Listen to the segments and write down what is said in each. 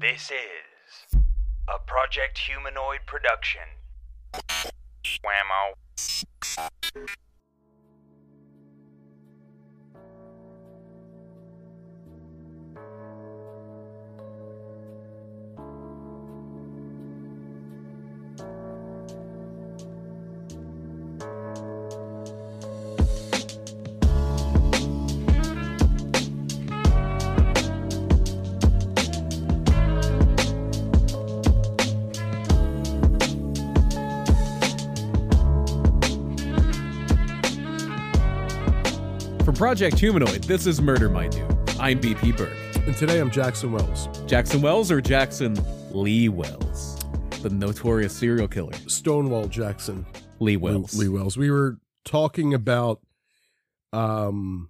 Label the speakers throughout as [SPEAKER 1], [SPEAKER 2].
[SPEAKER 1] This is a Project Humanoid production. Whammo.
[SPEAKER 2] From Project Humanoid, this is Murder My Dude. I'm BP Burke.
[SPEAKER 3] And today I'm Jackson Wells.
[SPEAKER 2] Jackson Wells or Jackson Lee Wells? The notorious serial killer.
[SPEAKER 3] Stonewall Jackson.
[SPEAKER 2] Lee Wells.
[SPEAKER 3] Lee Wells. We were talking about um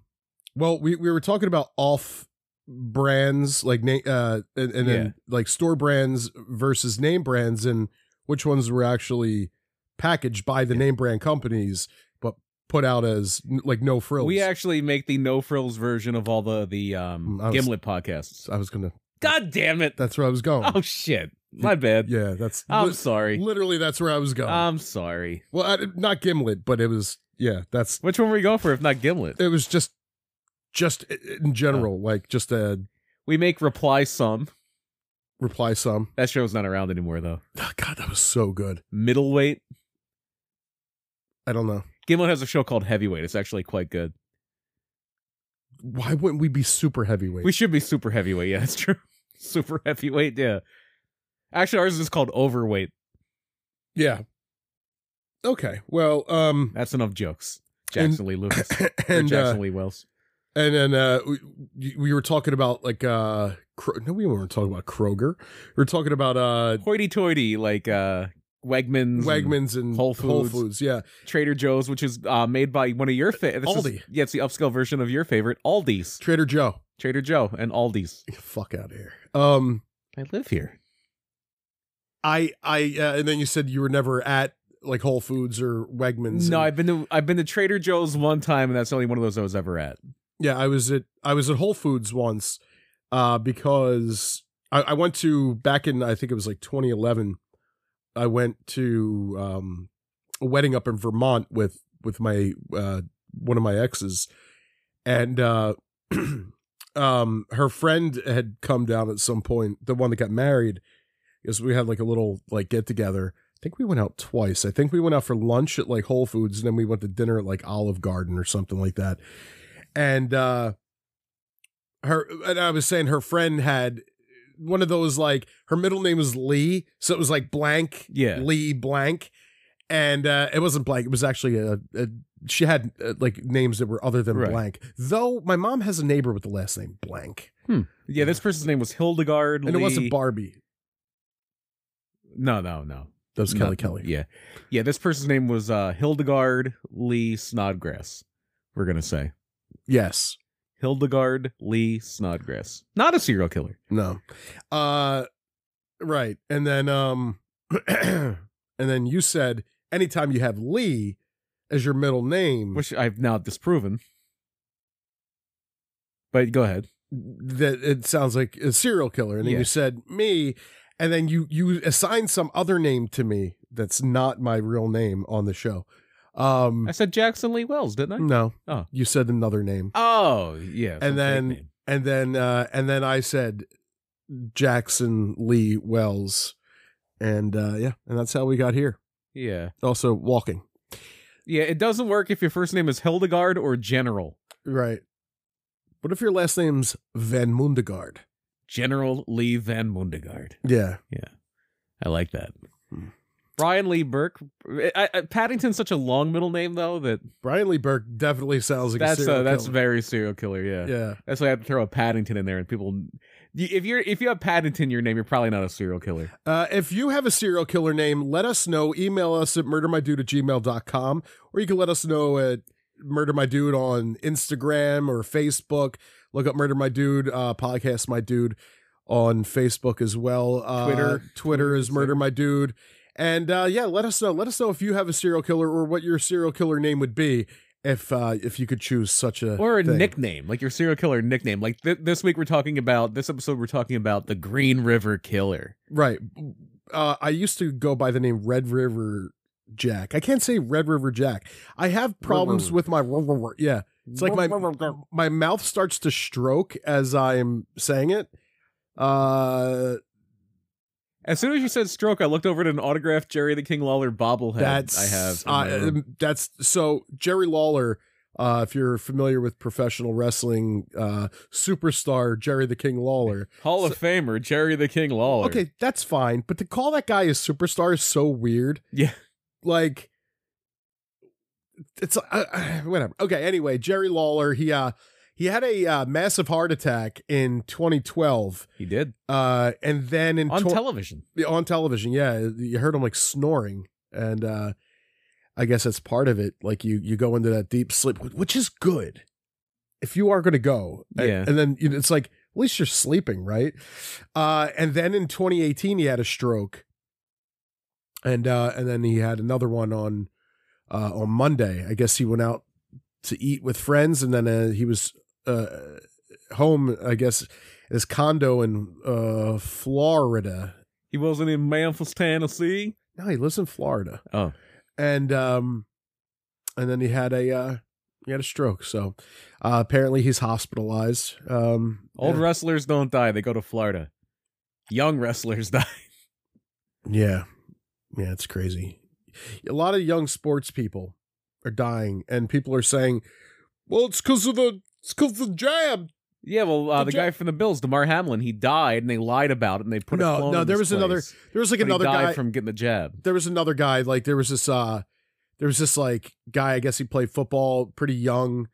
[SPEAKER 3] well, we, we were talking about off brands like na- uh and, and then
[SPEAKER 2] Yeah.
[SPEAKER 3] like store brands versus name brands and which ones were actually packaged by the name brand companies but put out as n- like no frills.
[SPEAKER 2] We actually make the no frills version of all the the um,
[SPEAKER 3] Mm, I was-
[SPEAKER 2] Gimlet podcasts.
[SPEAKER 3] I was gonna
[SPEAKER 2] God damn it!
[SPEAKER 3] that's where I was going.
[SPEAKER 2] Oh shit! My bad.
[SPEAKER 3] yeah, that's
[SPEAKER 2] I'm
[SPEAKER 3] li-
[SPEAKER 2] sorry. Um,
[SPEAKER 3] literally that's where I was going.
[SPEAKER 2] I'm sorry.
[SPEAKER 3] well, I, not Gimlet, but it was yeah, that's
[SPEAKER 2] Which one were we going for if not Gimlet?
[SPEAKER 3] it was just just i- in general like just a
[SPEAKER 2] We make Reply Some.
[SPEAKER 3] reply some
[SPEAKER 2] That show's not around anymore though.
[SPEAKER 3] oh, god that was so good
[SPEAKER 2] Middleweight.
[SPEAKER 3] i don't know
[SPEAKER 2] Gimlet has a show called Heavyweight. It's actually quite good.
[SPEAKER 3] why wouldn't we be super heavyweight
[SPEAKER 2] We should be super heavyweight. Yeah, that's true. super heavyweight. Yeah. Actually, ours is called overweight.
[SPEAKER 3] yeah okay well um
[SPEAKER 2] That's enough jokes.
[SPEAKER 3] And-
[SPEAKER 2] Jackson Lee Lucas. or
[SPEAKER 3] and
[SPEAKER 2] Jackson
[SPEAKER 3] uh,
[SPEAKER 2] Lee Wells.
[SPEAKER 3] and then uh we, we were talking about like uh Kro- no we weren't talking about kroger we were talking about uh
[SPEAKER 2] Hoity toity, like uh Wegmans. and
[SPEAKER 3] wegmans and
[SPEAKER 2] Whole Foods.
[SPEAKER 3] yeah
[SPEAKER 2] Trader Joe's, which is uh, made by one of your favorite
[SPEAKER 3] Aldi.
[SPEAKER 2] yeah, it's the upscale version of your favorite, Aldi's.
[SPEAKER 3] trader joe
[SPEAKER 2] Trader Joe and Aldi's.
[SPEAKER 3] Get the fuck out of here um
[SPEAKER 2] I live here.
[SPEAKER 3] i i uh, and then you said you were never at like whole foods or wegmans
[SPEAKER 2] No,
[SPEAKER 3] and-
[SPEAKER 2] I've been to I've been to Trader Joe's one time and that's only one of those I was ever at.
[SPEAKER 3] Yeah, I was at I was at Whole Foods once, uh, because I, I went to back in I think it was like 2011. I went to um, a wedding up in Vermont with with my uh, one of my exes, and uh, um, her friend had come down at some point. The one that got married, because we had like a little like get together. I think we went out twice. I think we went out for lunch at like Whole Foods, and then we went to dinner at like Olive Garden or something like that and uh her and I was saying her friend had one of those like her middle name was Lee, so it was like blank
[SPEAKER 2] Yeah.
[SPEAKER 3] Lee blank, and uh it wasn't blank. It was actually a, a she had uh, like names that were other than
[SPEAKER 2] Right.
[SPEAKER 3] blank. Though my mom has a neighbor with the last name blank,
[SPEAKER 2] Yeah, this person's name was Hildegard.
[SPEAKER 3] and it wasn't
[SPEAKER 2] Lee-
[SPEAKER 3] Barbie.
[SPEAKER 2] No, no, no.
[SPEAKER 3] That was
[SPEAKER 2] No,
[SPEAKER 3] Kelly Kelly.
[SPEAKER 2] Yeah. Yeah, this person's name was uh Hildegard Lee Snodgrass. We're going to say
[SPEAKER 3] Yes.
[SPEAKER 2] Hildegard Lee Snodgrass. Not a serial killer.
[SPEAKER 3] No. Uh right. And then um and then you said anytime you have Lee as your middle name
[SPEAKER 2] which I've now disproven. But go ahead.
[SPEAKER 3] that it sounds like a serial killer and then
[SPEAKER 2] Yeah.
[SPEAKER 3] you said me and then you you assigned some other name to me that's not my real name on the show um
[SPEAKER 2] I said Jackson Lee Wells, didn't
[SPEAKER 3] no
[SPEAKER 2] Oh.
[SPEAKER 3] you said another name
[SPEAKER 2] I? Oh, yeah. some fake
[SPEAKER 3] then-
[SPEAKER 2] name.
[SPEAKER 3] and then uh and then i said jackson lee wells and uh yeah and that's how we got here
[SPEAKER 2] yeah,
[SPEAKER 3] also walking
[SPEAKER 2] yeah. It doesn't work if your first name is Hildegard or General.
[SPEAKER 3] right what if your last name's van mundegard
[SPEAKER 2] General Lee Van Mundegard.
[SPEAKER 3] yeah
[SPEAKER 2] I like that.
[SPEAKER 3] Hmm.
[SPEAKER 2] Brian Lee Burke. I, I, Paddington's such a long middle name though that
[SPEAKER 3] brian lee burke definitely sounds like
[SPEAKER 2] that's
[SPEAKER 3] a
[SPEAKER 2] uh,
[SPEAKER 3] serial
[SPEAKER 2] that's
[SPEAKER 3] killer.
[SPEAKER 2] very serial killer. Yeah.
[SPEAKER 3] yeah
[SPEAKER 2] that's why I have to throw a Paddington in there, and people. If you're if you have Paddington in your name, you're probably not a serial killer.
[SPEAKER 3] Uh, if you have a serial killer name, let us know. Email us at murdermydude at gmail.com, or you can let us know at Murder My Dude on Instagram or Facebook. Look up Murder My Dude, uh, Podcast My Dude on Facebook as well. Uh,
[SPEAKER 2] Twitter.
[SPEAKER 3] Twitter is Murder My Dude. And uh, yeah, let us know. Let us know if you have a serial killer or what your serial killer name would be. if uh if you could choose such a
[SPEAKER 2] or a
[SPEAKER 3] thing.
[SPEAKER 2] nickname, like your serial killer nickname. Like th- this week, we're talking about this episode. We're talking about the Green River Killer.
[SPEAKER 3] Right. Uh, I used to go by the name Red River Jack. I can't say Red River Jack. I have problems
[SPEAKER 2] River.
[SPEAKER 3] with my yeah. It's like my my mouth starts to stroke as I'm saying it. Uh,
[SPEAKER 2] As soon as you said stroke, I looked over at an autographed Jerry the King Lawler bobblehead.
[SPEAKER 3] that's
[SPEAKER 2] I have. in my
[SPEAKER 3] uh,
[SPEAKER 2] room.
[SPEAKER 3] um, that's so Jerry Lawler. Uh, if you're familiar with professional wrestling, uh, superstar Jerry the King Lawler.
[SPEAKER 2] Hall of Famer Jerry the King Lawler.
[SPEAKER 3] Okay, that's fine, but to call that guy a superstar is so weird.
[SPEAKER 2] Yeah.
[SPEAKER 3] like it's uh, uh, whatever. Okay, anyway, Jerry Lawler, he uh he had a uh, massive heart attack in 2012.
[SPEAKER 2] he did
[SPEAKER 3] Uh and then in
[SPEAKER 2] on
[SPEAKER 3] tw-
[SPEAKER 2] television.
[SPEAKER 3] on television, yeah, you heard him like snoring and uh I guess that's part of it. Like you you go into that deep sleep, wh- which is good. If you are going to go. And-
[SPEAKER 2] Yeah.
[SPEAKER 3] And, then you know, it's like at least you're sleeping, right? Uh and then in 2018 he had a stroke. And uh and then he had another one on uh on Monday. I guess he went out to eat with friends and then uh, he was uh home, I guess at his condo in uh Florida.
[SPEAKER 2] He wasn't in Memphis, Tennessee.
[SPEAKER 3] No, he lives in Florida.
[SPEAKER 2] Oh.
[SPEAKER 3] And um and then he had a uh he had a stroke. So uh apparently he's hospitalized. Um
[SPEAKER 2] Old
[SPEAKER 3] yeah.
[SPEAKER 2] wrestlers don't die; they go to Florida. Young wrestlers die.
[SPEAKER 3] yeah. Yeah, it's crazy. A lot of young sports people are dying and people are saying, "Well, it's cuz of the it's cuz of the jab."
[SPEAKER 2] Yeah, well, uh,
[SPEAKER 3] Did
[SPEAKER 2] the
[SPEAKER 3] you-
[SPEAKER 2] guy from the Bills, Demar Hamlin, he died, and they lied about it, and they put
[SPEAKER 3] No,
[SPEAKER 2] a clone
[SPEAKER 3] no,
[SPEAKER 2] in
[SPEAKER 3] there
[SPEAKER 2] his
[SPEAKER 3] was another-
[SPEAKER 2] place.
[SPEAKER 3] There was like
[SPEAKER 2] But he
[SPEAKER 3] another
[SPEAKER 2] died
[SPEAKER 3] guy
[SPEAKER 2] from getting the jab.
[SPEAKER 3] there was another guy like there was this uh there was this like guy i guess he played football pretty young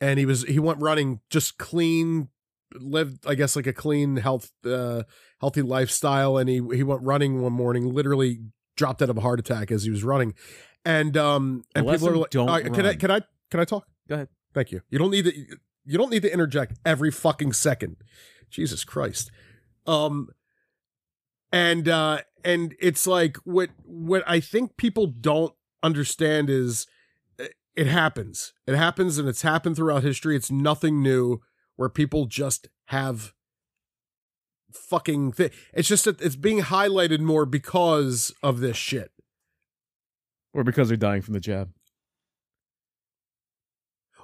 [SPEAKER 3] and he was he went running just clean lived i guess like a clean health uh healthy lifestyle and he he went running one morning literally dropped out of a heart attack as he was running and um and
[SPEAKER 2] Bless
[SPEAKER 3] people are
[SPEAKER 2] him,
[SPEAKER 3] like
[SPEAKER 2] don't
[SPEAKER 3] uh, can i
[SPEAKER 2] run.
[SPEAKER 3] can i can i talk
[SPEAKER 2] Go ahead.
[SPEAKER 3] thank you you don't need to you don't need to interject every fucking second jesus christ um and uh and it's like what what i think people don't understand is uh, it happens it happens and it's happened throughout history it's nothing new where people just have fucking thi- it's just that it's being highlighted more because of this shit
[SPEAKER 2] Or because they're dying from the jab.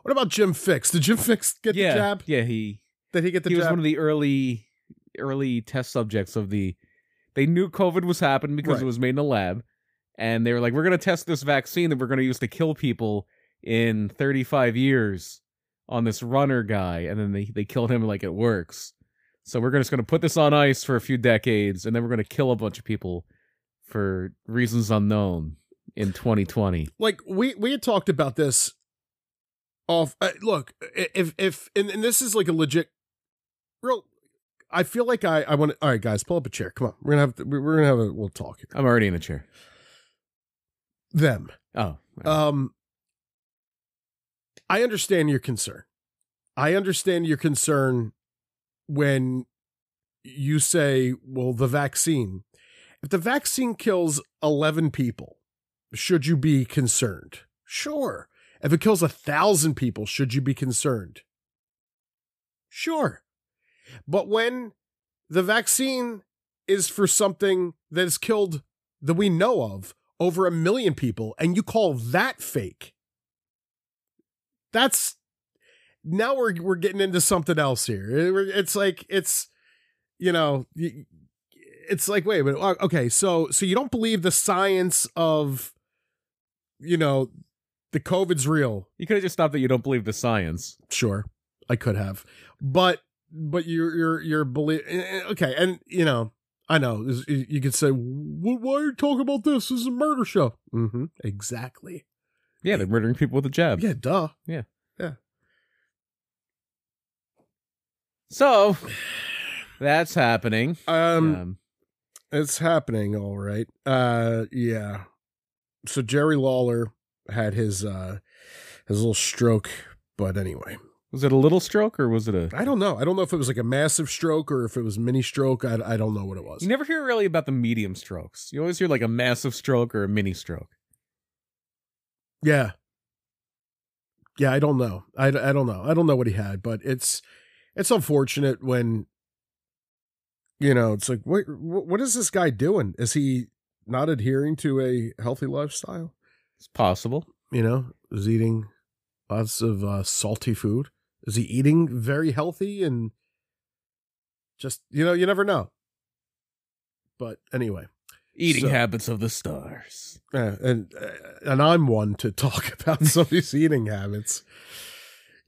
[SPEAKER 3] what about jim fix did jim fix get
[SPEAKER 2] yeah,
[SPEAKER 3] the jab
[SPEAKER 2] Yeah, he
[SPEAKER 3] did he get the
[SPEAKER 2] he was
[SPEAKER 3] jab
[SPEAKER 2] one of the early early test subjects of the. They knew COVID was happening because
[SPEAKER 3] Right.
[SPEAKER 2] it was made in a lab, and they were like, "We're going to test this vaccine that we're going to use to kill people in 35 years on this runner guy," and then they they killed him like it works. So we're just going to put this on ice for a few decades, and then we're going to kill a bunch of people for reasons unknown in 2020.
[SPEAKER 3] like we we had talked about this off uh, look i- if if and, and this is like a legit real i feel like i i want to all right guys pull up a chair come on we're gonna have to, we're gonna have a we'll talk here
[SPEAKER 2] I'm already in a chair.
[SPEAKER 3] them
[SPEAKER 2] Oh,
[SPEAKER 3] um i understand your concern i understand your concern when you say well the vaccine if the vaccine kills 11 people should you be concerned sure if it kills a thousand people should you be concerned sure but when the vaccine is for something that has killed that we know of over a million people and you call that fake that's now we're we're getting into something else here It- we're- it's like it's you know y- it's like wait a minute uh, okay so so you don't believe the science of you know the covid's real
[SPEAKER 2] you could have just stopped that. You don't believe the science.
[SPEAKER 3] sure i could have but but you're you're you're believe okay and you know i know this- you you could say "Wh- why are you talking about this this is a murder show mm-hmm exactly
[SPEAKER 2] Yeah, they're murdering people with a jab.
[SPEAKER 3] yeah duh
[SPEAKER 2] So that's happening.
[SPEAKER 3] um
[SPEAKER 2] Um,
[SPEAKER 3] it's happening all right uh yeah so jerry lawler had his uh his little stroke but anyway
[SPEAKER 2] was it a little stroke or was it a?
[SPEAKER 3] i don't know i don't know if it was like a massive stroke or if it was mini stroke i, I don't know what it was
[SPEAKER 2] You never hear really about the medium strokes. You always hear like a massive stroke or a mini stroke.
[SPEAKER 3] yeah yeah, I don't know. I, I don't know. I don't know what he had, but it's it's unfortunate when you know it's like what what is this guy doing? Is he not adhering to a healthy lifestyle?
[SPEAKER 2] It's possible.
[SPEAKER 3] You know, is he eating lots of uh, salty food. Is he eating very healthy and just you know you never know. But anyway,
[SPEAKER 2] Eating
[SPEAKER 3] So-
[SPEAKER 2] habits of the stars.
[SPEAKER 3] uh, and uh, and I'm one to talk about somebody's eating habits.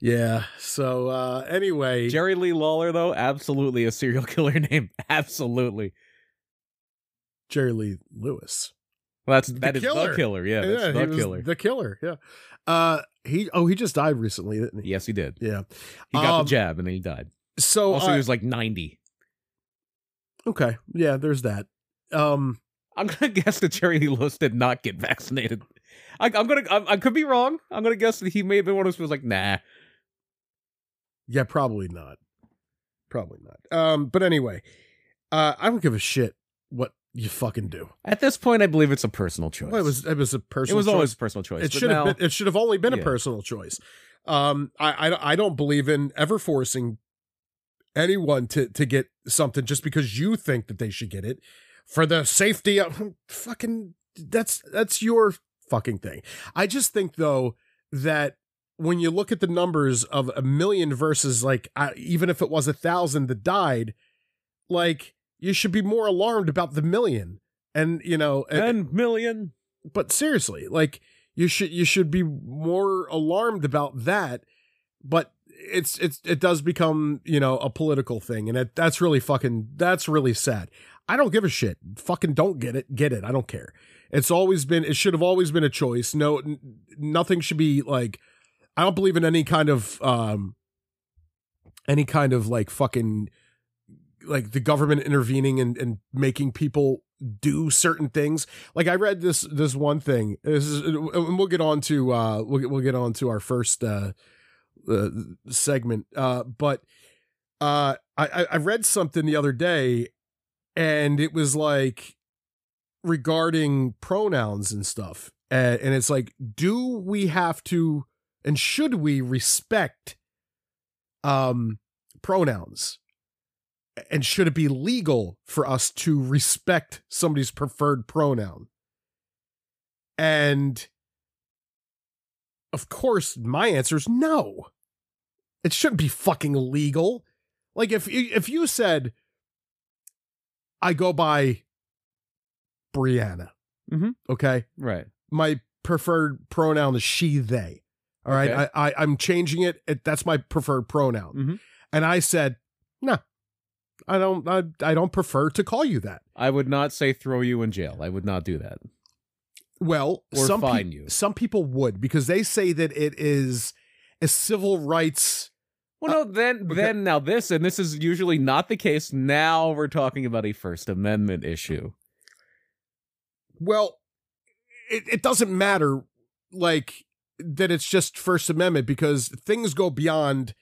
[SPEAKER 3] Yeah. So uh anyway,
[SPEAKER 2] Jerry Lee Lawler, though, absolutely a serial killer name. Absolutely.
[SPEAKER 3] Jerry Lee Lewis.
[SPEAKER 2] Well, that's
[SPEAKER 3] The
[SPEAKER 2] that is
[SPEAKER 3] killer.
[SPEAKER 2] the killer. Yeah, that's
[SPEAKER 3] he
[SPEAKER 2] the
[SPEAKER 3] was
[SPEAKER 2] killer.
[SPEAKER 3] The killer. Yeah. Uh he oh he just died recently, didn't he?
[SPEAKER 2] Yes, he did.
[SPEAKER 3] Yeah.
[SPEAKER 2] He got
[SPEAKER 3] Um,
[SPEAKER 2] the jab and then he died.
[SPEAKER 3] So
[SPEAKER 2] also,
[SPEAKER 3] I-
[SPEAKER 2] he was like ninety.
[SPEAKER 3] okay. Yeah, there's that. Um
[SPEAKER 2] I'm gonna guess that Jerry Lee Lewis did not get vaccinated. I, I'm gonna. I, I could be wrong. I'm gonna guess that he may have been one of those people like, nah.
[SPEAKER 3] yeah, probably not. Probably not. Um but anyway, uh I don't give a shit what you fucking do.
[SPEAKER 2] At this point, I believe it's a personal choice.
[SPEAKER 3] Well, it was it was a
[SPEAKER 2] It
[SPEAKER 3] personal
[SPEAKER 2] was
[SPEAKER 3] choice.
[SPEAKER 2] always a personal choice.
[SPEAKER 3] it
[SPEAKER 2] but
[SPEAKER 3] should have
[SPEAKER 2] now-
[SPEAKER 3] been, it should have only been a
[SPEAKER 2] Yeah.
[SPEAKER 3] personal choice. Um, I, I I don't believe in ever forcing anyone to to get something just because you think that they should get it for the safety of hmm, fucking that's that's your fucking thing. I just think though that when you look at the numbers of a million versus like I, even if it was a thousand that died, like you should be more alarmed about the million. And you know, and-
[SPEAKER 2] ten million.
[SPEAKER 3] but seriously, like you should you should be more alarmed about that. But it's it's it does become you know a political thing, and it, that's really fucking that's really sad. I don't give a shit. Fucking don't get it. Get it. I don't care. It's always been. It should have always been a choice. No, n- nothing should be like. I don't believe in any kind of um, any kind of like fucking like the government intervening and and making people do certain things. Like I read this this one thing. This is, and we'll get on to uh, we'll get, we'll get on to our first uh, uh segment. Uh, but uh, I I- I read something the other day, and it was like regarding pronouns and stuff. And, and it's like, do we have to and should we respect um pronouns? And should it be legal for us to respect somebody's preferred pronoun? And of course, my answer is no. It shouldn't be fucking legal. Like if you, if you said, I go by Brianna,
[SPEAKER 2] Mhm.
[SPEAKER 3] okay,
[SPEAKER 2] Right.
[SPEAKER 3] my preferred pronoun is she they all right
[SPEAKER 2] Okay.
[SPEAKER 3] I, I i'm changing it. it that's my preferred pronoun
[SPEAKER 2] Mhm.
[SPEAKER 3] and i said no i don't I, I don't prefer to call you that
[SPEAKER 2] I would not say throw you in jail. I would not do that.
[SPEAKER 3] well
[SPEAKER 2] Or
[SPEAKER 3] some
[SPEAKER 2] fine you.
[SPEAKER 3] some people would because they say that it is a civil rights
[SPEAKER 2] Well, no, then,
[SPEAKER 3] Uh, okay.
[SPEAKER 2] then now this, and this is usually not the case. Now we're talking about a First Amendment issue.
[SPEAKER 3] well it, it doesn't matter like that it's just first amendment because things go beyond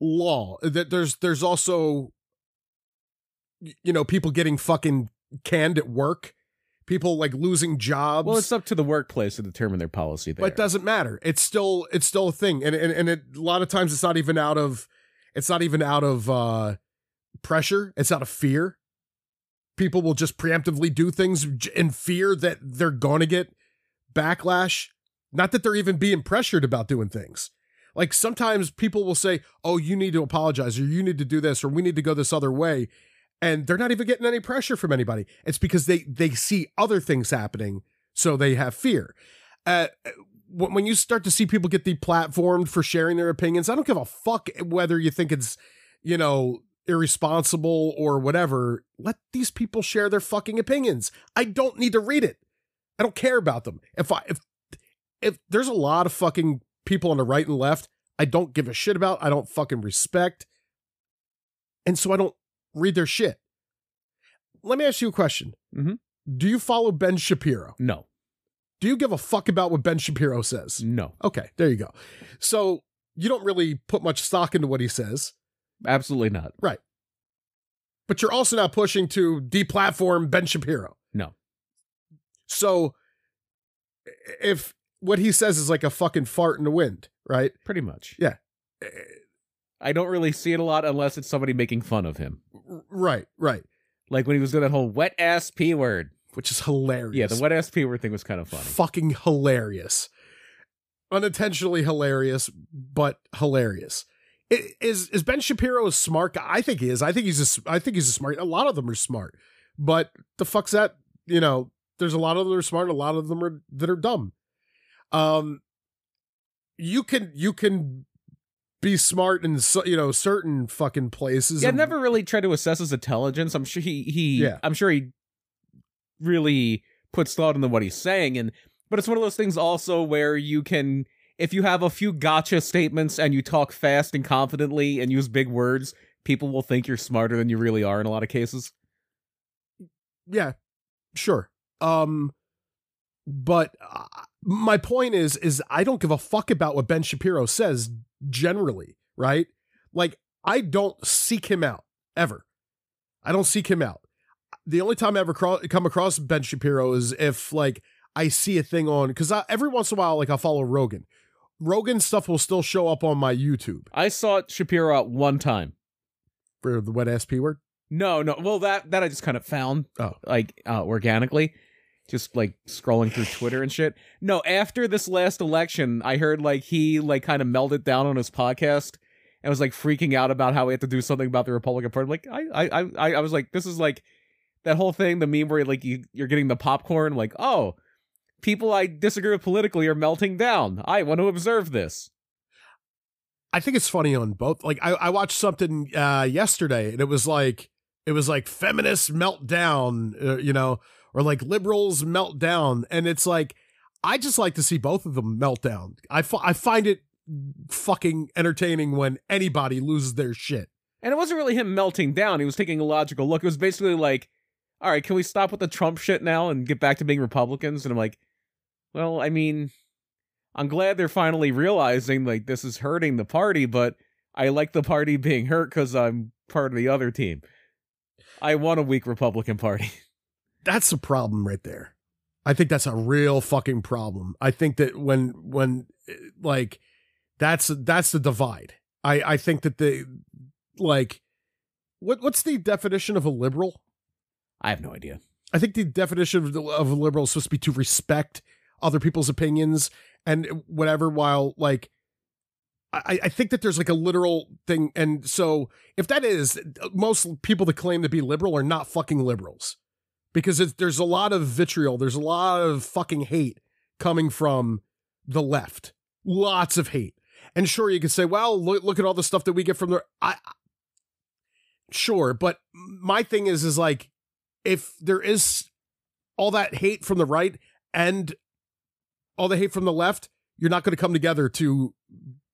[SPEAKER 3] law that there's there's also y- you know people getting fucking canned at work people like losing jobs
[SPEAKER 2] Well, it's up to the workplace to determine their policy there.
[SPEAKER 3] but it doesn't matter it's still it's still a thing and and, and it, a lot of times it's not even out of it's not even out of uh pressure it's out of fear people will just preemptively do things j- in fear that they're gonna get backlash not that they're even being pressured about doing things like sometimes people will say oh you need to apologize or you need to do this or we need to go this other way and they're not even getting any pressure from anybody it's because they they see other things happening so they have fear uh, when when you start to see people get deplatformed for sharing their opinions, I don't give a fuck whether you think it's, you know, irresponsible or whatever. Let these people share their fucking opinions. I don't need to read it. I don't care about them. If I if if there's a lot of fucking people on the right and left, I don't give a shit about. I don't fucking respect. And so I don't read their shit. Let me ask you a question.
[SPEAKER 2] Mhm.
[SPEAKER 3] Do you follow Ben Shapiro?
[SPEAKER 2] no,
[SPEAKER 3] Do you give a fuck about what Ben Shapiro says?
[SPEAKER 2] no,
[SPEAKER 3] Okay, there you go. So you don't really put much stock into what he says,
[SPEAKER 2] absolutely not.
[SPEAKER 3] but you're also not pushing to deplatform Ben Shapiro.
[SPEAKER 2] No.
[SPEAKER 3] So if what he says is like a fucking fart in the wind, right?
[SPEAKER 2] Pretty much.
[SPEAKER 3] Yeah.
[SPEAKER 2] I don't really see it a lot unless it's somebody making fun of him.
[SPEAKER 3] R- Right, right.
[SPEAKER 2] Like when he was doing that whole wet ass P word.
[SPEAKER 3] Which is hilarious.
[SPEAKER 2] Yeah, the wet ass P word thing was kind of funny.
[SPEAKER 3] Fucking hilarious. Unintentionally hilarious, but hilarious. I- Is is Ben Shapiro a smart guy? I think he is. I think he's a, s- I think he's a smart. A lot of them are smart, but the fuck's that? You know, there's a lot of them that are smart. A lot of them are that are dumb. Um, you can you can be smart in so, you know certain fucking places.
[SPEAKER 2] Yeah, I've
[SPEAKER 3] and-
[SPEAKER 2] never really tried to assess his intelligence. I'm sure he he
[SPEAKER 3] Yeah.
[SPEAKER 2] I'm sure he really puts thought into what he's saying and but it's one of those things also where you can if you have a few gotcha statements and you talk fast and confidently and use big words, people will think you're smarter than you really are in a lot of cases.
[SPEAKER 3] yeah sure um but uh, my point is is i don't give a fuck about what ben shapiro says generally right like i don't seek him out ever i don't seek him out the only time i ever cro- come across ben shapiro is if like i see a thing on because every once in a while like i'll follow rogan rogan stuff will still show up on my youtube
[SPEAKER 2] I saw Shapiro out one time.
[SPEAKER 3] for the wet ass p word
[SPEAKER 2] No, no. Well, that that I just kind of found
[SPEAKER 3] Oh.
[SPEAKER 2] like uh, organically, just like scrolling through Twitter and shit. No, after this last election, I heard like he like kind of melted down on his podcast and was like freaking out about how we had to do something about the Republican Party. Like I I I- I I was like this is like that whole thing, the meme where like you you're getting the popcorn. Like oh, people I disagree with politically are melting down. I want to observe this.
[SPEAKER 3] I think it's funny on both. Like I, I watched something uh, yesterday, and it was like it was like feminists meltdown, uh, you know, or like liberals meltdown, and it's like I just like to see both of them meltdown. I fi- I find it fucking entertaining when anybody loses their shit.
[SPEAKER 2] And it wasn't really him melting down. He was taking a logical look. It was basically like, all right, can we stop with the Trump shit now and get back to being Republicans? And I'm like, well, I mean, I'm glad they're finally realizing like this is hurting the party, but I like the party being hurt because I'm part of the other team. I want a weak Republican Party.
[SPEAKER 3] That's a problem right there. I think that's a real fucking problem. I think that when when eh, like that's that's the divide. I I think that the like what what's the definition of a liberal?
[SPEAKER 2] I have no idea.
[SPEAKER 3] I think the definition of, the, of a liberal is supposed to be to respect other people's opinions and whatever. While like, I, I think that there's like a literal thing, and so if that is most people that claim to be liberal are not fucking liberals, because it's, there's a lot of vitriol, there's a lot of fucking hate coming from the left, lots of hate. And sure, you could say, well, look, look at all the stuff that we get from the. I, I- sure, but my thing is, is like if there is all that hate from the right and all the hate from the left, you're not going to come together to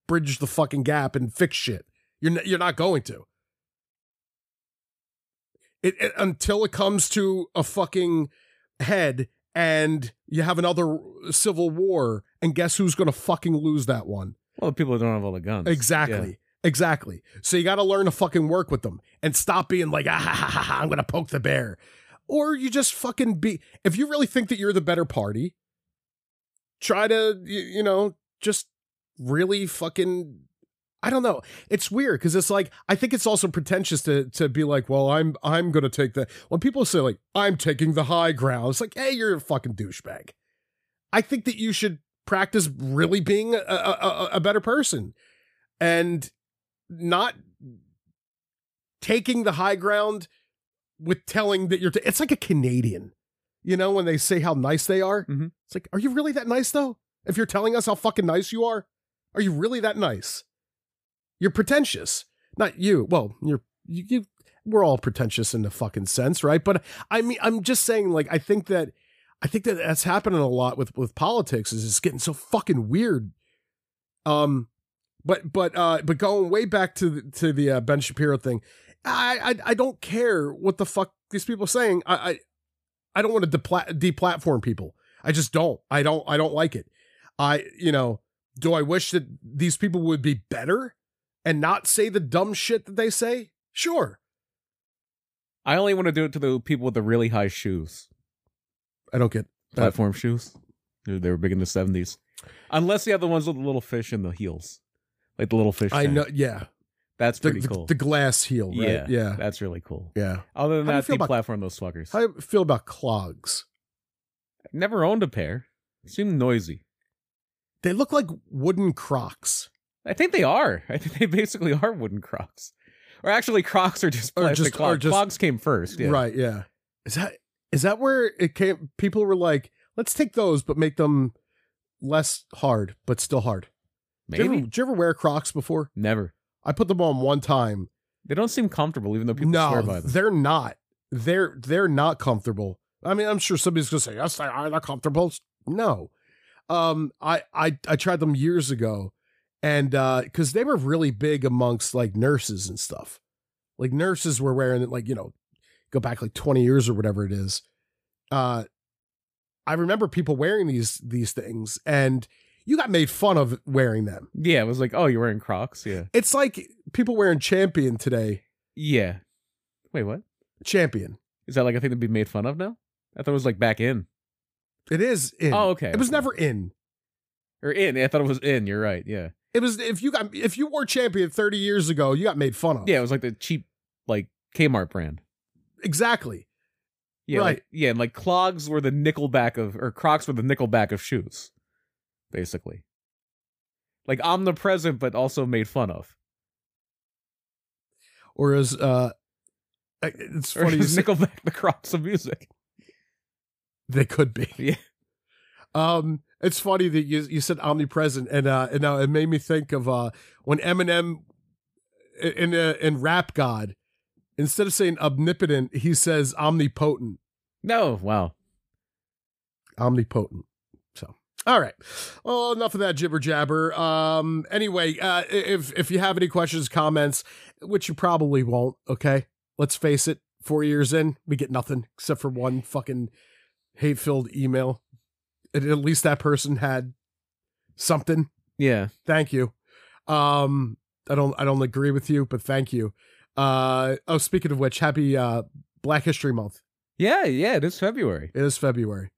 [SPEAKER 3] bridge the fucking gap and fix shit. You're n- you're not going to. It, it until it comes to a fucking head and you have another civil war and guess who's going to fucking lose that one?
[SPEAKER 2] Well, the people that don't have all the guns.
[SPEAKER 3] Exactly. Exactly. So you got to learn to fucking work with them and stop being like, ah, ha, ha, ha, ha, I'm going to poke the bear. Or you just fucking be, if you really think that you're the better party, try to, y- you know, just really fucking, I don't know. It's weird because it's like, I think it's also pretentious to, to be like, well, I'm, I'm going to take the, when people say like, I'm taking the high ground, it's like, hey, you're a fucking douchebag. I think that you should practice really being a, a, a, a better person and not taking the high ground with telling that you're t- it's like a canadian you know when they say how nice they are
[SPEAKER 2] Mhm.
[SPEAKER 3] it's like are you really that nice though if you're telling us how fucking nice you are are you really that nice you're pretentious not you well you're you, you we're all pretentious in the fucking sense right but i mean i'm just saying like i think that i think that that's happening a lot with with politics is it's getting so fucking weird um but but uh but going way back to the, to the uh, Ben Shapiro thing, I, I I don't care what the fuck these people are saying. I I, I don't want to depla- deplatform people. I just don't. I don't. I don't like it. I you know. Do I wish that these people would be better and not say the dumb shit that they say? Sure.
[SPEAKER 2] I only want to do it to the people with the really high shoes,
[SPEAKER 3] I don't get.
[SPEAKER 2] platform shoes. They were big in the 70s. Unless you have the ones with the little fish in the heels, like the little fish.
[SPEAKER 3] I
[SPEAKER 2] tank.
[SPEAKER 3] know. Yeah,
[SPEAKER 2] That's
[SPEAKER 3] the,
[SPEAKER 2] pretty
[SPEAKER 3] the,
[SPEAKER 2] cool.
[SPEAKER 3] the glass heel. Right?
[SPEAKER 2] Yeah.
[SPEAKER 3] Yeah, yeah,
[SPEAKER 2] That's really cool.
[SPEAKER 3] yeah.
[SPEAKER 2] Other than
[SPEAKER 3] How do you
[SPEAKER 2] that,
[SPEAKER 3] feel
[SPEAKER 2] the
[SPEAKER 3] about-
[SPEAKER 2] platform those fuckers.
[SPEAKER 3] How do you feel about clogs?
[SPEAKER 2] Never owned a pair. Seemed noisy.
[SPEAKER 3] They look like wooden Crocs.
[SPEAKER 2] I think they are. I think they basically are wooden Crocs, or actually Crocs are just
[SPEAKER 3] Or
[SPEAKER 2] plastic
[SPEAKER 3] just- or
[SPEAKER 2] clogs.
[SPEAKER 3] just-
[SPEAKER 2] Clogs came first, yeah.
[SPEAKER 3] Right. Yeah. Is that is that where it came? People were like, "Let's take those, but make them less hard, but still hard." Did you,
[SPEAKER 2] Maybe
[SPEAKER 3] ever, did you ever wear Crocs before?
[SPEAKER 2] never.
[SPEAKER 3] I put them on one time.
[SPEAKER 2] They don't seem comfortable, even though people
[SPEAKER 3] no,
[SPEAKER 2] swear by them.
[SPEAKER 3] they're not. They're they're not comfortable. I mean, I'm sure somebody's gonna say, "Yes, they are. They're comfortable." No, um, I I I tried them years ago, and because they were really big amongst like nurses and stuff. Like nurses were wearing it, like you know, go back like 20 years or whatever it is. Uh, I remember people wearing these these things, and you got made fun of wearing them.
[SPEAKER 2] Yeah, it was like, oh, you're wearing Crocs. Yeah,
[SPEAKER 3] It's like people wearing Champion today.
[SPEAKER 2] yeah. Wait, what?
[SPEAKER 3] Champion.
[SPEAKER 2] Is that like a thing to be made fun of now? I thought it was like back in.
[SPEAKER 3] It is in.
[SPEAKER 2] Oh, okay.
[SPEAKER 3] It was
[SPEAKER 2] okay.
[SPEAKER 3] never in.
[SPEAKER 2] or in. I thought it was in. You're right. Yeah,
[SPEAKER 3] It was if you got if you wore Champion 30 years ago, you got made fun of.
[SPEAKER 2] yeah. It was like the cheap, like Kmart brand.
[SPEAKER 3] exactly.
[SPEAKER 2] Yeah,
[SPEAKER 3] Right.
[SPEAKER 2] like- yeah, and like clogs were the nickelback of, or Crocs were the nickelback of shoes, basically. Like omnipresent, but also made fun of.
[SPEAKER 3] Or as uh, it's
[SPEAKER 2] Or
[SPEAKER 3] funny. you
[SPEAKER 2] is
[SPEAKER 3] say-
[SPEAKER 2] nickelback the Crocs of music?
[SPEAKER 3] They could be.
[SPEAKER 2] Yeah.
[SPEAKER 3] Um, it's funny that you you said omnipresent, and uh, and uh, it made me think of uh when Eminem in uh, in Rap God, instead of saying omnipotent, he says omnipotent.
[SPEAKER 2] No, wow.
[SPEAKER 3] omnipotent. So, all right. Well, enough of that jibber jabber. Um, anyway, uh, i- if if you have any questions, comments, which you probably won't, okay. Let's face it. Four years in, we get nothing except for one fucking hate filled email. And at least that person had something.
[SPEAKER 2] Yeah,
[SPEAKER 3] Thank you. Um, I don't I don't agree with you, but thank you. Uh, oh, speaking of which, happy uh, Black History Month.
[SPEAKER 2] yeah, yeah. It is February.
[SPEAKER 3] It is February.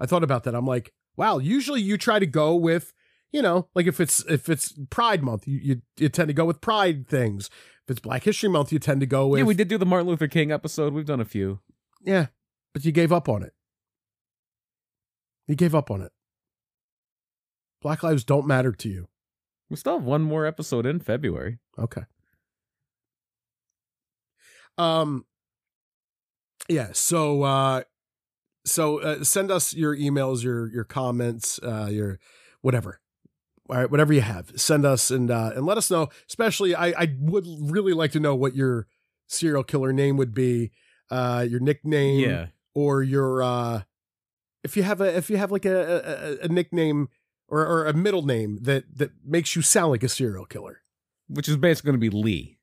[SPEAKER 3] I thought about that. I'm like, wow. Usually you try to go with, you know, like if it's if it's Pride Month, you you, you tend to go with Pride things. If it's Black History Month, you tend to go with
[SPEAKER 2] yeah, we did do the Martin Luther King episode. We've done a few.
[SPEAKER 3] Yeah, but you gave up on it. You gave up on it. Black lives don't matter to you.
[SPEAKER 2] We still have one more episode in February.
[SPEAKER 3] Okay. Um yeah, so uh so uh, send us your emails, your your comments, uh your whatever. All right, whatever you have. Send us and uh and let us know. Especially I I would really like to know what your serial killer name would be, uh your nickname
[SPEAKER 2] Yeah,
[SPEAKER 3] or your uh if you have a if you have like a a, a- a nickname or or a middle name that that makes you sound like a serial killer.
[SPEAKER 2] which is basically going to be Lee.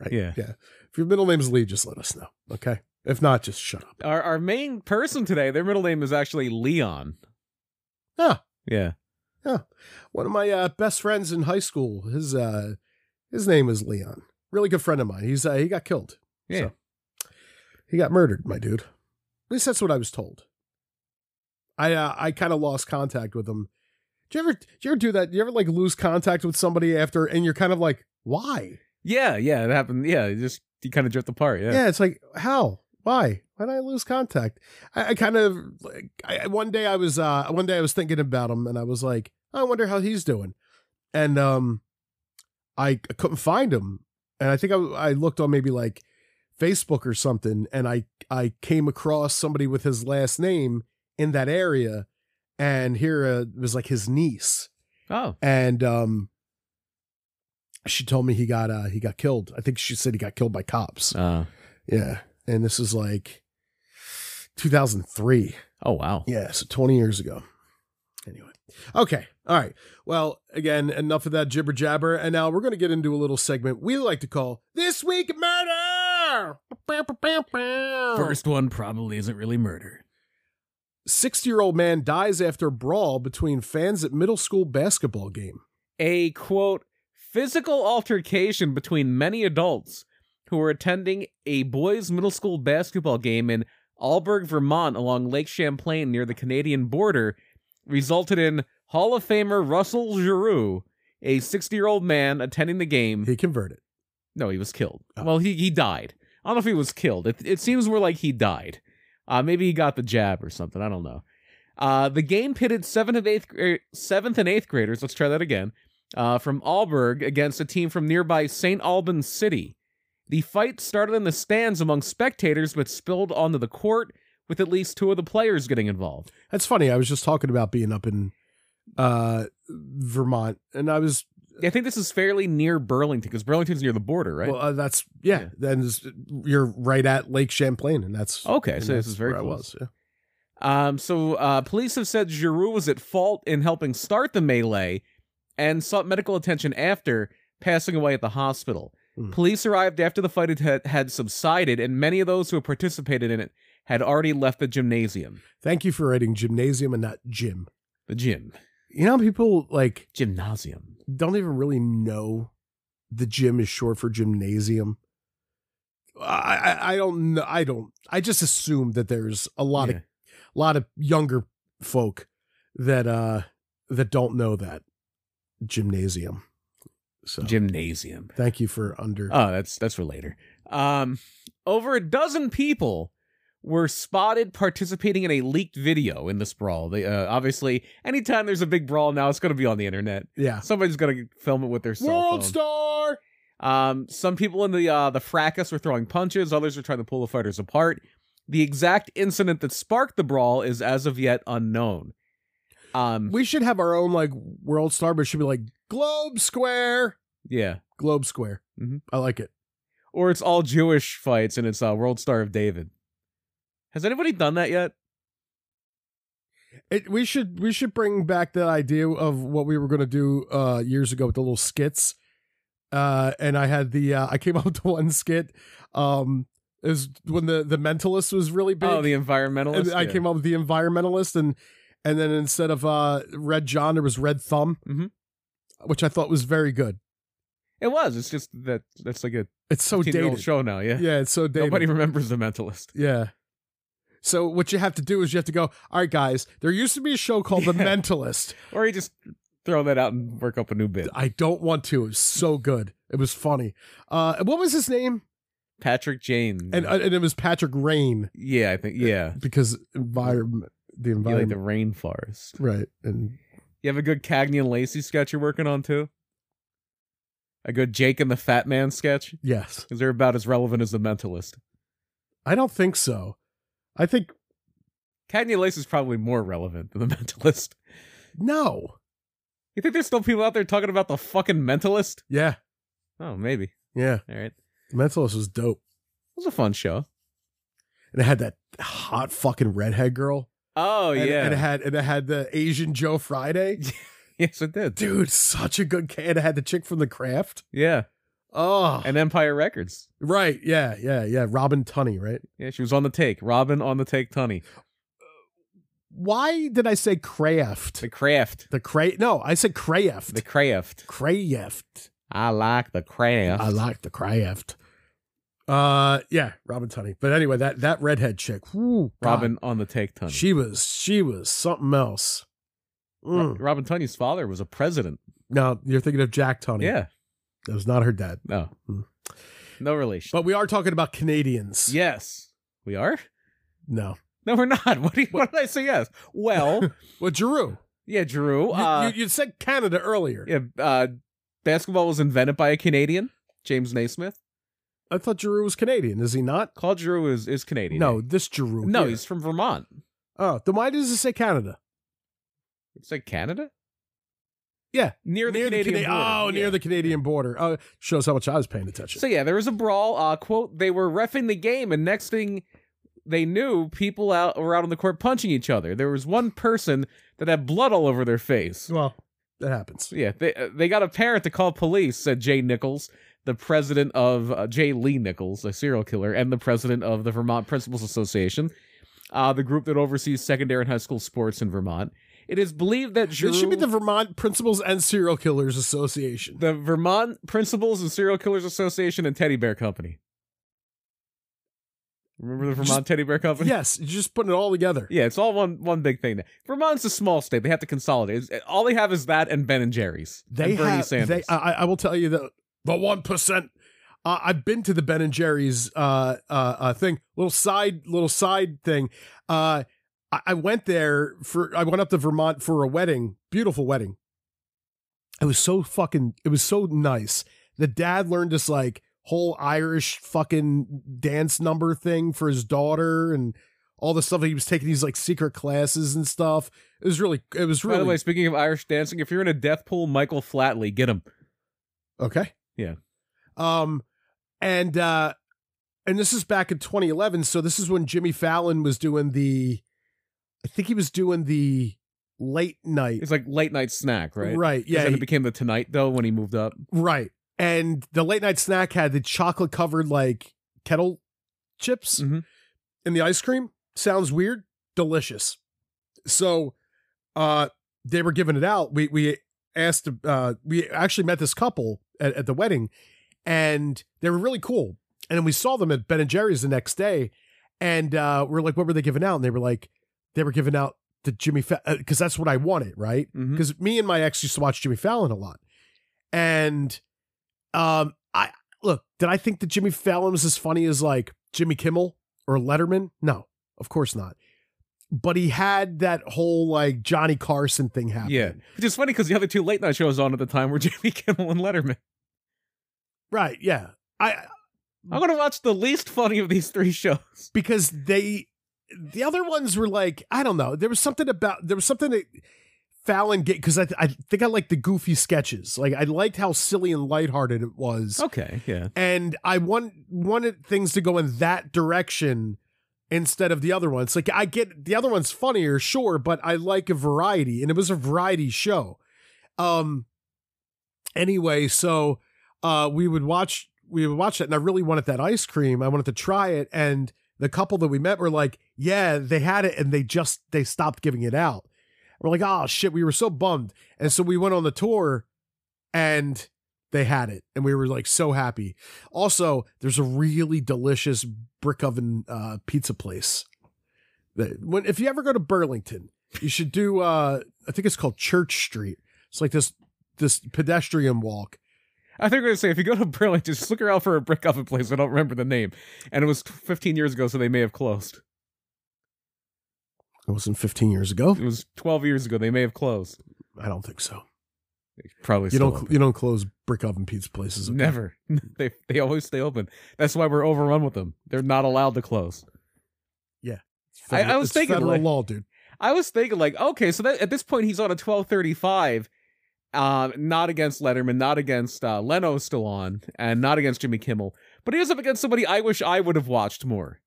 [SPEAKER 3] right?
[SPEAKER 2] Yeah.
[SPEAKER 3] Yeah. If your middle name's Lee, just let us know. Okay. If not, just shut up.
[SPEAKER 2] Our our main person today, their middle name is actually Leon.
[SPEAKER 3] Huh.
[SPEAKER 2] Yeah.
[SPEAKER 3] One of my uh, best friends in high school, his uh, his name is Leon. Really good friend of mine. He's uh, he got killed.
[SPEAKER 2] Yeah.
[SPEAKER 3] He got murdered, my dude. At least that's what I was told. I uh, I kind of lost contact with him. Do you ever do you ever do that? Do you ever like lose contact with somebody after, and you're kind of like, why?
[SPEAKER 2] Yeah, yeah, it happened. Yeah, it just you kind of drift apart. Yeah.
[SPEAKER 3] yeah. it's like how why why did i lose contact i, I kind of like I, one day i was uh one day i was thinking about him and i was like i wonder how he's doing and um i c- couldn't find him and i think i, I looked on maybe like facebook or something and i i came across somebody with his last name in that area and here uh, was like his niece
[SPEAKER 2] Oh,
[SPEAKER 3] and um she told me he got uh he got killed i think she said he got killed by cops
[SPEAKER 2] uh,
[SPEAKER 3] yeah. And this is like 2003.
[SPEAKER 2] oh wow.
[SPEAKER 3] Yeah. So 20 years ago. Anyway. Okay. All right. Well, again, enough of that jibber jabber. And now we're going to get into a little segment we like to call This Week in Murder.
[SPEAKER 2] First one probably isn't really murder.
[SPEAKER 3] 60 year old man dies after brawl between fans at middle school basketball game.
[SPEAKER 2] A quote physical altercation between many adults who were attending a boys' middle school basketball game in Alberg, Vermont, along Lake Champlain near the Canadian border, resulted in Hall of Famer Russell Giroux, a 60 year old man attending the game.
[SPEAKER 3] He converted.
[SPEAKER 2] No, he was killed.
[SPEAKER 3] Oh.
[SPEAKER 2] Well, he, he died. I don't know if he was killed. It, it seems more like he died. Uh, maybe he got the jab or something. I don't know. Uh, the game pitted seventh and eighth gra- seventh and eighth graders. Let's try that again. Uh, from Alberg against a team from nearby St. Albans City. The fight started in the stands among spectators, but spilled onto the court, with at least two of the players getting involved.
[SPEAKER 3] That's funny. I was just talking about being up in uh, Vermont, and I was
[SPEAKER 2] I think this is fairly near Burlington because Burlington's near the border, right?
[SPEAKER 3] well. Uh, that's yeah.
[SPEAKER 2] Yeah.
[SPEAKER 3] Then it's- you're right at Lake Champlain, and that's
[SPEAKER 2] Oh, okay,
[SPEAKER 3] and
[SPEAKER 2] so this
[SPEAKER 3] that's
[SPEAKER 2] is very
[SPEAKER 3] where I
[SPEAKER 2] close.
[SPEAKER 3] was. Yeah.
[SPEAKER 2] Um, so uh, police have said Giroux was at fault in helping start the melee and sought medical attention after passing away at the hospital.
[SPEAKER 3] Hmm.
[SPEAKER 2] Police arrived after the fight had, had subsided, and many of those who had participated in it had already left the gymnasium.
[SPEAKER 3] Thank you for writing gymnasium and not gym.
[SPEAKER 2] The gym.
[SPEAKER 3] You know, people like
[SPEAKER 2] Gymnasium.
[SPEAKER 3] don't even really know the gym is short for gymnasium. I I, I don't know. I don't. I just assume that there's a lot of
[SPEAKER 2] Yeah.
[SPEAKER 3] a lot of younger folk that uh that don't know that gymnasium. So
[SPEAKER 2] Gymnasium.
[SPEAKER 3] thank you for under.
[SPEAKER 2] Oh, that's that's for later. Um, over a dozen people were spotted participating in a leaked video in this brawl. They uh, obviously, anytime there's a big brawl now, it's going to be on the internet.
[SPEAKER 3] yeah.
[SPEAKER 2] Somebody's gonna film it with their cell
[SPEAKER 3] World
[SPEAKER 2] phone.
[SPEAKER 3] star.
[SPEAKER 2] um, some people in the uh, the fracas were throwing punches. Others were trying to pull the fighters apart. The exact incident that sparked the brawl is as of yet unknown. Um,
[SPEAKER 3] We should have our own like world star, but it should be like globe square.
[SPEAKER 2] yeah,
[SPEAKER 3] Globe square.
[SPEAKER 2] Mhm.
[SPEAKER 3] I like it.
[SPEAKER 2] or it's all Jewish fights and it's uh, World Star of David. Has anybody done that yet?
[SPEAKER 3] It, we should we should bring back that idea of what we were going to do uh years ago with the little skits. Uh and I had the uh I came up with one skit um it was when the the mentalist was really big.
[SPEAKER 2] Oh, the environmentalist.
[SPEAKER 3] and I
[SPEAKER 2] Yeah.
[SPEAKER 3] came up with the environmentalist and and then instead of uh red John there was red thumb.
[SPEAKER 2] Mhm.
[SPEAKER 3] Which I thought was very good.
[SPEAKER 2] It was. It's just that that's like a
[SPEAKER 3] It's so
[SPEAKER 2] old
[SPEAKER 3] dated.
[SPEAKER 2] show now. Yeah.
[SPEAKER 3] Yeah, it's so dated.
[SPEAKER 2] Nobody remembers the Mentalist.
[SPEAKER 3] Yeah. So what you have to do is you have to go, all right, guys, there used to be a show called The
[SPEAKER 2] Yeah.
[SPEAKER 3] Mentalist.
[SPEAKER 2] Or you just throw that out and work up a new bit.
[SPEAKER 3] I don't want to. It was so good. It was funny. Uh, what was his name?
[SPEAKER 2] Patrick Jane.
[SPEAKER 3] And uh, and it was Patrick Rain
[SPEAKER 2] yeah, I think yeah.
[SPEAKER 3] because environment, the
[SPEAKER 2] You like the
[SPEAKER 3] environment,
[SPEAKER 2] rainforest.
[SPEAKER 3] right? And
[SPEAKER 2] You have a good Cagney and Lacey sketch you're working on too? A good Jake and the Fat Man sketch?
[SPEAKER 3] yes,
[SPEAKER 2] Because they're about as relevant as The Mentalist.
[SPEAKER 3] I don't think so. I think
[SPEAKER 2] Cagney and Lacey's probably more relevant than The Mentalist.
[SPEAKER 3] no.
[SPEAKER 2] You think there's still people out there talking about the fucking Mentalist?
[SPEAKER 3] Yeah,
[SPEAKER 2] Oh, maybe.
[SPEAKER 3] yeah.
[SPEAKER 2] All right. It
[SPEAKER 3] The Mentalist was dope,
[SPEAKER 2] was a fun show.
[SPEAKER 3] and it had that hot fucking redhead girl.
[SPEAKER 2] Oh,
[SPEAKER 3] and,
[SPEAKER 2] yeah.
[SPEAKER 3] and it had and it had the Asian Joe Friday.
[SPEAKER 2] yes, it did.
[SPEAKER 3] Dude, such a good. ca- And it had the chick from The Craft.
[SPEAKER 2] Yeah.
[SPEAKER 3] Oh,
[SPEAKER 2] And Empire Records.
[SPEAKER 3] right. Yeah, yeah, yeah. Robin Tunney, right?
[SPEAKER 2] Yeah, she was on the take. Robin on the take, Tunny.
[SPEAKER 3] Why did I say craft?
[SPEAKER 2] The craft.
[SPEAKER 3] The cra No, I said craft.
[SPEAKER 2] The craft.
[SPEAKER 3] craft.
[SPEAKER 2] I like the craft.
[SPEAKER 3] I like the craft. Uh, yeah, Robin Tunney. But anyway, that that redhead chick, whoo, God,
[SPEAKER 2] Robin on the take, Tunny.
[SPEAKER 3] she was she was something else.
[SPEAKER 2] Ro-
[SPEAKER 3] Mm.
[SPEAKER 2] Robin Tunney's father was a president.
[SPEAKER 3] No, you're thinking of Jack Tunney.
[SPEAKER 2] Yeah.
[SPEAKER 3] that was not her dad.
[SPEAKER 2] No.
[SPEAKER 3] Hmm.
[SPEAKER 2] No relation.
[SPEAKER 3] But we are talking about Canadians.
[SPEAKER 2] yes. We are?
[SPEAKER 3] No.
[SPEAKER 2] No, we're not. What, do you, what did I say yes? Well,
[SPEAKER 3] Well, Giroux,
[SPEAKER 2] yeah, Drew.
[SPEAKER 3] you,
[SPEAKER 2] Uh,
[SPEAKER 3] you, you said Canada earlier.
[SPEAKER 2] yeah, uh, basketball was invented by a Canadian, James Naismith.
[SPEAKER 3] I thought Giroux was Canadian. Is he not?
[SPEAKER 2] Claude Giroux is, is Canadian.
[SPEAKER 3] No, this Giroux.
[SPEAKER 2] No,
[SPEAKER 3] here.
[SPEAKER 2] he's from Vermont.
[SPEAKER 3] oh. Then why does it say Canada?
[SPEAKER 2] It's like Canada?
[SPEAKER 3] Yeah.
[SPEAKER 2] Near the Canadian
[SPEAKER 3] Cana-
[SPEAKER 2] border.
[SPEAKER 3] Oh,
[SPEAKER 2] Yeah.
[SPEAKER 3] near the Canadian border. Oh, shows how much I was paying attention.
[SPEAKER 2] So yeah, there was a brawl. Uh, quote: They were refing the game, and next thing they knew, people out were out on the court punching each other. There was one person that had blood all over their face.
[SPEAKER 3] well, that happens.
[SPEAKER 2] So, yeah, they uh, they got a parent to call police. Said Jay Nichols, the president of uh, Jay Lee Nichols, a serial killer, and the president of the Vermont Principals Association, uh, the group that oversees secondary and high school sports in Vermont. It is believed that Giroux,
[SPEAKER 3] This should be the Vermont Principals and Serial Killers Association.
[SPEAKER 2] the Vermont Principals and Serial Killers Association and Teddy Bear Company. Remember the
[SPEAKER 3] Just-
[SPEAKER 2] Vermont Teddy Bear Company?
[SPEAKER 3] yes, you're just putting it all together.
[SPEAKER 2] Yeah, it's all one one big thing. Vermont's a small state; they have to consolidate. It's- all they have is that and Ben and Jerry's.
[SPEAKER 3] They
[SPEAKER 2] and Bernie
[SPEAKER 3] have.
[SPEAKER 2] Sanders.
[SPEAKER 3] They, uh, I, I will tell you that the one percent. Uh, I've been to the Ben and Jerry's uh, uh, uh, thing. Little side, little side thing. Uh, I, I went there for. I went up to Vermont for a wedding. Beautiful wedding. It was so fucking. It was so nice. The dad learned this like whole Irish fucking dance number thing for his daughter and all the stuff. He was taking these like secret classes and stuff. It was really. It was
[SPEAKER 2] By
[SPEAKER 3] really
[SPEAKER 2] the way, speaking of Irish dancing, if you're in a death pool, Michael Flatley, get him.
[SPEAKER 3] Okay.
[SPEAKER 2] Yeah.
[SPEAKER 3] Um, and uh, and this is back in 2011. So this is when Jimmy Fallon was doing the, I think he was doing the late night.
[SPEAKER 2] It's like late night snack, right?
[SPEAKER 3] Yeah.
[SPEAKER 2] And
[SPEAKER 3] he-
[SPEAKER 2] it became the Tonight though when he moved up.
[SPEAKER 3] right. And the late night snack had the chocolate covered like kettle chips
[SPEAKER 2] Mhm.
[SPEAKER 3] and the ice cream. Sounds weird. Delicious. So, uh, they were giving it out. We we asked. Uh, we actually met this couple at, at the wedding, and they were really cool. And we saw them at Ben and Jerry's the next day, and uh, we're like, "What were they giving out?" And they were like, "They were giving out the Jimmy because that's what I wanted, right?"
[SPEAKER 2] Mhm.
[SPEAKER 3] because me and my ex used to watch Jimmy Fallon a lot, and um, I look. Did I think that Jimmy Fallon was as funny as like Jimmy Kimmel or Letterman? No, of course not. But he had that whole like Johnny Carson thing happen.
[SPEAKER 2] Yeah, which is funny because the other two late night shows on at the time were Jimmy Kimmel and Letterman.
[SPEAKER 3] right. Yeah, I
[SPEAKER 2] I'm gonna watch the least funny of these three shows.
[SPEAKER 3] because they the other ones were like I don't know. There was something about there was something that Fallon get because I I think I liked the goofy sketches. Like I liked how silly and lighthearted it was.
[SPEAKER 2] Okay, yeah,
[SPEAKER 3] and I want wanted things to go in that direction instead of the other ones. Like I get the other one's funnier, sure, but I like a variety, and it was a variety show. Um. Anyway, so uh, we would watch we would watch that, and I really wanted that ice cream. I wanted to try it, and the couple that we met were like, "Yeah, they had it, and they just they stopped giving it out." We're like, "Oh shit!" We were so bummed, and so we went on the tour, and they had it, and we were like so happy. Also, there's a really delicious brick oven uh, pizza place. That when if you ever go to Burlington, you should do. Uh, I think it's called Church Street. It's like this this pedestrian walk.
[SPEAKER 2] I think we're gonna say if you go to Burlington, just look around for a brick oven place. I don't remember the name, and it was 15 years ago, so they may have closed.
[SPEAKER 3] It wasn't 15 years ago.
[SPEAKER 2] It was 12 years ago, they may have closed.
[SPEAKER 3] I don't think so.
[SPEAKER 2] Probably
[SPEAKER 3] you
[SPEAKER 2] still
[SPEAKER 3] don't
[SPEAKER 2] open.
[SPEAKER 3] you don't close brick oven pizza places. okay?
[SPEAKER 2] Never. they they always stay open. That's why we're overrun with them. They're not allowed to close.
[SPEAKER 3] It's
[SPEAKER 2] I- I
[SPEAKER 3] federal-
[SPEAKER 2] was
[SPEAKER 3] it's
[SPEAKER 2] thinking,
[SPEAKER 3] federal
[SPEAKER 2] like-
[SPEAKER 3] law, dude.
[SPEAKER 2] I was thinking like, okay, so that, at this point he's on a twelve thirty five, um, not against Letterman, not against uh, Leno's still on, and not against Jimmy Kimmel, but he is up against somebody I wish I would have watched more.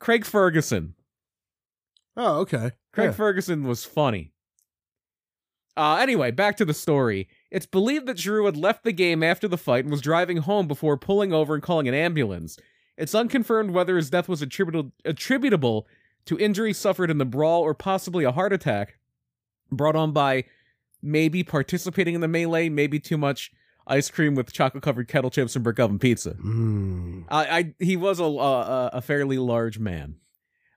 [SPEAKER 2] Craig Ferguson.
[SPEAKER 3] Oh, okay.
[SPEAKER 2] Craig
[SPEAKER 3] Yeah.
[SPEAKER 2] Ferguson was funny. Uh, anyway, back to the story. It's believed that Giroux had left the game after the fight and was driving home before pulling over and calling an ambulance. It's unconfirmed whether his death was attributable, attributable to injuries suffered in the brawl or possibly a heart attack brought on by maybe participating in the melee, maybe too much ice cream with chocolate covered kettle chips and brick oven pizza.
[SPEAKER 3] Mm.
[SPEAKER 2] I, I he was a a, a fairly large man.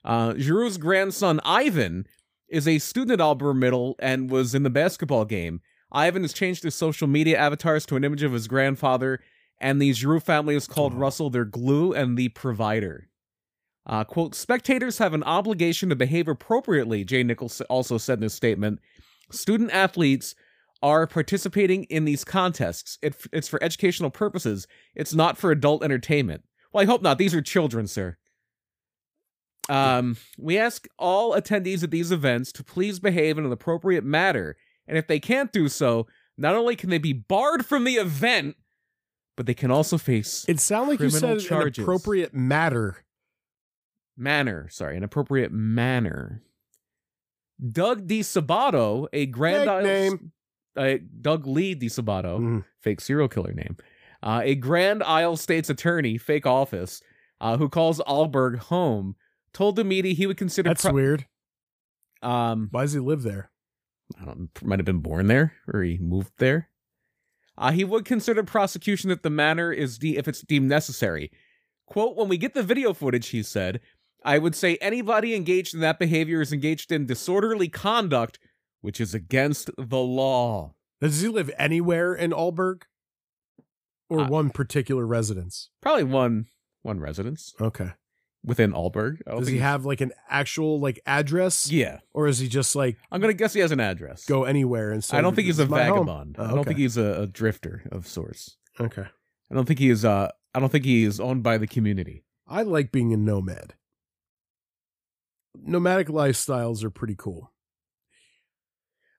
[SPEAKER 2] Uh, Giroux's grandson Ivan is a student at Albemarle and was in the basketball game. Ivan has changed his social media avatars to an image of his grandfather, and the Giroux family is called
[SPEAKER 3] Oh.
[SPEAKER 2] Russell their glue and the provider. Uh, quote, spectators have an obligation to behave appropriately, Jay Nichols also said in his statement. Student athletes are participating in these contests. It, it's for educational purposes. It's not for adult entertainment. Well, I hope not. These are children, sir. Um, we ask all attendees at these events to please behave in an appropriate manner. And if they can't do so, not only can they be barred from the event, but they can also face
[SPEAKER 3] It sounded like you
[SPEAKER 2] Criminal
[SPEAKER 3] said
[SPEAKER 2] charges.
[SPEAKER 3] an appropriate matter.
[SPEAKER 2] manner, sorry, an appropriate manner. Doug DiSabato, a Grand
[SPEAKER 3] Fake
[SPEAKER 2] Isle
[SPEAKER 3] name.
[SPEAKER 2] uh, Doug Lee DiSabato,
[SPEAKER 3] Mm.
[SPEAKER 2] fake serial killer name, uh, a Grand Isle State's attorney, fake office, uh, who calls Alberg home, told the media he would consider
[SPEAKER 3] That's
[SPEAKER 2] pro-
[SPEAKER 3] weird.
[SPEAKER 2] um
[SPEAKER 3] Why does he live there?
[SPEAKER 2] I don't might have been born there or he moved there. Uh, he would consider prosecution if the manner is de- if it's deemed necessary. Quote, when we get the video footage, he said, I would say anybody engaged in that behavior is engaged in disorderly conduct, which is against the law.
[SPEAKER 3] Does he live anywhere in Allberg? Or
[SPEAKER 2] Uh,
[SPEAKER 3] one particular residence?
[SPEAKER 2] Probably one one residence
[SPEAKER 3] Okay.
[SPEAKER 2] within Allberg. I don't
[SPEAKER 3] Does
[SPEAKER 2] think
[SPEAKER 3] he
[SPEAKER 2] it's-
[SPEAKER 3] have like an actual like address?
[SPEAKER 2] Yeah.
[SPEAKER 3] Or is he just like
[SPEAKER 2] I'm gonna guess he has an address.
[SPEAKER 3] go anywhere and say
[SPEAKER 2] I don't think
[SPEAKER 3] "This
[SPEAKER 2] he's a
[SPEAKER 3] is my home"?
[SPEAKER 2] vagabond.
[SPEAKER 3] Oh,
[SPEAKER 2] I don't
[SPEAKER 3] okay.
[SPEAKER 2] think he's a, a drifter of sorts.
[SPEAKER 3] Okay.
[SPEAKER 2] I don't think he is uh I don't think he is owned by the community.
[SPEAKER 3] I like being a nomad. Nomadic lifestyles are pretty cool.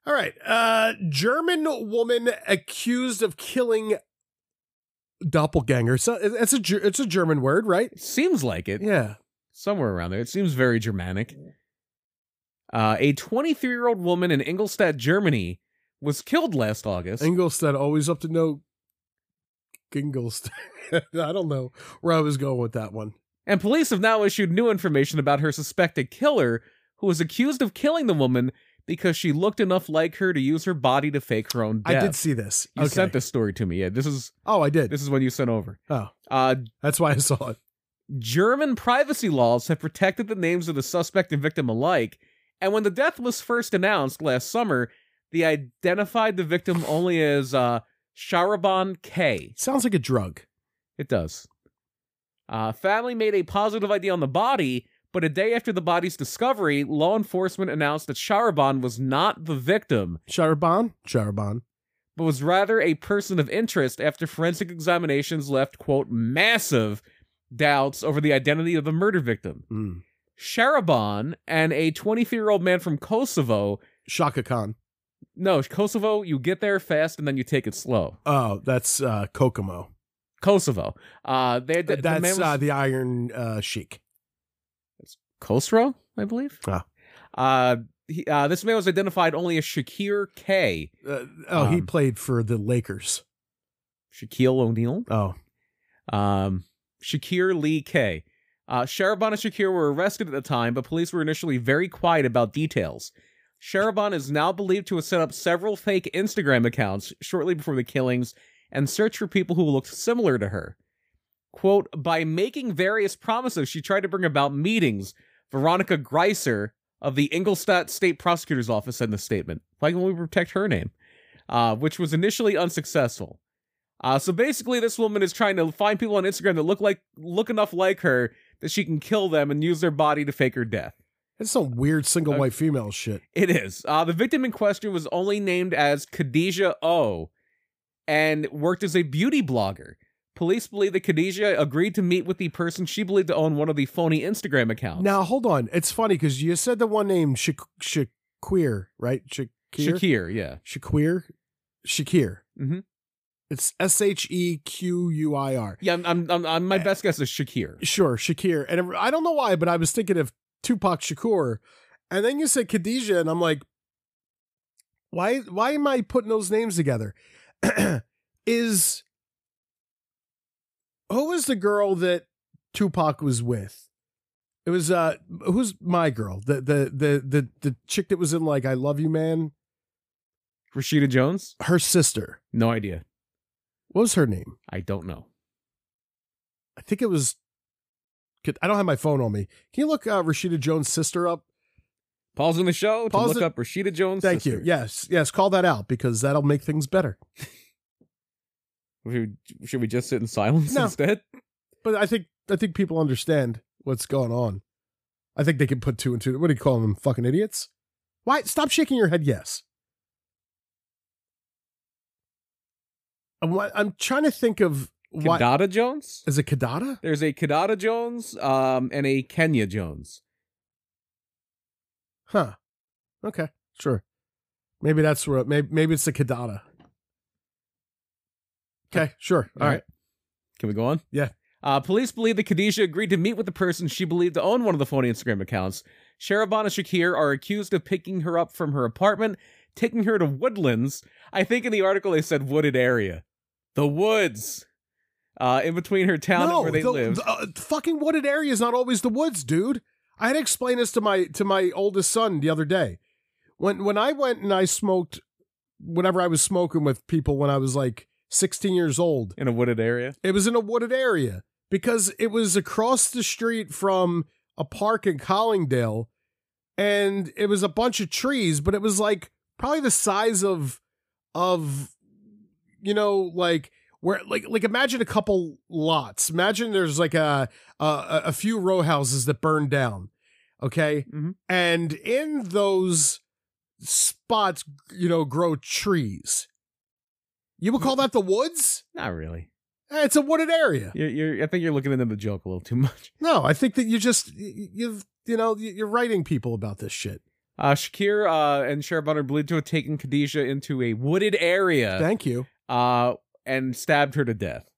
[SPEAKER 3] All right. Uh German woman accused of killing doppelganger. So it's a Ger- it's a German word, right?
[SPEAKER 2] It seems like it.
[SPEAKER 3] Yeah.
[SPEAKER 2] somewhere around there. It seems very Germanic. Uh, a 23 year old woman in Ingolstadt, Germany, was killed last August.
[SPEAKER 3] Ingolstadt always up to no Ingolstadt. I don't know where I was going with that one.
[SPEAKER 2] and police have now issued new information about her suspected killer, who was accused of killing the woman because she looked enough like her to use her body to fake her own death.
[SPEAKER 3] I did see this.
[SPEAKER 2] You sent this story to me. Yeah, this is
[SPEAKER 3] Oh, I did.
[SPEAKER 2] this is when you sent over.
[SPEAKER 3] Oh.
[SPEAKER 2] Uh,
[SPEAKER 3] That's why I saw it.
[SPEAKER 2] German privacy laws have protected the names of the suspect and victim alike, and when the death was first announced last summer, they identified the victim only as uh, Sharaban K.
[SPEAKER 3] Sounds like a drug.
[SPEAKER 2] It does. Uh, family made a positive ID on the body, but a day after the body's discovery, law enforcement announced that Sharaban was not the victim,
[SPEAKER 3] Charbon? Charbon.
[SPEAKER 2] but was rather a person of interest after forensic examinations left, quote, massive doubts over the identity of the murder victim.
[SPEAKER 3] Mm.
[SPEAKER 2] Sharaban and a 23 year old man from Kosovo.
[SPEAKER 3] Shaka Khan.
[SPEAKER 2] No, Kosovo, you get there fast and then you take it slow.
[SPEAKER 3] Oh, that's uh, Kokomo.
[SPEAKER 2] Kosovo. Uh, they, the, the
[SPEAKER 3] that's
[SPEAKER 2] man was,
[SPEAKER 3] uh, the Iron uh, Sheik.
[SPEAKER 2] Khosrow, I believe.
[SPEAKER 3] Ah.
[SPEAKER 2] Uh, he, uh, this man was identified only as Shakir K.
[SPEAKER 3] Uh, oh, he
[SPEAKER 2] Um,
[SPEAKER 3] played for the Lakers.
[SPEAKER 2] Shaquille O'Neal.
[SPEAKER 3] Oh,
[SPEAKER 2] Um, Shakir Lee K. Uh, Sharaban and Shakir were arrested at the time, but police were initially very quiet about details. Sharaban is now believed to have set up several fake Instagram accounts shortly before the killings and searched for people who looked similar to her. Quote, by making various promises, she tried to bring about meetings, Veronica Greiser of the Ingolstadt State Prosecutor's Office said in the statement. Why can we protect her name? Uh, which was initially unsuccessful. Uh, so basically, this woman is trying to find people on Instagram that look like look enough like her that she can kill them and use their body to fake her death.
[SPEAKER 3] that's some weird single
[SPEAKER 2] Okay.
[SPEAKER 3] white female shit.
[SPEAKER 2] It is. Uh, the victim in question was only named as Khadija O and worked as a beauty blogger. Police believe that Khadija agreed to meet with the person she believed to own one of the phony Instagram accounts.
[SPEAKER 3] Now, hold on. It's funny because you said the one named Shak- Shakir, right? Shakir?
[SPEAKER 2] Shakir, yeah.
[SPEAKER 3] Shakir? Shakir.
[SPEAKER 2] Mhm.
[SPEAKER 3] It's S H E Q U I R.
[SPEAKER 2] Yeah, I'm, I'm, I'm,
[SPEAKER 3] Uh,
[SPEAKER 2] I'm- my best guess is Shakir.
[SPEAKER 3] Sure, Shakir. And I don't know why, but I was thinking of Tupac Shakur. And then you said Khadijah, and I'm like, why why am I putting those names together? is who was the girl that Tupac was with? It was uh who's my girl? The the the the the chick that was in like I Love You Man?
[SPEAKER 2] Rashida Jones?
[SPEAKER 3] Her sister.
[SPEAKER 2] No idea.
[SPEAKER 3] What was her name?
[SPEAKER 2] I don't know.
[SPEAKER 3] I think it was I don't have my phone on me. Can you look uh, Rashida Jones' sister up?
[SPEAKER 2] Pausing the show to
[SPEAKER 3] Pause
[SPEAKER 2] look
[SPEAKER 3] it.
[SPEAKER 2] up Rashida Jones.
[SPEAKER 3] Thank you.
[SPEAKER 2] sister.
[SPEAKER 3] Yes, yes. Call that out because that'll make things better.
[SPEAKER 2] Should we- Should we just sit in silence
[SPEAKER 3] No.
[SPEAKER 2] instead?
[SPEAKER 3] But I think I think people understand what's going on. I think they can put two and two. What do you call them? Fucking idiots. Why? Stop shaking your head. Yes. I'm, wa- I'm trying to think of what is
[SPEAKER 2] Kadada Jones?
[SPEAKER 3] it. Kadada?
[SPEAKER 2] There's a Kadada Jones um, and a Kenya Jones.
[SPEAKER 3] Huh. Okay. Sure. Maybe that's where. Maybe maybe it's the Kadada. Okay. Sure. All
[SPEAKER 2] All
[SPEAKER 3] right.
[SPEAKER 2] right. Can we go on?
[SPEAKER 3] Yeah.
[SPEAKER 2] Uh, police believe that Khadijah agreed to meet with the person she believed to own one of the phony Instagram accounts. Sharaban and Shakir are accused of picking her up from her apartment, taking her to woodlands. I think in the article they said wooded area. The woods. Uh, in between her town and where they
[SPEAKER 3] the,
[SPEAKER 2] live.
[SPEAKER 3] the, uh, fucking wooded area is not always the woods, dude. I had to explain this to my to my oldest son the other day. When when I went and I smoked, whenever I was smoking with people when I was like 16 years old,
[SPEAKER 2] in a wooded area.
[SPEAKER 3] it was in a wooded area. because it was across the street from a park in Collingdale and it was a bunch of trees, but it was like probably the size of of you know like where like like imagine a couple lots. Imagine there's like a a, a few row houses that burned down. Okay?
[SPEAKER 2] Mhm.
[SPEAKER 3] And in those spots, you know, grow trees. You would call that the woods?
[SPEAKER 2] Not really.
[SPEAKER 3] Eh, It's a wooded area.
[SPEAKER 2] You're, you're, I think you're looking into the joke a little too much.
[SPEAKER 3] No, I think that you just you you've- you know you- you're writing people about this shit.
[SPEAKER 2] Uh, Shakir uh, and Sheriff Bonner Blito have taken Khadijah into a wooded area
[SPEAKER 3] Thank you.
[SPEAKER 2] uh, and stabbed her to death.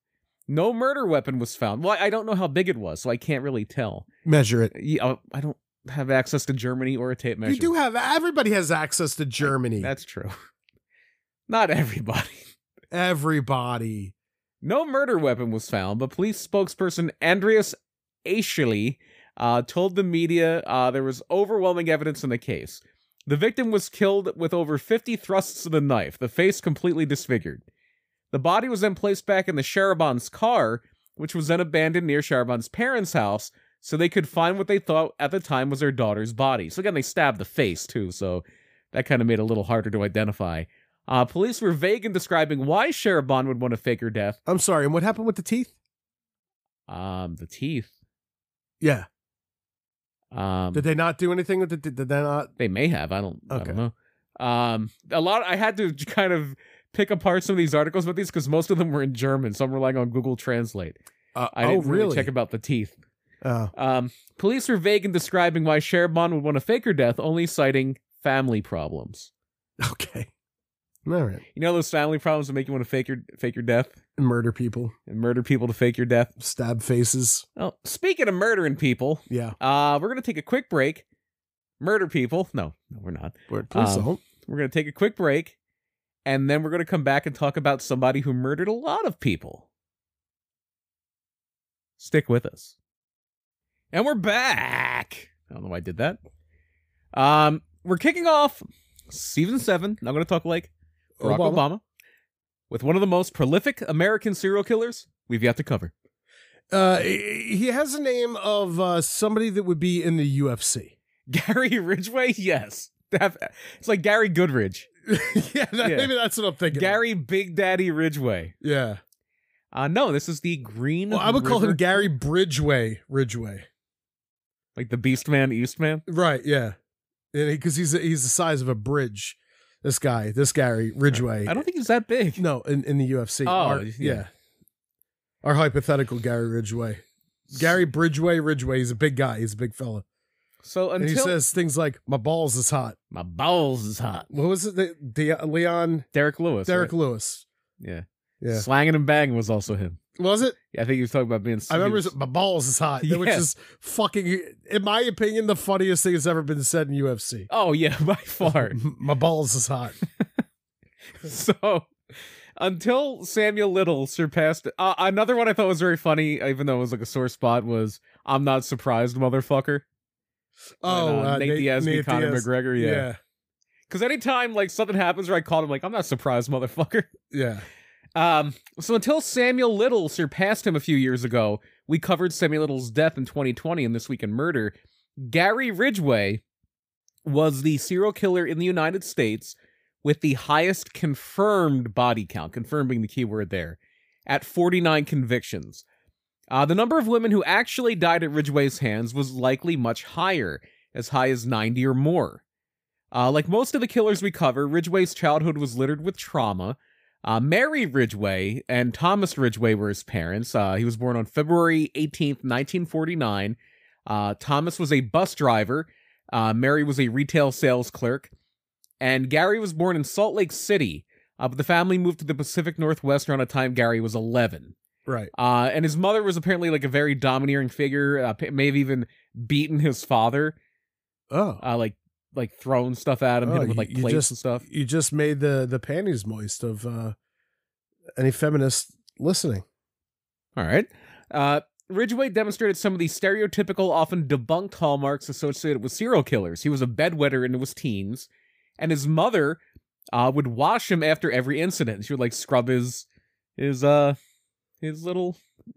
[SPEAKER 2] No murder weapon was found. Well, I don't know how big it was, so I can't really tell.
[SPEAKER 3] Measure it.
[SPEAKER 2] Yeah, uh, I don't have access to Germany or a tape measure.
[SPEAKER 3] You do have everybody has access to Germany.
[SPEAKER 2] That's true. Not everybody.
[SPEAKER 3] everybody.
[SPEAKER 2] No murder weapon was found, but police spokesperson Andreas Aischeli uh, told the media uh, there was overwhelming evidence in the case. The victim was killed with over 50 thrusts of the knife, the face completely disfigured. The body was then placed back in the Sharaban's car, which was then abandoned near Sharaban's parents' house, so they could find what they thought at the time was their daughter's body. So again, they stabbed the face too, so that kind of made it a little harder to identify. Uh, police were vague in describing why Sharaban would want to fake her death.
[SPEAKER 3] I'm sorry. And what happened with the teeth?
[SPEAKER 2] Um, the teeth.
[SPEAKER 3] Yeah.
[SPEAKER 2] Um,
[SPEAKER 3] Did they not do anything with the? Did did they not?
[SPEAKER 2] they may have. I don't. I
[SPEAKER 3] Okay.
[SPEAKER 2] don't know. Um, a lot. I had to kind of pick apart some of these articles about these because most of them were in German, so I'm relying on Google Translate.
[SPEAKER 3] Uh,
[SPEAKER 2] I
[SPEAKER 3] oh,
[SPEAKER 2] didn't really
[SPEAKER 3] really?
[SPEAKER 2] check about the teeth.
[SPEAKER 3] Oh.
[SPEAKER 2] Um, police were vague in describing why Sherbon would want to fake her death, only citing family problems.
[SPEAKER 3] okay. All right.
[SPEAKER 2] You know those family problems that make you want to fake your fake your death
[SPEAKER 3] Murder people,
[SPEAKER 2] and murder people to fake your death.
[SPEAKER 3] stab faces.
[SPEAKER 2] Oh, speaking of murdering people,
[SPEAKER 3] Yeah.
[SPEAKER 2] uh, we're gonna take a quick break. Murder people? No, no, we're not.
[SPEAKER 3] Word. Please
[SPEAKER 2] Um,
[SPEAKER 3] don't.
[SPEAKER 2] We're going to take a quick break, and then we're going to come back and talk about somebody who murdered a lot of people. Stick with us. And we're back. I don't know why I did that. Um, we're kicking off season seven. I'm going to talk like Barack Obama. with one of the most prolific American serial killers we've yet to cover.
[SPEAKER 3] Uh, he has a name of uh, somebody that would be in the UFC.
[SPEAKER 2] Gary Ridgway? Yes. Def- It's like Gary Goodridge.
[SPEAKER 3] yeah, that,
[SPEAKER 2] Yeah.
[SPEAKER 3] maybe that's what I'm thinking. of.
[SPEAKER 2] Gary Big Daddy Ridgway.
[SPEAKER 3] Yeah.
[SPEAKER 2] Uh, no, this is the Green.
[SPEAKER 3] Well, I would call him
[SPEAKER 2] River-
[SPEAKER 3] Gary Bridgeway. Ridgeway.
[SPEAKER 2] like the Beastman Eastman.
[SPEAKER 3] Right. Yeah. Because he's he's the size of a bridge. This guy, this Gary Ridgeway.
[SPEAKER 2] I don't think he's that big.
[SPEAKER 3] No, in, in the UFC.
[SPEAKER 2] Oh,
[SPEAKER 3] Our-
[SPEAKER 2] yeah.
[SPEAKER 3] Our hypothetical Gary Ridgeway. Gary Bridgeway Ridgeway. He's a big guy. He's a big fella.
[SPEAKER 2] So
[SPEAKER 3] and
[SPEAKER 2] until
[SPEAKER 3] he says things like, "My balls is hot."
[SPEAKER 2] my balls is hot,
[SPEAKER 3] What was it? that De- Leon
[SPEAKER 2] Derek Lewis.
[SPEAKER 3] Derek
[SPEAKER 2] right?
[SPEAKER 3] Lewis.
[SPEAKER 2] Yeah.
[SPEAKER 3] Yeah.
[SPEAKER 2] slanging and banging was also him.
[SPEAKER 3] Was it?
[SPEAKER 2] Yeah, I think he was talking about being.
[SPEAKER 3] I remember
[SPEAKER 2] he was-
[SPEAKER 3] it's, my balls is hot, which
[SPEAKER 2] Yeah.
[SPEAKER 3] is fucking, in my opinion, the funniest thing that's ever been said in UFC.
[SPEAKER 2] oh yeah, by far.
[SPEAKER 3] My balls is hot.
[SPEAKER 2] so until Samuel Little surpassed uh, another one, I thought was very funny, even though it was like a sore spot. Was I'm not surprised, motherfucker.
[SPEAKER 3] Oh,
[SPEAKER 2] When, uh, Nate, Diaz beat Conor
[SPEAKER 3] Diaz.
[SPEAKER 2] McGregor. Yeah,
[SPEAKER 3] Yeah,
[SPEAKER 2] because anytime like something happens, where I called him like I'm not surprised, motherfucker.
[SPEAKER 3] yeah.
[SPEAKER 2] Um, so until Samuel Little surpassed him a few years ago, we covered Samuel Little's death in 2020 in This Week in Murder. Gary Ridgway was the serial killer in the United States with the highest confirmed body count, confirmed being the key word there, at 49 convictions. Uh, the number of women who actually died at Ridgway's hands was likely much higher, as high as 90 or more. Uh, like most of the killers we cover, Ridgway's childhood was littered with trauma, uh, Mary Ridgway and Thomas Ridgway were his parents. Uh, he was born on February 18th, 1949. Uh, Thomas was a bus driver. Uh, Mary was a retail sales clerk. And Gary was born in Salt Lake City, uh, but the family moved to the Pacific Northwest around the time Gary was 11.
[SPEAKER 3] Right.
[SPEAKER 2] Uh, and his mother was apparently like a very domineering figure, uh, p- may have even beaten his father,
[SPEAKER 3] Oh,
[SPEAKER 2] uh, like like thrown stuff at him, hit him
[SPEAKER 3] Oh,
[SPEAKER 2] with
[SPEAKER 3] you-
[SPEAKER 2] like
[SPEAKER 3] you
[SPEAKER 2] plates
[SPEAKER 3] just-
[SPEAKER 2] and stuff.
[SPEAKER 3] you just made the the panties moist of uh any feminist listening.
[SPEAKER 2] All right. Uh, Ridgway demonstrated some of the stereotypical, often debunked hallmarks associated with serial killers. He was a bedwetter into his teens, and his mother uh, would wash him after every incident. She would like scrub his his uh his little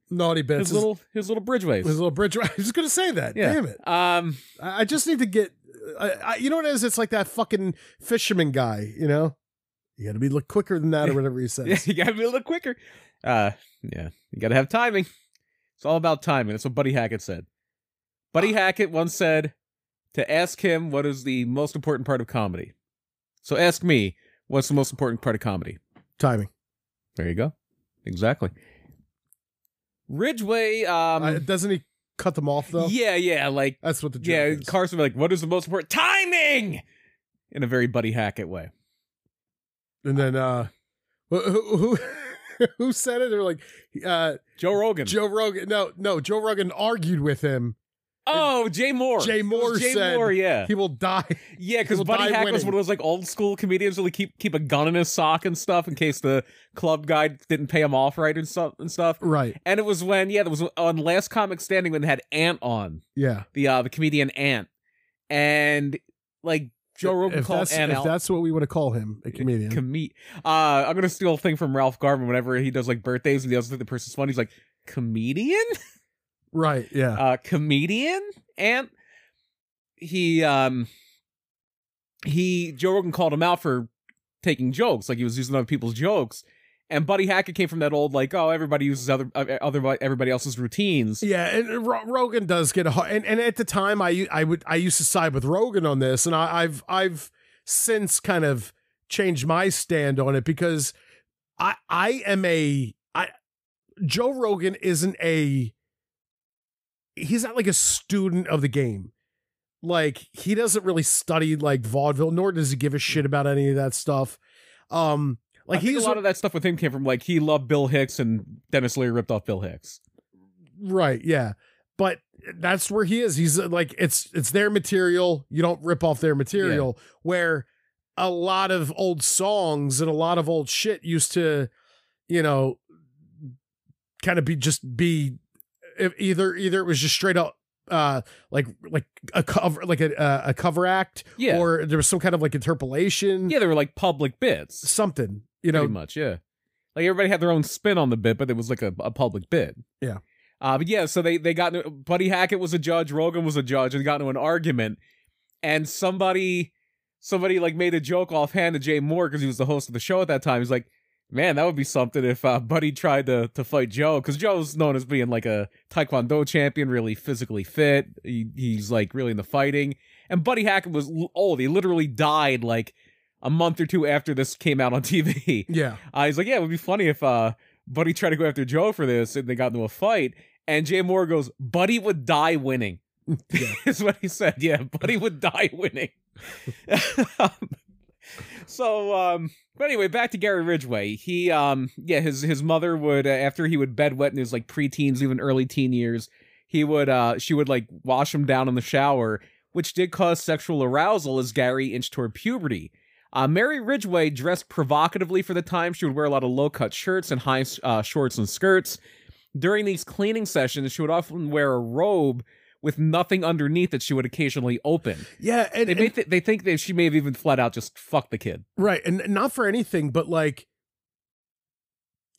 [SPEAKER 3] naughty bits.
[SPEAKER 2] his little his little bridgeways.
[SPEAKER 3] his little bridge. I was just gonna say that.
[SPEAKER 2] Yeah.
[SPEAKER 3] Damn it!
[SPEAKER 2] um,
[SPEAKER 3] I I just need to get. I, I, you know what it is? It's like that fucking fisherman guy. You know, you got to be look quicker than that, or whatever he
[SPEAKER 2] yeah,
[SPEAKER 3] says.
[SPEAKER 2] you gotta be a little quicker. Uh, yeah, you gotta have timing. It's all about timing. That's what Buddy Hackett said. Buddy
[SPEAKER 3] Ah.
[SPEAKER 2] Hackett once said to ask him what is the most important part of comedy. So ask me what's the most important part of comedy.
[SPEAKER 3] Timing.
[SPEAKER 2] There you go. Exactly. Ridgeway. Um,
[SPEAKER 3] I- doesn't he cut them off though?
[SPEAKER 2] yeah, yeah, like
[SPEAKER 3] That's what the joke
[SPEAKER 2] yeah.
[SPEAKER 3] is.
[SPEAKER 2] Carson would be like, what is the most important timing? In a very Buddy Hackett way.
[SPEAKER 3] and then uh, wh- who who who said it? They were like uh,
[SPEAKER 2] Joe Rogan.
[SPEAKER 3] Joe Rogan. No, no, Joe Rogan argued with him.
[SPEAKER 2] oh, Jay Moore.
[SPEAKER 3] Jay
[SPEAKER 2] It was
[SPEAKER 3] Moore
[SPEAKER 2] Jay
[SPEAKER 3] said-
[SPEAKER 2] Moore. Yeah.
[SPEAKER 3] He will die.
[SPEAKER 2] Yeah, because
[SPEAKER 3] People
[SPEAKER 2] Buddy
[SPEAKER 3] die
[SPEAKER 2] Hack was
[SPEAKER 3] winning.
[SPEAKER 2] one of those like old school comedians who like, keep keep a gun in his sock and stuff in case the club guy didn't pay him off right and stuff and stuff.
[SPEAKER 3] Right.
[SPEAKER 2] And it was when yeah, there was on Last Comic Standing when they had Ant on
[SPEAKER 3] Yeah.
[SPEAKER 2] the uh the comedian Ant, and like Joe Rogan
[SPEAKER 3] if
[SPEAKER 2] called
[SPEAKER 3] that's,
[SPEAKER 2] Ant
[SPEAKER 3] if
[SPEAKER 2] out.
[SPEAKER 3] that's what we want to call him, a comedian.
[SPEAKER 2] Comed- uh, I'm gonna steal a thing from Ralph Garman whenever he does like birthdays and he doesn't think the person's funny. He's like comedian.
[SPEAKER 3] right. Yeah.
[SPEAKER 2] uh comedian and he um he Joe Rogan called him out for taking jokes like he was using other people's jokes and Buddy Hackett came from that old like oh everybody uses other uh, other everybody else's routines
[SPEAKER 3] Yeah, and Ro- Rogan does get a hard, and, and at the time I u- I would I used to side with Rogan on this, and I, I've I've since kind of changed my stand on it because I I am a I Joe Rogan isn't a he's not like a student of the game. Like he doesn't really study like vaudeville, nor does he give a shit about any of that stuff. Um,
[SPEAKER 2] like
[SPEAKER 3] like he's
[SPEAKER 2] a lot of that stuff with him came from like he loved Bill Hicks and Dennis Leary ripped off Bill Hicks
[SPEAKER 3] Right, yeah. But that's where he is. He's uh, like it's it's their material. You don't rip off their material where a lot of old songs and a lot of old shit used to, you know, kind of be just be if either either it was just straight up uh like like a cover like a uh, a cover act
[SPEAKER 2] yeah
[SPEAKER 3] or there was some kind of like interpolation
[SPEAKER 2] yeah they were like public bits
[SPEAKER 3] something you
[SPEAKER 2] pretty
[SPEAKER 3] know
[SPEAKER 2] much yeah like everybody had their own spin on the bit but it was like a, a public bit
[SPEAKER 3] Yeah.
[SPEAKER 2] uh but yeah so they they got into, buddy hackett was a judge rogan was a judge and got into an argument and somebody somebody like made a joke offhand to jay moore because he was the host of the show at that time he's like man that would be something if uh, buddy tried to to fight joe because joe's known as being like a taekwondo champion really physically fit he, he's like really into fighting and buddy hackett was l- old he literally died like a month or two after this came out on tv
[SPEAKER 3] yeah
[SPEAKER 2] uh, he's like, yeah, it would be funny if uh, Buddy tried to go after Joe for this and they got into a fight. And Jay Moore goes, Buddy would die winning.
[SPEAKER 3] Yeah.
[SPEAKER 2] is what he said. Yeah, Buddy would die winning. Um, so, um, but anyway, back to Gary Ridgway. He, um, yeah, his his mother would uh, after he would bedwet in his like preteens, even early teen years, he would uh, she would like wash him down in the shower, which did cause sexual arousal as Gary inched toward puberty. Uh, Mary Ridgway dressed provocatively for the time. She would wear a lot of low cut shirts and high uh, shorts and skirts. During these cleaning sessions, she would often wear a robe with nothing underneath that she would occasionally open.
[SPEAKER 3] yeah and,
[SPEAKER 2] They
[SPEAKER 3] and-
[SPEAKER 2] may th- they think that she may have even flat out just fucked the kid.
[SPEAKER 3] Right. And and not for anything, but like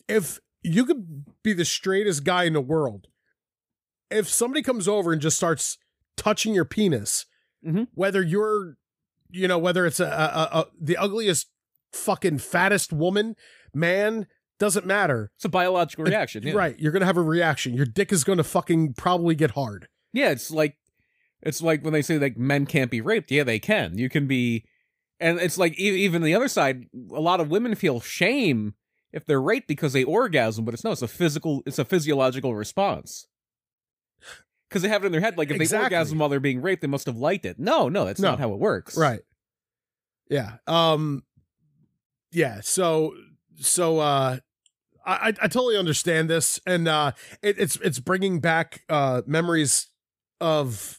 [SPEAKER 3] if you could be the straightest guy in the world, if somebody comes over and just starts touching your penis,
[SPEAKER 2] Mhm.
[SPEAKER 3] whether you're you know, whether it's a, a, a the ugliest fucking fattest woman, man, doesn't matter.
[SPEAKER 2] It's a biological reaction. Yeah.
[SPEAKER 3] Right. You're gonna have a reaction. Your dick is gonna fucking probably get hard.
[SPEAKER 2] Yeah, it's like it's like when they say like men can't be raped. Yeah, they can. You can be, and it's like e- even the other side. A lot of women feel shame if they're raped because they orgasm, but it's no, it's a physical, it's a physiological response. Because they have it in their head, like if
[SPEAKER 3] Exactly.
[SPEAKER 2] they orgasm while they're being raped, they must have liked it. No, no, that's
[SPEAKER 3] No.
[SPEAKER 2] not how it works.
[SPEAKER 3] Right. Yeah. Um yeah, so so uh I I- I totally understand this and uh it, it's it's bringing back uh memories of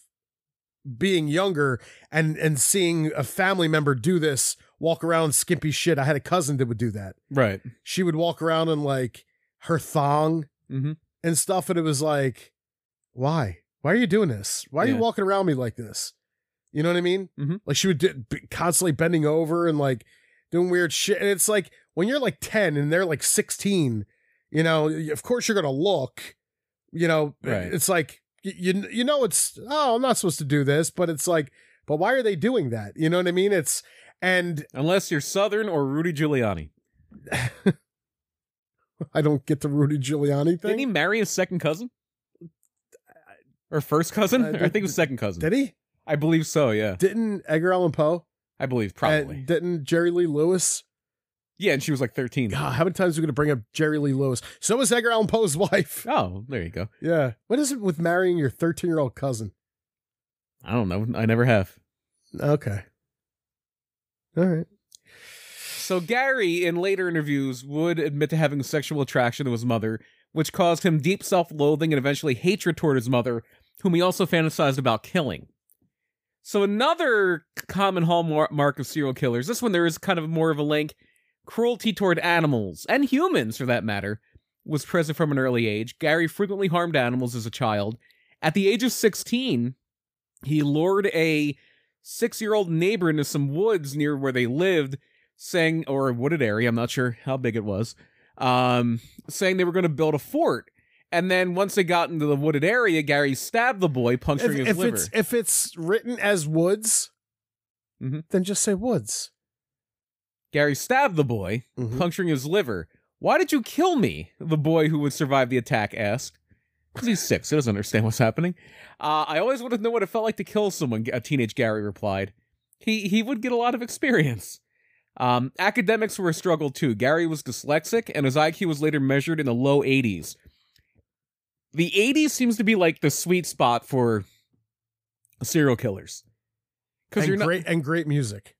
[SPEAKER 3] being younger and and seeing a family member do this walk around skimpy shit. I had a cousin that would do that.
[SPEAKER 2] right.
[SPEAKER 3] She would walk around in like her thong
[SPEAKER 2] Mhm.
[SPEAKER 3] and stuff and it was like why? Why are you doing this? Why are
[SPEAKER 2] Yeah.
[SPEAKER 3] you walking around me like this? You know what I mean?
[SPEAKER 2] Mhm.
[SPEAKER 3] Like she would d- be constantly bending over and like doing weird shit. And it's like when you're like 10 and they're like 16, you know, y- of course you're going to look You know, eh,
[SPEAKER 2] Right.
[SPEAKER 3] it's like y- you you know it's oh I'm not supposed to do this, but it's like but why are they doing that? You know what I mean? It's and
[SPEAKER 2] Unless you're Southern or Rudy Giuliani.
[SPEAKER 3] I don't get the Rudy Giuliani
[SPEAKER 2] Didn't
[SPEAKER 3] thing.
[SPEAKER 2] he marry his second cousin? Or first cousin?
[SPEAKER 3] Uh,
[SPEAKER 2] I
[SPEAKER 3] did-
[SPEAKER 2] think it was second cousin.
[SPEAKER 3] Did he?
[SPEAKER 2] I believe so, yeah.
[SPEAKER 3] Didn't Edgar Allan Poe?
[SPEAKER 2] I believe,
[SPEAKER 3] and
[SPEAKER 2] probably.
[SPEAKER 3] didn't Jerry Lee Lewis?
[SPEAKER 2] yeah, and she was like 13.
[SPEAKER 3] God, how many times are we going to bring up Jerry Lee Lewis? So was Edgar Allan Poe's wife.
[SPEAKER 2] Oh, there you go.
[SPEAKER 3] Yeah. What is it with marrying your 13 year old cousin?
[SPEAKER 2] I don't know. I never have.
[SPEAKER 3] Okay. All right.
[SPEAKER 2] So Gary, in later interviews, would admit to having sexual attraction to his mother, which caused him deep self-loathing and eventually hatred toward his mother, whom he also fantasized about killing. So another common hallmark of serial killers. This one there is kind of more of a link. Cruelty toward animals and humans, for that matter, was present from an early age. Gary frequently harmed animals as a child. At the age of sixteen, he lured a six-year-old neighbor into some woods near where they lived saying or a wooded area i'm not sure how big it was um saying they were going to build a fort and then once they got into the wooded area gary stabbed the boy
[SPEAKER 3] If,
[SPEAKER 2] puncturing his
[SPEAKER 3] if
[SPEAKER 2] liver
[SPEAKER 3] it's if it's written as Woods,
[SPEAKER 2] Mhm.
[SPEAKER 3] then just say Woods.
[SPEAKER 2] gary stabbed the boy
[SPEAKER 3] Mm-hmm.
[SPEAKER 2] puncturing his liver why did you kill me the boy who would survive the attack asked because he's six he doesn't understand what's happening uh, i always wanted to know what it felt like to kill someone a teenage gary replied he he would get a lot of experience Um, academics were a struggle too. Gary was dyslexic, and his IQ was later measured in the low 80s. The 80s seems to be like the sweet spot for serial killers. Because
[SPEAKER 3] And
[SPEAKER 2] you're not.
[SPEAKER 3] great and great music.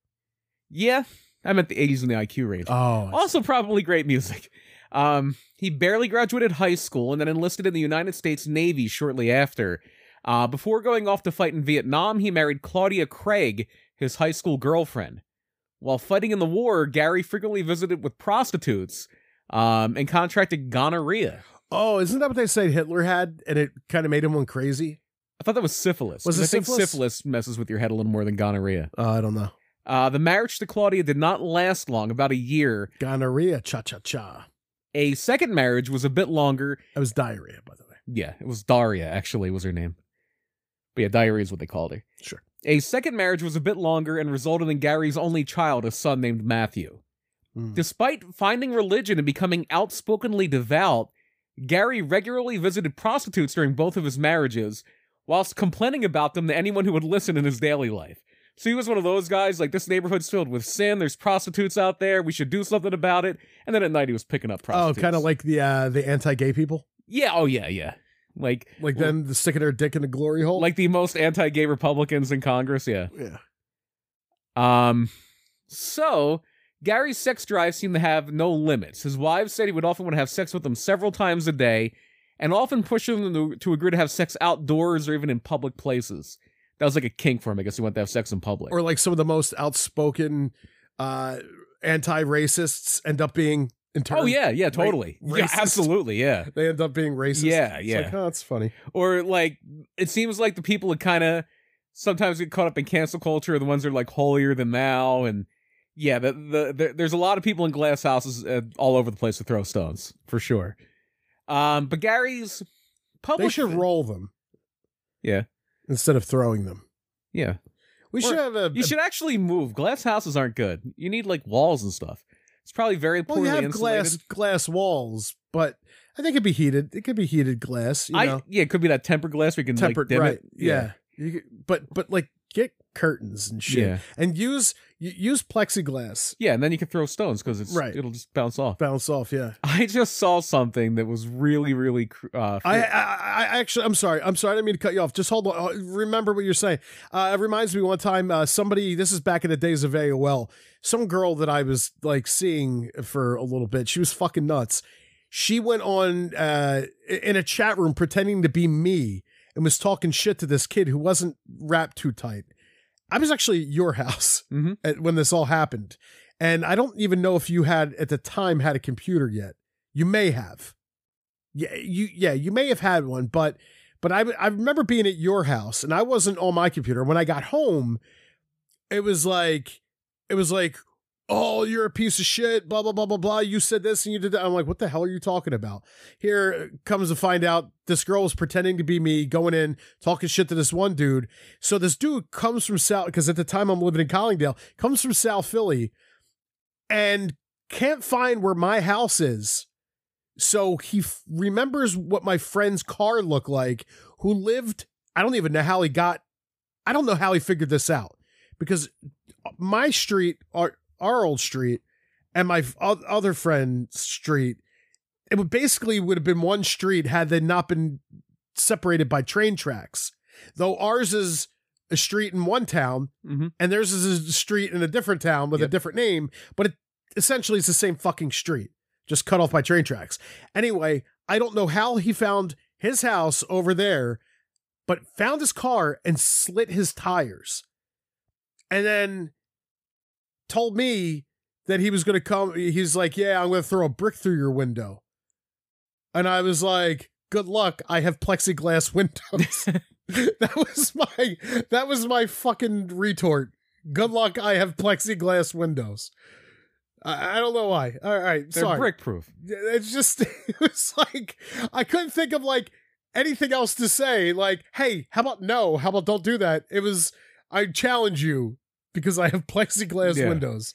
[SPEAKER 2] Yeah, I'm at the 80s in the IQ range.
[SPEAKER 3] Oh,
[SPEAKER 2] also, probably great music. Um, he barely graduated high school and then enlisted in the United States Navy shortly after. Uh, before going off to fight in Vietnam, he married Claudia Craig, his high school girlfriend. While fighting in the war, Gary frequently visited with prostitutes um, and contracted gonorrhea.
[SPEAKER 3] oh, isn't that what they said Hitler had, and it kind of made him one crazy?
[SPEAKER 2] I thought that was syphilis.
[SPEAKER 3] Was
[SPEAKER 2] 'cause
[SPEAKER 3] it
[SPEAKER 2] I think
[SPEAKER 3] syphilis?
[SPEAKER 2] syphilis messes with your head a little more than gonorrhea.
[SPEAKER 3] Oh, I don't know.
[SPEAKER 2] Uh, the marriage to Claudia did not last long, about a year.
[SPEAKER 3] Gonorrhea, cha cha cha.
[SPEAKER 2] A second marriage was a bit longer,
[SPEAKER 3] That was diarrhea, by the way.
[SPEAKER 2] Yeah, it was Daria, actually, was her name. But yeah, Diarrhea is what they called her.
[SPEAKER 3] Sure.
[SPEAKER 2] A second marriage was a bit longer and resulted in Gary's only child, a son named Matthew.
[SPEAKER 3] Mm.
[SPEAKER 2] Despite finding religion and becoming outspokenly devout, Gary regularly visited prostitutes during both of his marriages, whilst complaining about them to anyone who would listen in his daily life. So he was one of those guys, like, this neighborhood's filled with sin, there's prostitutes out there, we should do something about it. And then at night he was picking up
[SPEAKER 3] Oh,
[SPEAKER 2] prostitutes.
[SPEAKER 3] kind of like the uh, the anti-gay people,
[SPEAKER 2] Yeah, oh yeah, yeah. Like,
[SPEAKER 3] like
[SPEAKER 2] Well-
[SPEAKER 3] them the sticking their dick in the glory hole.
[SPEAKER 2] like the most anti-gay Republicans in Congress. Yeah.
[SPEAKER 3] yeah,
[SPEAKER 2] Um. So Gary's sex drive seemed to have no limits. His wives said he would often want to have sex with them several times a day, and often pushing them to, to agree to have sex outdoors or even in public places. That was like a kink for him. I guess he wanted to have sex in public.
[SPEAKER 3] or like some of the most outspoken uh, anti-racists end up being in turn.
[SPEAKER 2] oh yeah, yeah, totally, yeah,
[SPEAKER 3] racist.
[SPEAKER 2] absolutely, yeah.
[SPEAKER 3] they end up being racist.
[SPEAKER 2] Yeah,
[SPEAKER 3] It's
[SPEAKER 2] yeah.
[SPEAKER 3] like, oh, that's funny.
[SPEAKER 2] Or like, it seems like the people that kind of sometimes get caught up in cancel culture are the ones that are like holier than thou, and yeah, the, the, the there's a lot of people in glass houses uh, all over the place to throw stones for sure. Um, but Gary's public
[SPEAKER 3] They should roll them.
[SPEAKER 2] Yeah.
[SPEAKER 3] Instead of throwing them,
[SPEAKER 2] Yeah,
[SPEAKER 3] we
[SPEAKER 2] Or
[SPEAKER 3] should have a.
[SPEAKER 2] you should actually move. Glass houses aren't good. You need like walls and stuff. It's probably very
[SPEAKER 3] well,
[SPEAKER 2] poorly
[SPEAKER 3] you have
[SPEAKER 2] insulated.
[SPEAKER 3] glass glass walls, but I think it'd be heated. It could be heated glass. You
[SPEAKER 2] I
[SPEAKER 3] know,
[SPEAKER 2] yeah, it could be that tempered glass we can like
[SPEAKER 3] tempered
[SPEAKER 2] dim
[SPEAKER 3] right.
[SPEAKER 2] it.
[SPEAKER 3] Yeah. You could- but but like get curtains and
[SPEAKER 2] yeah,
[SPEAKER 3] shit,
[SPEAKER 2] yeah,
[SPEAKER 3] and use y- use plexiglass.
[SPEAKER 2] Yeah, And then you can throw stones because it's
[SPEAKER 3] Right.
[SPEAKER 2] It'll just bounce off.
[SPEAKER 3] Bounce off, yeah.
[SPEAKER 2] I just saw something that was really, really. cr- Uh,
[SPEAKER 3] I,
[SPEAKER 2] fr-
[SPEAKER 3] I, I I actually, I'm sorry. I'm sorry. I didn't mean to cut you off. Just hold on. Uh, Remember what you're saying. Uh, it reminds me one time, uh, somebody, this is back in the days of AOL, some girl that I was like seeing for a little bit, she was fucking nuts. She went on uh, in a chat room pretending to be me and was talking shit to this kid who wasn't wrapped too tight. I was actually at your house
[SPEAKER 2] Mhm.
[SPEAKER 3] at, when this all happened. And I don't even know if you had at the time had a computer yet. You may have. Yeah, you yeah, you may have had one, but but I I remember being at your house and I wasn't on my computer. When I got home, it was like it was like oh, you're a piece of shit, blah, blah, blah, blah, blah. You said this and you did that. I'm like, what the hell are you talking about? Here comes to find out this girl was pretending to be me, going in, talking shit to this one dude. So this dude comes from South, because at the time I'm living in Collingdale, comes from South Philly and can't find where my house is. So he f- remembers what my friend's car looked like, who lived. I don't even know how he got. I don't know how he figured this out because my street, our, our old street, and my f- o- other friend's street, it would basically would have been one street had they not been separated by train tracks. Though ours is a street in one town,
[SPEAKER 2] Mm-hmm.
[SPEAKER 3] and theirs is a street in a different town with a
[SPEAKER 2] Yep.
[SPEAKER 3] different name, but it essentially is the same fucking street, just cut off by train tracks. Anyway, I don't know how he found his house over there, but found his car and slit his tires, and then told me that he was going to come. He's like, "Yeah, I'm going to throw a brick through your window," and I was like. Good luck. I have plexiglass windows. that was my that was my fucking retort. Good luck. I have plexiglass windows. I, I don't know why. All right,
[SPEAKER 2] They're
[SPEAKER 3] sorry.
[SPEAKER 2] brick proof.
[SPEAKER 3] It's just it was like I couldn't think of like anything else to say. Like, hey, how about no? How about don't do that? It was I challenge you because I have plexiglass
[SPEAKER 2] Yeah.
[SPEAKER 3] windows.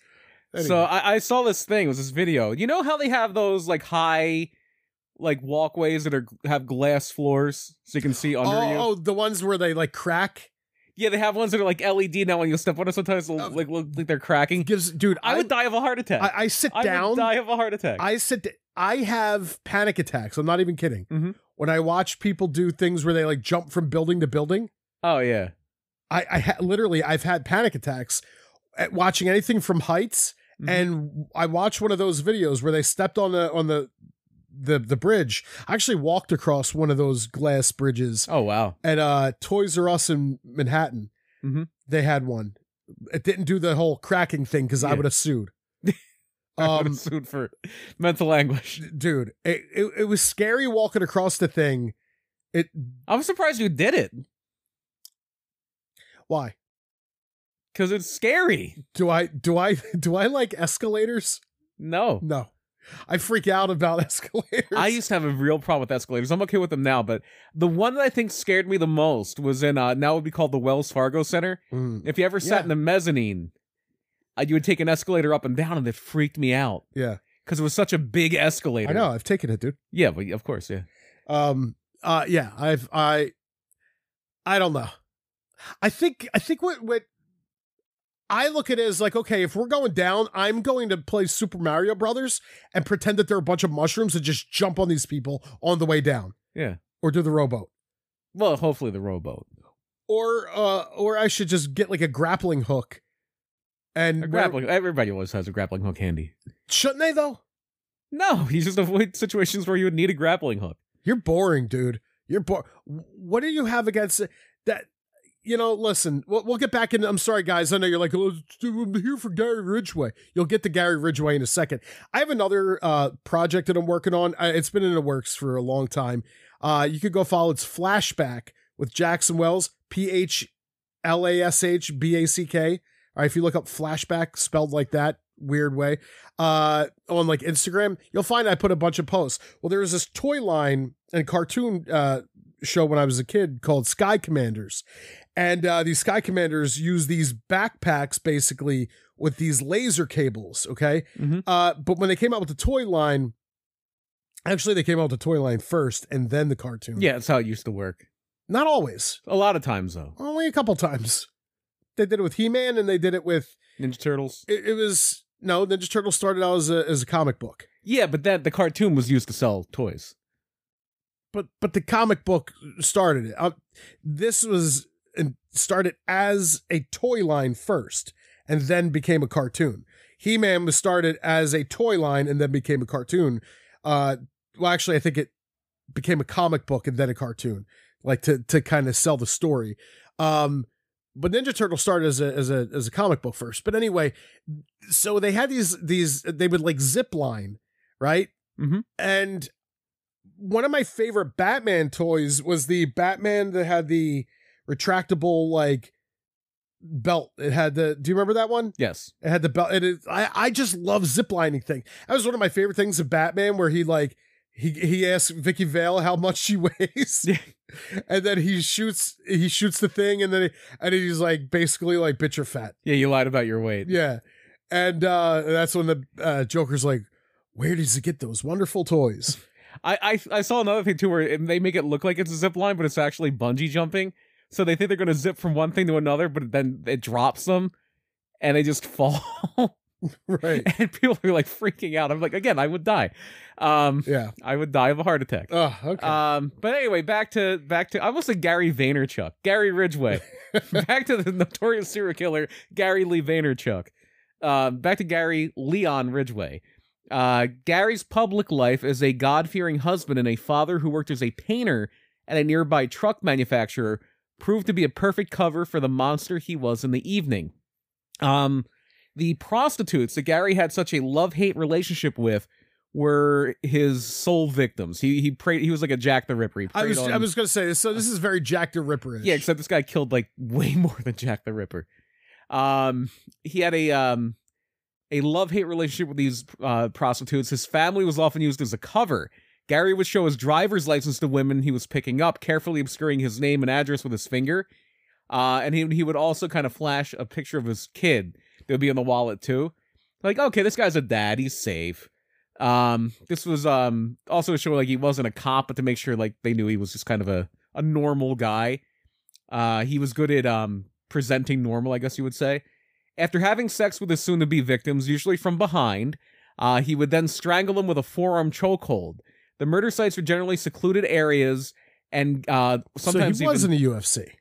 [SPEAKER 2] So
[SPEAKER 3] Anyway.
[SPEAKER 2] I, I saw this thing. It was this video. You know how they have those like high, like walkways that are have glass floors, so you can see under
[SPEAKER 3] oh,
[SPEAKER 2] you.
[SPEAKER 3] oh, the ones where they like crack
[SPEAKER 2] Yeah, they have ones that are like LED now. When you step on it, sometimes it'll,
[SPEAKER 3] Uh,
[SPEAKER 2] like look like they're cracking.
[SPEAKER 3] gives dude.
[SPEAKER 2] I would die of a heart attack.
[SPEAKER 3] I, I sit
[SPEAKER 2] I
[SPEAKER 3] down.
[SPEAKER 2] would die of a heart attack.
[SPEAKER 3] I said I have panic attacks. I'm not even kidding.
[SPEAKER 2] Mhm.
[SPEAKER 3] When I watch people do things where they like jump from building to building,
[SPEAKER 2] oh yeah,
[SPEAKER 3] I, I ha- literally I've had panic attacks at watching anything from heights.
[SPEAKER 2] Mhm.
[SPEAKER 3] And I watched one of those videos where they stepped on the on the the the bridge. I actually walked across one of those glass bridges
[SPEAKER 2] Oh wow.
[SPEAKER 3] at uh Toys R Us in Manhattan.
[SPEAKER 2] Mhm.
[SPEAKER 3] They had one. It didn't do the whole cracking thing because I
[SPEAKER 2] Yeah.
[SPEAKER 3] would have sued. Um,
[SPEAKER 2] I would have sued for mental anguish.
[SPEAKER 3] dude it, it, it was scary walking across the thing it
[SPEAKER 2] I'm surprised you did it
[SPEAKER 3] why
[SPEAKER 2] because it's scary.
[SPEAKER 3] do i do i do i like escalators
[SPEAKER 2] No,
[SPEAKER 3] no i freak out about escalators
[SPEAKER 2] I used to have a real problem with escalators. I'm okay with them now, but the one that I think scared me the most was in uh, now it would be called the Wells Fargo Center.
[SPEAKER 3] Mm,
[SPEAKER 2] If you ever sat
[SPEAKER 3] Yeah.
[SPEAKER 2] in the mezzanine, uh, you would take an escalator up and down, and it freaked me out
[SPEAKER 3] yeah
[SPEAKER 2] because it was such a big escalator.
[SPEAKER 3] i know i've taken it dude
[SPEAKER 2] Yeah, but of course, yeah.
[SPEAKER 3] um uh yeah i've i i don't know i think i think what what I look at it as like, okay, if we're going down, I'm going to play Super Mario Brothers and pretend that there are a bunch of mushrooms and just jump on these people on the way down.
[SPEAKER 2] Yeah.
[SPEAKER 3] Or do the rowboat.
[SPEAKER 2] Well, hopefully the rowboat.
[SPEAKER 3] or uh or I should just get like a grappling hook. And
[SPEAKER 2] A
[SPEAKER 3] where-
[SPEAKER 2] grappling. Everybody always has a grappling hook handy.
[SPEAKER 3] shouldn't they though?
[SPEAKER 2] No, you just avoid situations where you would need a grappling hook.
[SPEAKER 3] You're boring, dude. You're boring. What do you have against it? that? You know, listen. We'll, we'll get back in. I'm sorry, guys. I know you're like, oh, it's- I'm here for Gary Ridgway. You'll get to Gary Ridgway in a second. I have another uh project that I'm working on. Uh, It's been in the works for a long time. Uh, you could go follow. It's Flashback with Jackson Wells. P H L A S H B A C K. All right, if you look up flashback spelled like that weird way uh on like Instagram, you'll find I put a bunch of posts. Well, there was this toy line and cartoon uh show when I was a kid called Sky Commanders. And uh these Sky Commanders use these backpacks basically with these laser cables, okay?
[SPEAKER 2] Mhm.
[SPEAKER 3] Uh but when they came out with the toy line, actually they came out with the toy line first and then the cartoon.
[SPEAKER 2] Yeah, that's how it used to work.
[SPEAKER 3] Not always.
[SPEAKER 2] A lot of times, though.
[SPEAKER 3] Only a couple times. They did it with He-Man and they did it with
[SPEAKER 2] Ninja Turtles.
[SPEAKER 3] it, it was no Ninja Turtles started out as a as a comic book,
[SPEAKER 2] Yeah, but that the cartoon was used to sell toys.
[SPEAKER 3] but but the comic book started it. Uh, this was and started as a toy line first, and then became a cartoon. He Man was started as a toy line and then became a cartoon. Uh, well, actually, I think it became a comic book and then a cartoon, like to to kind of sell the story. Um, but Ninja Turtle started as a as a as a comic book first. But anyway, so they had these these they would like zip line, right?
[SPEAKER 2] Mhm.
[SPEAKER 3] And one of my favorite Batman toys was the Batman that had the retractable like belt. It had the. Do you remember that one?
[SPEAKER 2] Yes.
[SPEAKER 3] It had the belt. It is, I I just love ziplining thing. That was one of my favorite things of Batman, where he like he he asks Vicky Vale how much she weighs,
[SPEAKER 2] Yeah.
[SPEAKER 3] and then he shoots he shoots the thing, and then he, and he's like basically like bitch or fat,
[SPEAKER 2] Yeah, you lied about your weight.
[SPEAKER 3] yeah. And uh that's when the uh, Joker's like, where does he get those wonderful toys?
[SPEAKER 2] I, I I saw another thing too where it- they make it look like it's a zip line, but it's actually bungee jumping. So they think they're going to zip from one thing to another, but then it drops them, and they just fall.
[SPEAKER 3] right?
[SPEAKER 2] and people are like freaking out. I'm like, again, I would die. Um,
[SPEAKER 3] Yeah.
[SPEAKER 2] I would die of a heart attack.
[SPEAKER 3] Oh, okay.
[SPEAKER 2] Um, but anyway, back to back to I almost said Gary Vaynerchuk, Gary Ridgway, back to the notorious serial killer Gary Lee Vaynerchuk. Um, back to Gary Leon Ridgway. Uh, Gary's public life as a God-fearing husband and a father who worked as a painter at a nearby truck manufacturer proved to be a perfect cover for the monster he was in the evening. Um, the prostitutes that Gary had such a love-hate relationship with were his sole victims. He he prayed. He was like a Jack the Ripper. He
[SPEAKER 3] I
[SPEAKER 2] preyed
[SPEAKER 3] was
[SPEAKER 2] on-
[SPEAKER 3] I was gonna say so. This is very Jack the Ripper.
[SPEAKER 2] yeah, except this guy killed like way more than Jack the Ripper. Um, he had a um a love hate relationship with these uh, prostitutes. His family was often used as a cover. Gary would show his driver's license to women he was picking up, carefully obscuring his name and address with his finger. Uh, and he he would also kind of flash a picture of his kid that would be in the wallet too. Like, okay, this guy's a dad, he's safe. Um, this was um also to show like he wasn't a cop, but to make sure like they knew he was just kind of a a normal guy. Uh, he was good at um, presenting normal, I guess you would say. After having sex with his soon to be victims, usually from behind, uh, he would then strangle them with a forearm chokehold. The murder sites were generally secluded areas, and uh, sometimes
[SPEAKER 3] so he was
[SPEAKER 2] even,
[SPEAKER 3] in the UFC.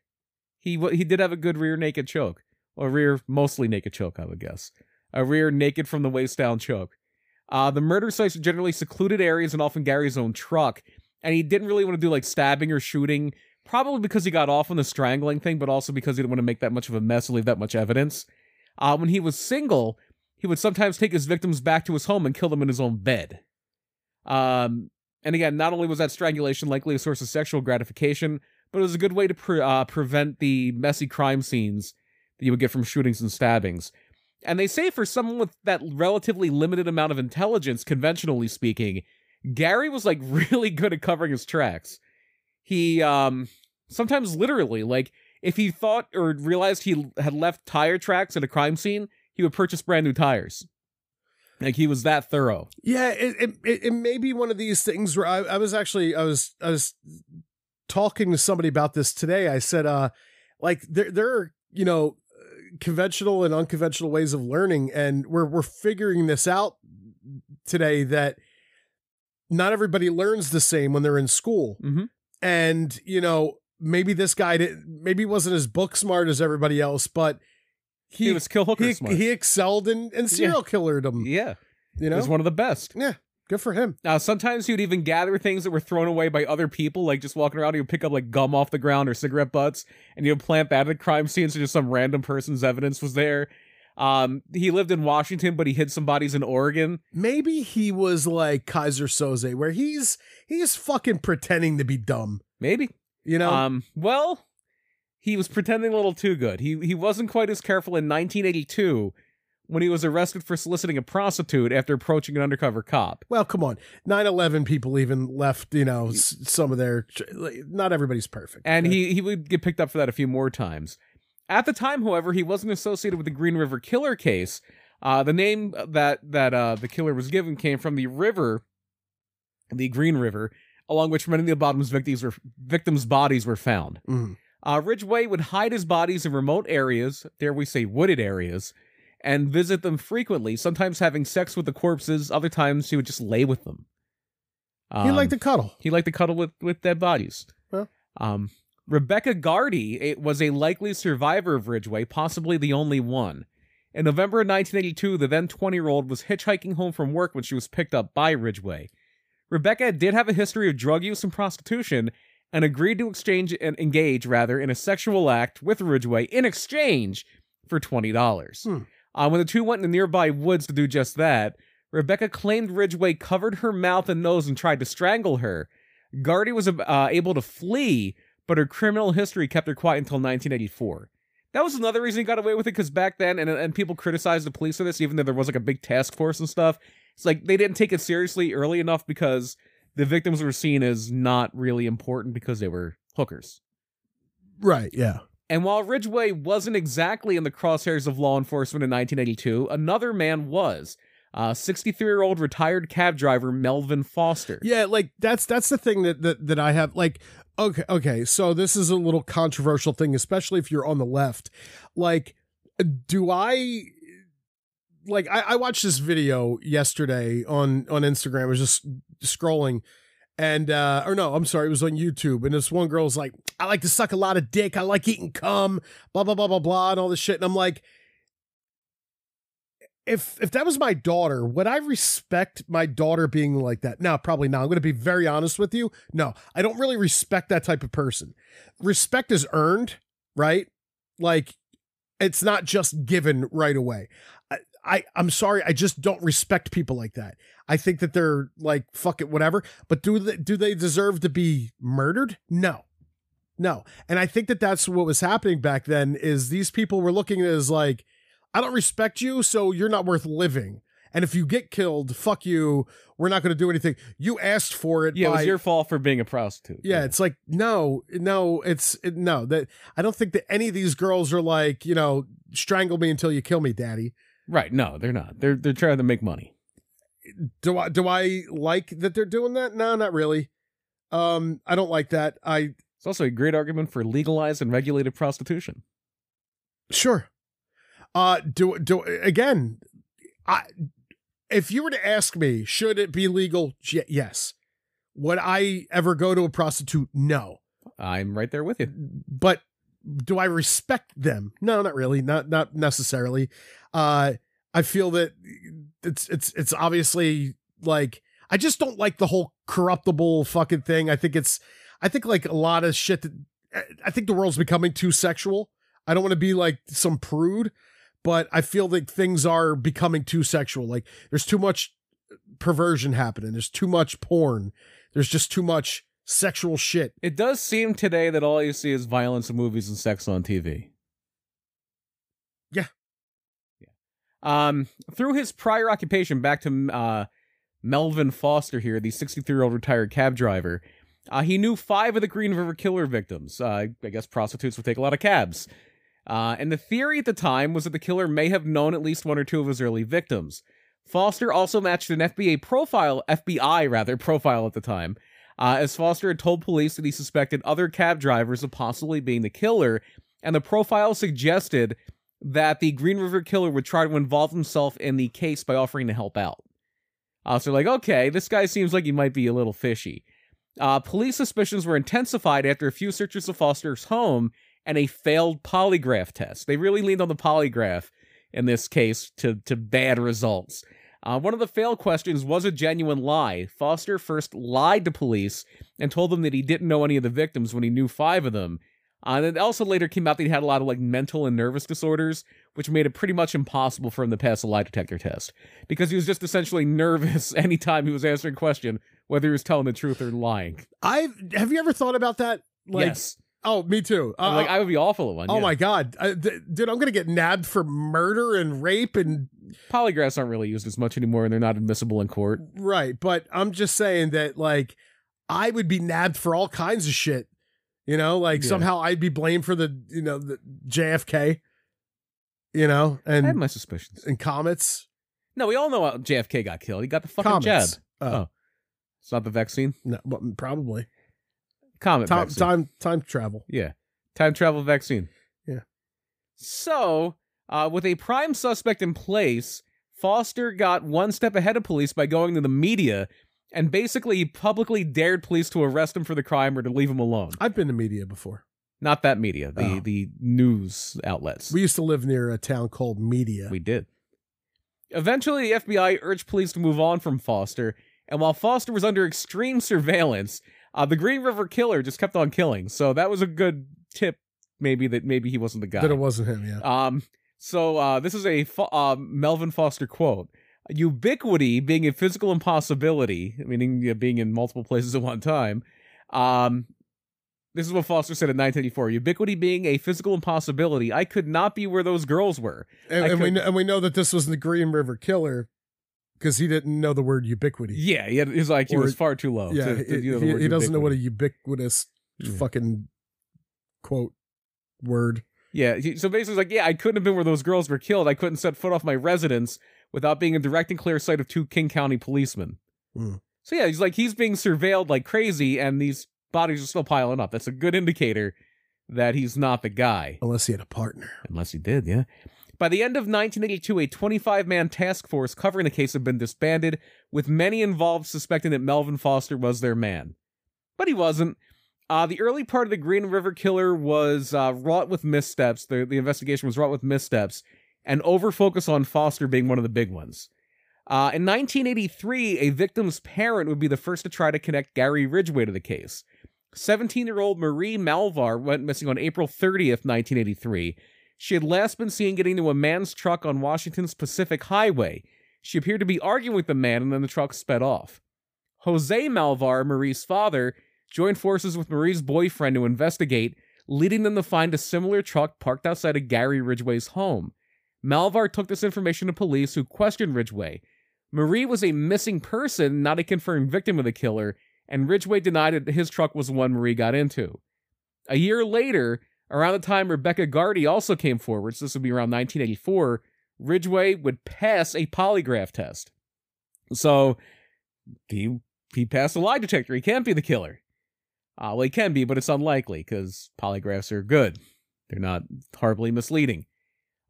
[SPEAKER 2] he wa- he did have a good rear naked choke, or rear mostly naked choke, I would guess, a rear naked from the waist down choke. Uh, the murder sites are generally secluded areas and often Gary's own truck, and he didn't really want to do like stabbing or shooting, probably because he got off on the strangling thing, but also because he didn't want to make that much of a mess and leave that much evidence. Uh, when he was single, he would sometimes take his victims back to his home and kill them in his own bed. Um, and again, not only was that strangulation likely a source of sexual gratification, but it was a good way to pre- uh, prevent the messy crime scenes that you would get from shootings and stabbings. And they say for someone with that relatively limited amount of intelligence, conventionally speaking, Gary was like really good at covering his tracks. He um sometimes literally like if he thought or realized he had left tire tracks at a crime scene, he would purchase brand new tires. Like he was that thorough.
[SPEAKER 3] Yeah, it it, it, it may be one of these things where I, I was actually I was I was talking to somebody about this today. I said, uh, like there there are you know conventional and unconventional ways of learning, and we're we're figuring this out today that not everybody learns the same when they're in school,
[SPEAKER 2] Mhm.
[SPEAKER 3] and you know maybe this guy didn't maybe he wasn't as book smart as everybody else, but
[SPEAKER 2] He,
[SPEAKER 3] he
[SPEAKER 2] was kill hooker
[SPEAKER 3] he,
[SPEAKER 2] smart.
[SPEAKER 3] he excelled in, in serial killerdom.
[SPEAKER 2] yeah,
[SPEAKER 3] You
[SPEAKER 2] he
[SPEAKER 3] know,
[SPEAKER 2] was one of the best.
[SPEAKER 3] good for him.
[SPEAKER 2] Now, sometimes he would even gather things that were thrown away by other people, like just walking around. He would pick up like gum off the ground or cigarette butts, and he would plant that at crime scenes so just some random person's evidence was there. Um, he lived in Washington, but he hid some bodies in Oregon.
[SPEAKER 3] maybe he was like Kaiser Soze, where he's he's fucking pretending to be dumb.
[SPEAKER 2] Maybe.
[SPEAKER 3] You know,
[SPEAKER 2] Um, well, he was pretending a little too good. He he wasn't quite as careful in 1982 when he was arrested for soliciting a prostitute after approaching an undercover cop.
[SPEAKER 3] well, come on. 9-11 people even left. You know, s- some of their. tr- like, Not everybody's perfect.
[SPEAKER 2] And he, he would get picked up for that a few more times. At the time, however, he wasn't associated with the Green River Killer case. Uh, the name that that uh, the killer was given came from the river, the Green River, along which many of the bottom's victims were victims' bodies were found.
[SPEAKER 3] Mhm.
[SPEAKER 2] Uh, Ridgway would hide his bodies in remote areas, dare we say wooded areas, and visit them frequently. Sometimes having sex with the corpses, other times he would just lay with them.
[SPEAKER 3] he
[SPEAKER 2] Um,
[SPEAKER 3] liked to cuddle.
[SPEAKER 2] he liked to cuddle with with dead bodies.
[SPEAKER 3] Well.
[SPEAKER 2] Um, Rebecca Gardy it was a likely survivor of Ridgway, possibly the only one. In November of 1982, the then 20 year old was hitchhiking home from work when she was picked up by Ridgway. Rebecca did have a history of drug use and prostitution and agreed to exchange and engage rather in a sexual act with Ridgway in exchange for $20.
[SPEAKER 3] Hmm.
[SPEAKER 2] Uh, when the two went in the nearby woods to do just that, Rebecca claimed Ridgway covered her mouth and nose and tried to strangle her. Gardy was uh, able to flee, but her criminal history kept her quiet until 1984. That was another reason he got away with it because back then, and and people criticized the police for this, even though there was like a big task force and stuff. It's like they didn't take it seriously early enough because the victims were seen as not really important because they were hookers.
[SPEAKER 3] Right. Yeah.
[SPEAKER 2] And while Ridgway wasn't exactly in the crosshairs of law enforcement in 1982, another man was. 63 year old retired cab driver Melvin Foster.
[SPEAKER 3] Yeah, like that's that's the thing that that that I have like okay okay, so this is a little controversial thing especially if you're on the left. Like do I like I, I watched this video yesterday on on Instagram. I was just scrolling and uh or no, I'm sorry, it was on YouTube and this one girl's like, I like to suck a lot of dick, I like eating cum, blah blah blah blah blah and all this shit. And I'm like, if if that was my daughter, would I respect my daughter being like that? No, probably not. I'm going to be very honest with you. No, I don't really respect that type of person. Respect is earned, right? Like it's not just given right away. I, I I'm sorry, I just don't respect people like that. I think that they're like fuck it, whatever. But do they, do they deserve to be murdered? No, no. And I think that that's what was happening back then. Is these people were looking at it as like. I don't respect you, so you're not worth living. And if you get killed, fuck you. We're not going to do anything. You asked for it.
[SPEAKER 2] Yeah, it
[SPEAKER 3] by-
[SPEAKER 2] was your fault for being a prostitute.
[SPEAKER 3] yeah, it's like no, no, it's it- no. That I don't think that any of these girls are like, you know, strangle me until you kill me, daddy.
[SPEAKER 2] Right. No, they're not. They're they're trying to make money.
[SPEAKER 3] Do I do I like that they're doing that? No, not really. Um, I don't like that. I
[SPEAKER 2] It's also a great argument for legalized and regulated prostitution.
[SPEAKER 3] Sure. Uh do do again, I if you were to ask me, should it be legal? Y- yes. Would I ever go to a prostitute? No.
[SPEAKER 2] I'm right there with you.
[SPEAKER 3] But do I respect them? No, not really. Not not necessarily. Uh I feel that it's it's it's obviously like I just don't like the whole corruptible fucking thing. I think it's I think like a lot of shit that I think the world's becoming too sexual. I don't want to be like some prude, but I feel like things are becoming too sexual. Like there's too much perversion happening. There's too much porn. There's just too much sexual shit.
[SPEAKER 2] It does seem today that all you see is violence in movies and sex on TV.
[SPEAKER 3] Yeah.
[SPEAKER 2] Yeah. Um, through his prior occupation, back to uh, Melvin Foster here, the 63 year old retired cab driver, uh, he knew five of the Green River Killer victims. Uh, I guess prostitutes would take a lot of cabs. Uh, and the theory at the time was that the killer may have known at least one or two of his early victims. Foster also matched an FBI profile, FBI rather, profile at the time, uh, as Foster had told police that he suspected other cab drivers of possibly being the killer, and the profile suggested that the Green River killer would try to involve himself in the case by offering to help out. Uh, so, like, okay, this guy seems like he might be a little fishy. Uh, police suspicions were intensified after a few searches of Foster's home and a failed polygraph test. They really leaned on the polygraph in this case to, to bad results. Uh, one of the fail questions was a genuine lie. Foster first lied to police and told them that he didn't know any of the victims when he knew five of them. Uh, and it also later came out that he had a lot of like mental and nervous disorders, which made it pretty much impossible for him to pass a lie detector test because he was just essentially nervous anytime he was answering a question, whether he was telling the truth or lying.
[SPEAKER 3] I have you ever thought about that? Like,
[SPEAKER 2] yes,
[SPEAKER 3] oh, me too. Uh,
[SPEAKER 2] like I would be awful at one.
[SPEAKER 3] oh
[SPEAKER 2] yeah.
[SPEAKER 3] my god, I, th- dude, I'm gonna get nabbed for murder and rape and
[SPEAKER 2] Polygraphs aren't really used as much anymore, and they're not admissible in court.
[SPEAKER 3] right. But I'm just saying that, like, I would be nabbed for all kinds of shit. You know, like
[SPEAKER 2] Yeah.
[SPEAKER 3] somehow I'd be blamed for the you know the JFK. You know,
[SPEAKER 2] I have
[SPEAKER 3] and
[SPEAKER 2] my suspicions.
[SPEAKER 3] and comets,
[SPEAKER 2] No, we all know how JFK got killed. He got the fucking jab.
[SPEAKER 3] comets. Oh,
[SPEAKER 2] Oh. It's not the vaccine.
[SPEAKER 3] no, but probably
[SPEAKER 2] Comet
[SPEAKER 3] time
[SPEAKER 2] vaccine.
[SPEAKER 3] time time travel.
[SPEAKER 2] Yeah. Time travel vaccine.
[SPEAKER 3] Yeah.
[SPEAKER 2] So, uh, with a prime suspect in place, Foster got one step ahead of police by going to the media and basically publicly dared police to arrest him for the crime or to leave him alone.
[SPEAKER 3] I've been to media before.
[SPEAKER 2] Not that media, the,
[SPEAKER 3] Oh.
[SPEAKER 2] the news outlets.
[SPEAKER 3] We used to live near a town called Media.
[SPEAKER 2] We did. Eventually, the FBI urged police to move on from Foster, and while Foster was under extreme surveillance, uh, the Green River Killer just kept on killing. So that was a good tip, maybe that maybe he wasn't the guy.
[SPEAKER 3] that it wasn't him. Yeah.
[SPEAKER 2] Um, so uh, this is a fo- uh, Melvin Foster quote. Ubiquity being a physical impossibility, meaning you know, being in multiple places at one time, um, This is what Foster said in 1984. Ubiquity being a physical impossibility, I could not be where those girls were.
[SPEAKER 3] And,
[SPEAKER 2] I
[SPEAKER 3] and we
[SPEAKER 2] could-
[SPEAKER 3] kn- and we know that this was the Green River Killer because he didn't know the word ubiquity.
[SPEAKER 2] Yeah, he had, his IQ
[SPEAKER 3] Or-
[SPEAKER 2] was far too low.
[SPEAKER 3] yeah,
[SPEAKER 2] to- to,
[SPEAKER 3] it-
[SPEAKER 2] you know, the
[SPEAKER 3] he,
[SPEAKER 2] word
[SPEAKER 3] he doesn't know what a
[SPEAKER 2] ubiquity.
[SPEAKER 3] ubiquitous
[SPEAKER 2] Yeah.
[SPEAKER 3] fucking quote word.
[SPEAKER 2] Yeah, he- so basically, it's like, yeah, I couldn't have been where those girls were killed. I couldn't set foot off my residence without being in direct and clear sight of two King County policemen.
[SPEAKER 3] Hmm.
[SPEAKER 2] So yeah, he's like he's being surveilled like crazy, and these bodies are still piling up. That's a good indicator that he's not the guy.
[SPEAKER 3] Unless he had a partner.
[SPEAKER 2] Unless he did, yeah. By the end of 1982, a 25 man task force covering the case had been disbanded, with many involved suspecting that Melvin Foster was their man. But he wasn't. Uh, the early part of the Green River Killer was uh, wrought with missteps. The, the investigation was wrought with missteps and over focus on Foster being one of the big ones. Uh, in 1983, a victim's parent would be the first to try to connect Gary Ridgway to the case. 17 year old Marie Malvar went missing on April 30th, 1983. She had last been seen getting into a man's truck on Washington's Pacific Highway. She appeared to be arguing with the man, and then the truck sped off. Jose Malvar, Marie's father, joined forces with Marie's boyfriend to investigate, leading them to find a similar truck parked outside of Gary Ridgway's home. Malvar took this information to police, who questioned Ridgway. Marie was a missing person, not a confirmed victim of the killer, and Ridgway denied that his truck was the one Marie got into. A year later, around the time Rebecca Gardy also came forward, so this would be around 1984, Ridgway would pass a polygraph test. So he he passed a lie detector. He can't be the killer. Uh, well, he can be, but it's unlikely because polygraphs are good. They're not horribly misleading.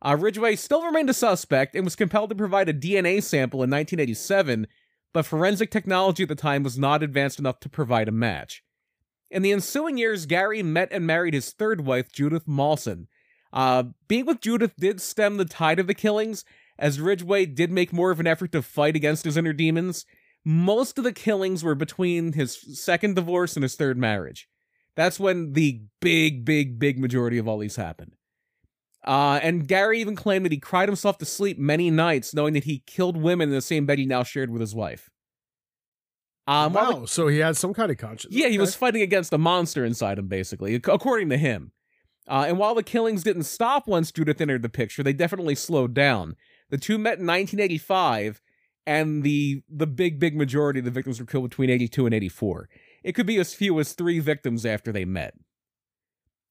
[SPEAKER 2] Uh, Ridgway still remained a suspect and was compelled to provide a DNA sample in 1987, but forensic technology at the time was not advanced enough to provide a match. In the ensuing years, Gary met and married his third wife, Judith Mawson. Uh, being with Judith did stem the tide of the killings, as Ridgway did make more of an effort to fight against his inner demons. Most of the killings were between his second divorce and his third marriage. That's when the big, big, big majority of all these happened. Uh, and Gary even claimed that he cried himself to sleep many nights, knowing that he killed women in the same bed he now shared with his wife. Um, while the
[SPEAKER 3] wow, so he had some kind of conscience.
[SPEAKER 2] yeah, he
[SPEAKER 3] Okay.
[SPEAKER 2] was fighting against a monster inside him, basically, ac- according to him. Uh, and while the killings didn't stop once Judith entered the picture, they definitely slowed down. The two met in 1985, and the the big, big majority of the victims were killed between 82 and 84. It could be as few as three victims after they met.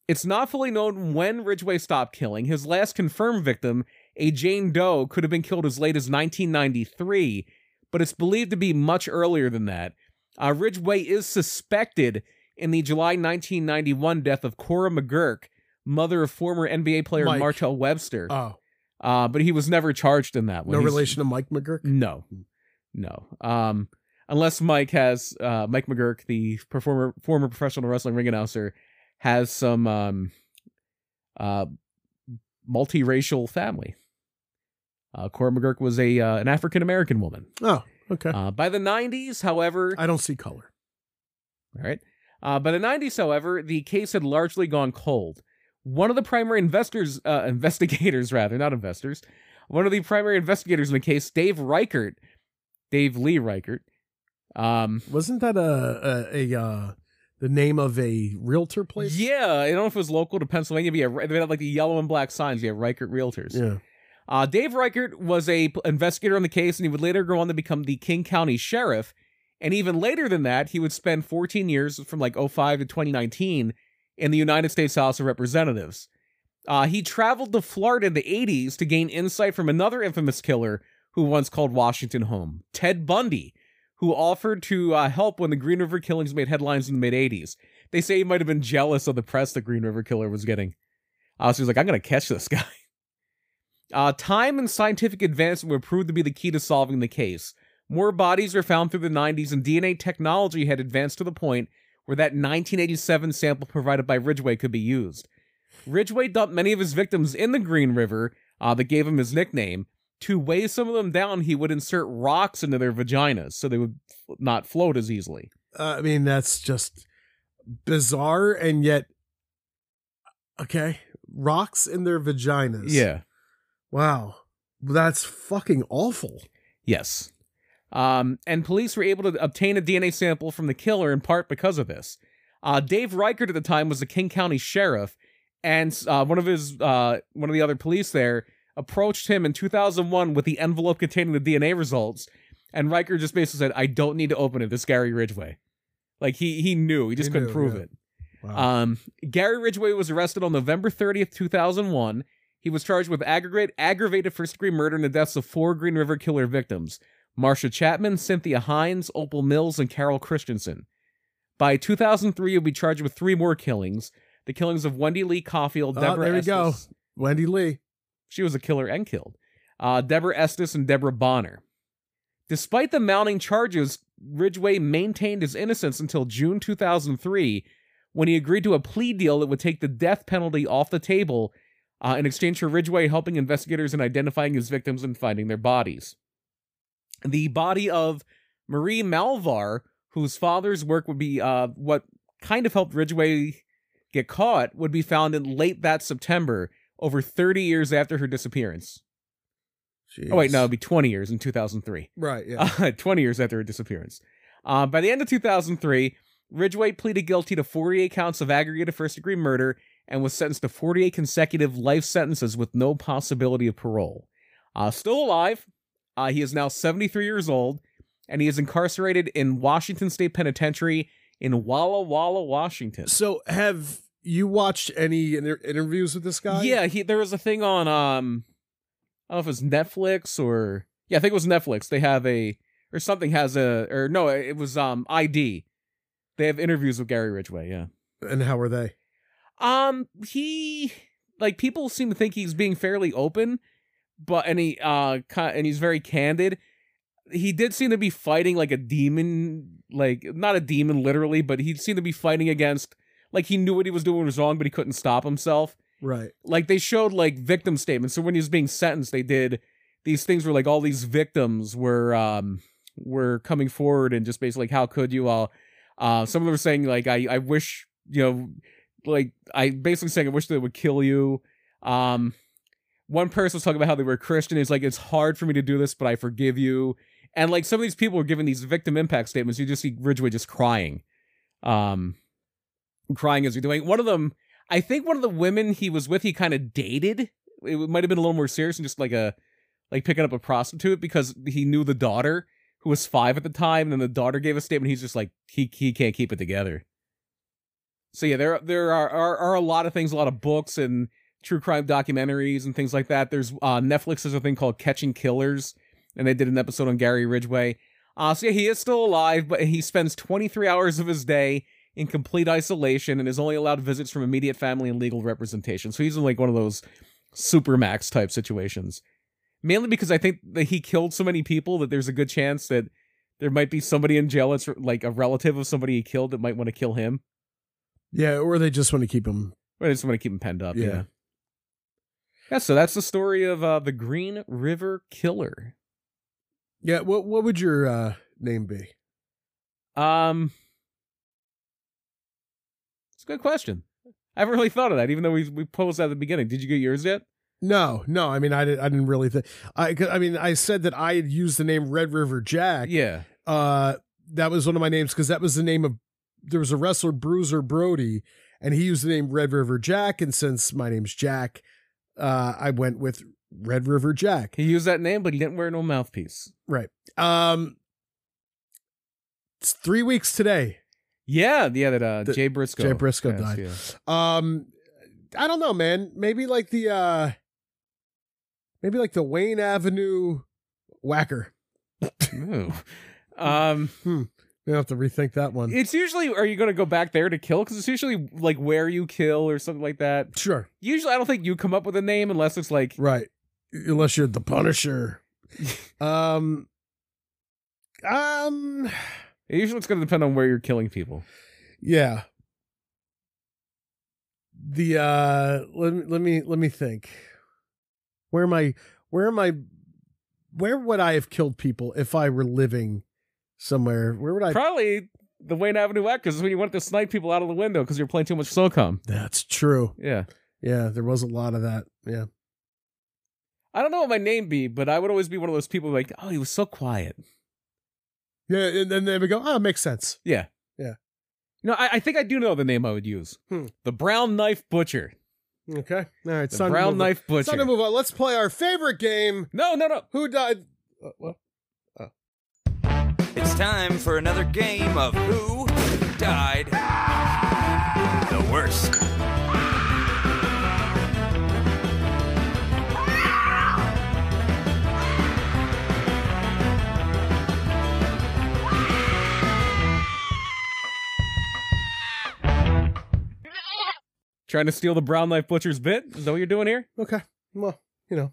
[SPEAKER 2] It's not fully known when Ridgway stopped killing. His last confirmed victim, a Jane Doe, could have been killed as late as 1993, but it's believed to be much earlier than that. Uh, Ridgway is suspected in the July 1991 death of Cora McGurk, mother of former NBA player
[SPEAKER 3] Mike.
[SPEAKER 2] Martel Webster. Uh,
[SPEAKER 3] Oh,
[SPEAKER 2] but he was never charged in that one.
[SPEAKER 3] no
[SPEAKER 2] He's-
[SPEAKER 3] relation to Mike McGurk.
[SPEAKER 2] No, no. Um, unless Mike has uh, Mike McGurk, the performer, former professional wrestling ring announcer, has some um, uh, multiracial family. Uh, Cora McGurk was a uh, an African American woman.
[SPEAKER 3] Oh, okay.
[SPEAKER 2] Uh, by the 90s, however,
[SPEAKER 3] I don't see color.
[SPEAKER 2] all right. Uh, by the 90s, however, the case had largely gone cold. One of the primary investors, uh, investigators rather, not investors, one of the primary investigators in the case, Dave Reichert, Dave Lee Reichert, um,
[SPEAKER 3] Wasn't that a a, a uh, the name of a realtor place?
[SPEAKER 2] yeah, I don't know if it was local to Pennsylvania, but yeah, they had like the yellow and black signs. Yeah, Reichert Realtors.
[SPEAKER 3] Yeah.
[SPEAKER 2] Uh, Dave Reichert was a p- investigator on the case, and he would later go on to become the King County Sheriff. And even later than that, he would spend 14 years from like 05 to 2019 in the United States House of Representatives. Uh, he traveled to Florida in the 80s to gain insight from another infamous killer who once called Washington home, Ted Bundy, who offered to uh, help when the Green River killings made headlines in the mid 80s. They say he might have been jealous of the press the Green River killer was getting. Uh, so he was like, I'm going to catch this guy. Uh, time and scientific advancement were proved to be the key to solving the case. More bodies were found through the 90s, and DNA technology had advanced to the point where that 1987 sample provided by Ridgway could be used. Ridgway dumped many of his victims in the Green River, uh, that gave him his nickname. To weigh some of them down, he would insert rocks into their vaginas so they would f- not float as easily.
[SPEAKER 3] Uh, I mean, that's just bizarre and yet okay. Rocks in their vaginas. Wow. That's fucking awful.
[SPEAKER 2] Yes. Um, and police were able to obtain a DNA sample from the killer in part because of this. Uh, Dave Reichert at the time was the King County Sheriff, and uh, one of his uh, one of the other police there approached him in 2001 with the envelope containing the DNA results, and Riker just basically said, "I don't need to open it." This is Gary Ridgway, like he he knew he just
[SPEAKER 3] He
[SPEAKER 2] couldn't
[SPEAKER 3] knew,
[SPEAKER 2] prove
[SPEAKER 3] yeah.
[SPEAKER 2] it.
[SPEAKER 3] Wow.
[SPEAKER 2] Um, Gary Ridgway was arrested on November 30th, 2001. He was charged with aggregate, aggravated first degree murder in the deaths of four Green River killer victims Marsha Chapman, Cynthia Hines, Opal Mills, and Carol Christensen. By 2003, he'll be charged with three more killings the killings of Wendy Lee Caulfield,
[SPEAKER 3] Oh,
[SPEAKER 2] Deborah
[SPEAKER 3] there we
[SPEAKER 2] Estes.
[SPEAKER 3] go. Wendy Lee.
[SPEAKER 2] She was a killer and killed. Uh, Deborah Estes and Deborah Bonner. Despite the mounting charges, Ridgway maintained his innocence until June 2003 when he agreed to a plea deal that would take the death penalty off the table uh, in exchange for Ridgway helping investigators in identifying his victims and finding their bodies. The body of Marie Malvar, whose father's work would be uh, what kind of helped Ridgway get caught, would be found in late that September, over 30 years after her disappearance. Oh, wait, no, it'd be 20 years in 2003.
[SPEAKER 3] Right. Yeah.
[SPEAKER 2] Uh, 20 years after her disappearance. Uh, by the end of 2003, Ridgway pleaded guilty to 48 counts of aggregated first degree murder and was sentenced to 48 consecutive life sentences with no possibility of parole. Uh, still alive, uh, he is now 73 years old and he is incarcerated in Washington State Penitentiary in Walla Walla, Washington.
[SPEAKER 3] so have you watched any inter- interviews with this guy?
[SPEAKER 2] Yeah, he there was a thing on um I don't know if it's Netflix or yeah, I think it was Netflix. They have a or something has a or no, it was um ID. They have interviews with Gary Ridgway, yeah.
[SPEAKER 3] And how are they?
[SPEAKER 2] Um he like people seem to think he's being fairly open, but and he uh ki- and he's very candid. He did seem to be fighting like a demon, like not a demon literally, but he seemed to be fighting against like he knew what he was doing was wrong, but he couldn't stop himself
[SPEAKER 3] Right.
[SPEAKER 2] like they showed like victim statements. So when he was being sentenced, they did these things where like all these victims were um were coming forward and just basically like how could you all uh some of them were saying like I I wish you know like I basically saying I wish they would kill you. Um one person was talking about how they were Christian. It's like it's hard for me to do this, but I forgive you. And like some of these people were giving these victim impact statements. You just see Ridgway just crying. Um crying as you're doing. One of them I think one of the women he was with, he kind of dated. It might have been a little more serious and just like a like picking up a prostitute because he knew the daughter who was five at the time, and then the daughter gave a statement. He's just like he he can't keep it together. So yeah, there there are are, are a lot of things, a lot of books and true crime documentaries and things like that. There's uh, Netflix has a thing called Catching Killers, and they did an episode on Gary Ridgway. Uh, so yeah, he is still alive, but he spends 23 hours of his day in complete isolation and is only allowed visits from immediate family and legal representation. So he's in like one of those supermax type situations. Mainly because I think that he killed so many people that there's a good chance that there might be somebody in jail that's like a relative of somebody he killed that might want to kill him.
[SPEAKER 3] Yeah, or they just want to keep him.
[SPEAKER 2] But I just want to keep him penned up. Yeah.
[SPEAKER 3] Yeah.
[SPEAKER 2] Yeah, so that's the story of uh, the Green River Killer.
[SPEAKER 3] Yeah. What What would your uh, name be?
[SPEAKER 2] Um It's a good question. I haven't really thought of that, even though we we posed that at the beginning. Did you get yours yet?
[SPEAKER 3] No, no. I mean, I didn't. I didn't really think. I. I mean, I said that I had used the name Red River Jack.
[SPEAKER 2] Yeah.
[SPEAKER 3] Uh, that was one of my names because that was the name of there was a wrestler Bruiser Brody, and he used the name Red River Jack. And since my name's Jack, uh, I went with Red River Jack.
[SPEAKER 2] He used that name, but he didn't wear no mouthpiece.
[SPEAKER 3] Um, it's three weeks today.
[SPEAKER 2] Yeah, yeah, that uh,
[SPEAKER 3] The-
[SPEAKER 2] Jay Briscoe.
[SPEAKER 3] Jay Briscoe died.
[SPEAKER 2] yeah.
[SPEAKER 3] Um, I don't know, man. Maybe like the uh, maybe like the Wayne Avenue Whacker.
[SPEAKER 2] Ooh. um,
[SPEAKER 3] We have to rethink that one.
[SPEAKER 2] it's usually are you going to go back there to kill? Because it's usually like where you kill or something like that.
[SPEAKER 3] sure,
[SPEAKER 2] Usually, I don't think you come up with a name unless it's like
[SPEAKER 3] right. Unless you're the Punisher. um. Um.
[SPEAKER 2] usually it's going to depend on where you're killing people.
[SPEAKER 3] Yeah. The uh let me let me let me think. Where am I where am I where would I have killed people if I were living somewhere? Where would I
[SPEAKER 2] Probably the Wayne Avenue Whackers is when you want to snipe people out of the window because you're playing too much SOCOM.
[SPEAKER 3] That's true.
[SPEAKER 2] Yeah,
[SPEAKER 3] Yeah, there was a lot of that. Yeah.
[SPEAKER 2] I don't know what my name be, but I would always be one of those people like, oh, he was so quiet.
[SPEAKER 3] Yeah, and then they would go, "Ah, makes sense."
[SPEAKER 2] No, I, I think I do know the name I would use.
[SPEAKER 3] Hmm.
[SPEAKER 2] The brown knife butcher.
[SPEAKER 3] Okay. All right.
[SPEAKER 2] The
[SPEAKER 3] Son
[SPEAKER 2] brown knife
[SPEAKER 3] It's
[SPEAKER 2] butcher.
[SPEAKER 3] time to move on. Let's play our favorite game.
[SPEAKER 2] no, no, no.
[SPEAKER 3] Who died? Uh, what?
[SPEAKER 1] It's time for another game of Who Died the Worst.
[SPEAKER 2] Trying to steal the brown knife butcher's bit? Is that what you're doing here?
[SPEAKER 3] Okay. Well, you know,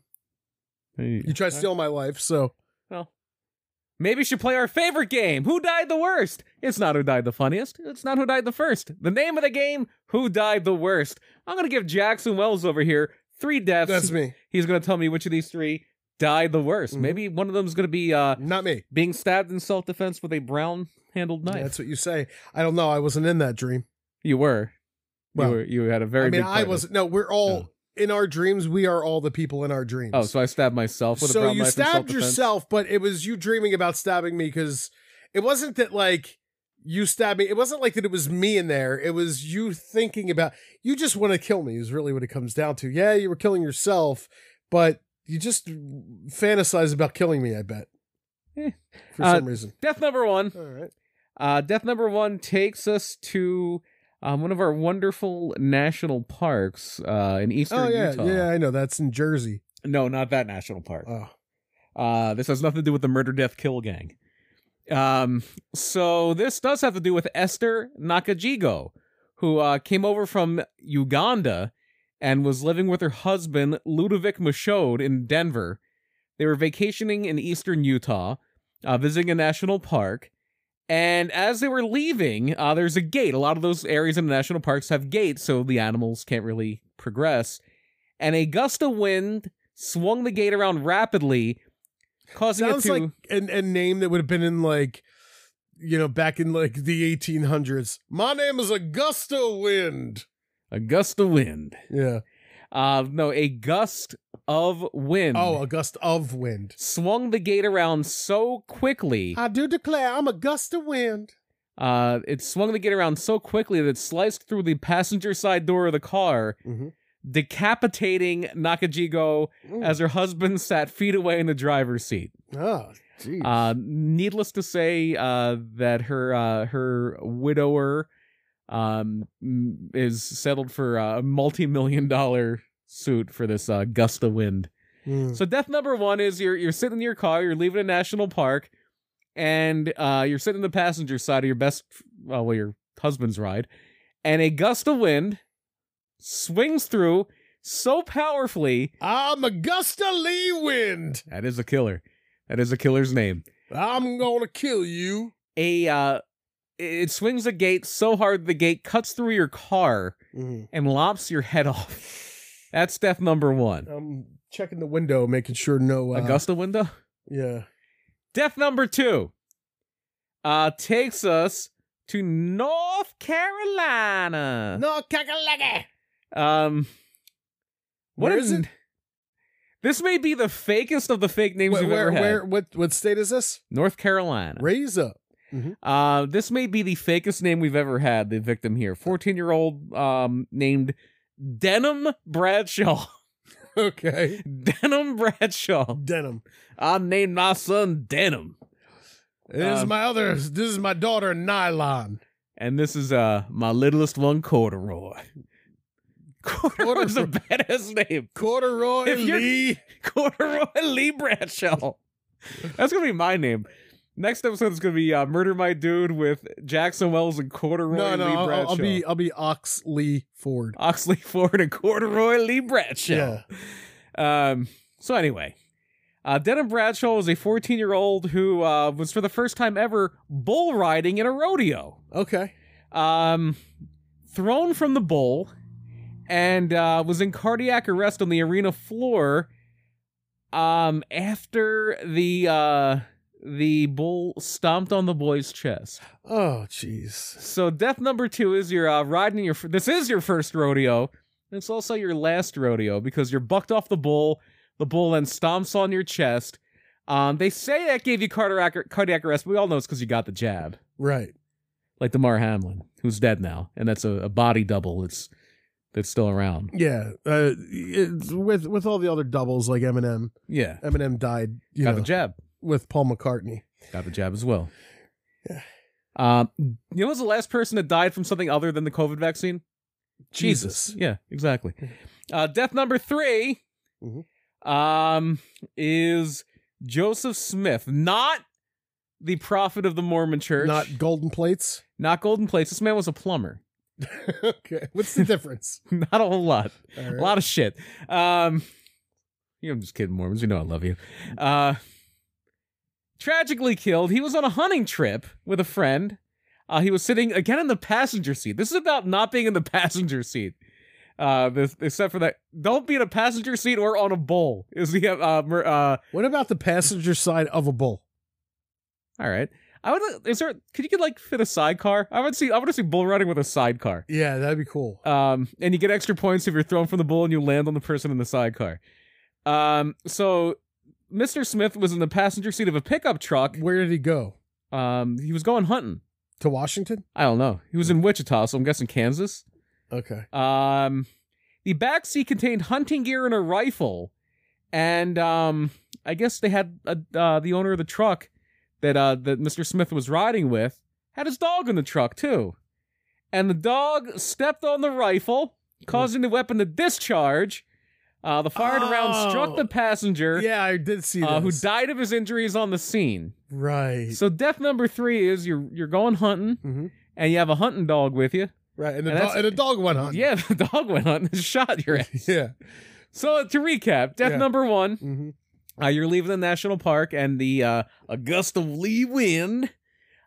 [SPEAKER 3] you try to steal my life, so
[SPEAKER 2] Well, maybe you should play our favorite game. Who died the worst? It's not who died the funniest. It's not who died the first. The name of the game: Who died the worst? I'm gonna give Jackson Wells over here three deaths.
[SPEAKER 3] that's me,
[SPEAKER 2] He's gonna tell me which of these three died the worst.
[SPEAKER 3] Mhm.
[SPEAKER 2] Maybe one of them's gonna be uh,
[SPEAKER 3] not me.
[SPEAKER 2] being stabbed in self-defense with a brown-handled knife.
[SPEAKER 3] That's what you say. I don't know. I wasn't in that dream.
[SPEAKER 2] you were.
[SPEAKER 3] Well,
[SPEAKER 2] you were. You had a very.
[SPEAKER 3] I mean,
[SPEAKER 2] big part
[SPEAKER 3] I
[SPEAKER 2] in it.
[SPEAKER 3] wasn't. No, we're all in our dreams. We are all the people in our dreams.
[SPEAKER 2] Oh, so I stabbed myself with a
[SPEAKER 3] So
[SPEAKER 2] brown
[SPEAKER 3] you
[SPEAKER 2] knife. in
[SPEAKER 3] stabbed
[SPEAKER 2] self-defense?
[SPEAKER 3] yourself, but it was you dreaming about stabbing me because it wasn't that like you stabbed me. It wasn't like that it was me in there. It was you thinking about you just want to kill me is really what it comes down to. Yeah, you were killing yourself, but you just fantasize about killing me, I bet.
[SPEAKER 2] Eh.
[SPEAKER 3] For
[SPEAKER 2] Uh,
[SPEAKER 3] some reason.
[SPEAKER 2] Death number one.
[SPEAKER 3] All right.
[SPEAKER 2] Uh, death number one takes us to um, one of our wonderful national parks uh, in eastern
[SPEAKER 3] Oh yeah,
[SPEAKER 2] Utah.
[SPEAKER 3] yeah, I know. That's in Jersey.
[SPEAKER 2] No, not that national park.
[SPEAKER 3] Oh.
[SPEAKER 2] Uh, this has nothing to do with the murder, death, kill gang. Um, so this does have to do with Esther Nakajigo, who uh, came over from Uganda and was living with her husband Ludovic Michaud in Denver. They were vacationing in eastern Utah, uh, visiting a national park. And as they were leaving, uh, there's a gate. A lot of those areas in the national parks have gates, so the animals can't really progress. And a gust of wind swung the gate around rapidly, causing
[SPEAKER 3] Sounds
[SPEAKER 2] it to.
[SPEAKER 3] like an, a name that would have been in like you know, back in like the 1800s. My name is Augusta Wind.
[SPEAKER 2] A gust of wind.
[SPEAKER 3] Yeah.
[SPEAKER 2] Uh, no, a gust of wind
[SPEAKER 3] Oh, a gust of wind.
[SPEAKER 2] swung the gate around so quickly.
[SPEAKER 3] I do declare I'm a gust of wind. Ah.
[SPEAKER 2] Uh, it swung the gate around so quickly that it sliced through the passenger side door of the car,
[SPEAKER 3] Mhm.
[SPEAKER 2] decapitating Nakajigo
[SPEAKER 3] Mm.
[SPEAKER 2] as her husband sat feet away in the driver's seat.
[SPEAKER 3] oh, jeez.
[SPEAKER 2] Uh, needless to say, uh, that her uh, her widower um, m- is settled for uh, a multi million dollar suit for this uh, gust of wind.
[SPEAKER 3] Mm.
[SPEAKER 2] So death number one is you're you're sitting in your car, you're leaving a national park, and uh, you're sitting in the passenger side of your best, well, well, your husband's ride, and a gust of wind swings through so powerfully
[SPEAKER 3] I'm Augusta Lee Wind.
[SPEAKER 2] that is a killer. That is a killer's name.
[SPEAKER 3] I'm gonna kill you.
[SPEAKER 2] A uh, it swings a gate so hard the gate cuts through your car and lops your head off. That's death number one.
[SPEAKER 3] I'm checking the window, making sure no. Uh,
[SPEAKER 2] A gust of window.
[SPEAKER 3] Yeah.
[SPEAKER 2] Death number two uh, takes us to North Carolina.
[SPEAKER 3] No cackalaga.
[SPEAKER 2] Um, what
[SPEAKER 3] Where
[SPEAKER 2] is
[SPEAKER 3] is it?
[SPEAKER 2] This may be the fakest of the fake names
[SPEAKER 3] Where,
[SPEAKER 2] we've
[SPEAKER 3] where,
[SPEAKER 2] ever had.
[SPEAKER 3] where, what, what state is this?
[SPEAKER 2] North Carolina.
[SPEAKER 3] Raise up.
[SPEAKER 2] Uh, this may be the fakest name we've ever had. The victim here, fourteen-year-old, um, named Denim Bradshaw.
[SPEAKER 3] Okay.
[SPEAKER 2] Denim Bradshaw.
[SPEAKER 3] Denim.
[SPEAKER 2] I named my son Denim,
[SPEAKER 3] This is
[SPEAKER 2] Um,
[SPEAKER 3] my other. This is my daughter Nylon.
[SPEAKER 2] and this is uh my littlest one, Corduroy. Corduroy's a badass name.
[SPEAKER 3] Corduroy
[SPEAKER 2] If you're-
[SPEAKER 3] Lee.
[SPEAKER 2] Corduroy Lee Bradshaw. That's gonna be my name. Next episode is gonna be uh, "Murder My Dude" with Jackson Wells and Corduroy
[SPEAKER 3] No, no.
[SPEAKER 2] Lee
[SPEAKER 3] I'll,
[SPEAKER 2] Bradshaw.
[SPEAKER 3] I'll be. I'll be Ox Lee Ford.
[SPEAKER 2] Oxley Ford and Corduroy Lee Bradshaw. Um. So anyway, uh, Denham Bradshaw was a 14 year old who uh, was for the first time ever bull riding in a rodeo.
[SPEAKER 3] Okay.
[SPEAKER 2] Um, thrown from the bull, and uh, was in cardiac arrest on the arena floor. Um, after the uh the bull stomped on the boy's chest.
[SPEAKER 3] Oh, jeez.
[SPEAKER 2] So death number two is you're uh, riding your. This is your first rodeo. And it's also your last rodeo because you're bucked off the bull. The bull then stomps on your chest. Um, they say that gave you cardiac cardiac arrest. But we all know it's because you got the jab.
[SPEAKER 3] Right.
[SPEAKER 2] like Damar Hamlin, who's dead now, and that's a, a body double that's that's still around.
[SPEAKER 3] Yeah, uh, it's with with all the other doubles like Eminem.
[SPEAKER 2] Yeah,
[SPEAKER 3] Eminem died, you
[SPEAKER 2] got
[SPEAKER 3] know,
[SPEAKER 2] the jab,
[SPEAKER 3] with Paul McCartney.
[SPEAKER 2] got the jab as well.
[SPEAKER 3] Yeah.
[SPEAKER 2] Um, you know, who's the last person that died from something other than the COVID vaccine? Jesus. Yeah, exactly. Uh, death number 3
[SPEAKER 3] Mhm.
[SPEAKER 2] um, is Joseph Smith, not the prophet of the Mormon Church,
[SPEAKER 3] not golden plates.
[SPEAKER 2] not Golden Plates. This man was a plumber.
[SPEAKER 3] okay, what's the difference?
[SPEAKER 2] not a whole lot.
[SPEAKER 3] All
[SPEAKER 2] A
[SPEAKER 3] right.
[SPEAKER 2] lot of shit. Um, you know, I'm just kidding, Mormons. You know I love you. Uh, tragically killed. He was on a hunting trip with a friend. Uh, he was sitting again in the passenger seat. This is about not being in the passenger seat. Uh, this, except for that, don't be in a passenger seat or on a bowl. Is the uh, uh, mer- uh
[SPEAKER 3] What about the passenger side of a bull?
[SPEAKER 2] all right? I would. Is there? Could you could like fit a sidecar? I would see. I want to see bull riding with a sidecar.
[SPEAKER 3] Yeah, that'd be cool.
[SPEAKER 2] Um, and you get extra points if you're thrown from the bull and you land on the person in the sidecar. Um, so Mr. Smith was in the passenger seat of a pickup truck.
[SPEAKER 3] Where did he go?
[SPEAKER 2] Um, he was going hunting.
[SPEAKER 3] To Washington?
[SPEAKER 2] I don't know. He was in Wichita, so I'm guessing Kansas.
[SPEAKER 3] Okay.
[SPEAKER 2] Um, the back seat contained hunting gear and a rifle, and um, I guess they had uh uh, the owner of the truck that uh, that Mr. Smith was riding with had his dog in the truck too, and the dog stepped on the rifle, causing the weapon to discharge. Uh, the fired round struck
[SPEAKER 3] Oh.
[SPEAKER 2] the passenger,
[SPEAKER 3] Yeah, I did see
[SPEAKER 2] uh,
[SPEAKER 3] that.
[SPEAKER 2] who died of his injuries on the scene.
[SPEAKER 3] right.
[SPEAKER 2] So death number three is you're you're going hunting,
[SPEAKER 3] Mhm.
[SPEAKER 2] and you have a hunting dog with you.
[SPEAKER 3] Right, and the,
[SPEAKER 2] And
[SPEAKER 3] dog
[SPEAKER 2] that's-
[SPEAKER 3] and the dog went on.
[SPEAKER 2] Yeah, the dog went hunting and shot your ass.
[SPEAKER 3] Yeah.
[SPEAKER 2] So to recap, death
[SPEAKER 3] Yeah.
[SPEAKER 2] number one,
[SPEAKER 3] hmm
[SPEAKER 2] uh, you're leaving the national park, and the uh, a gust of lee wind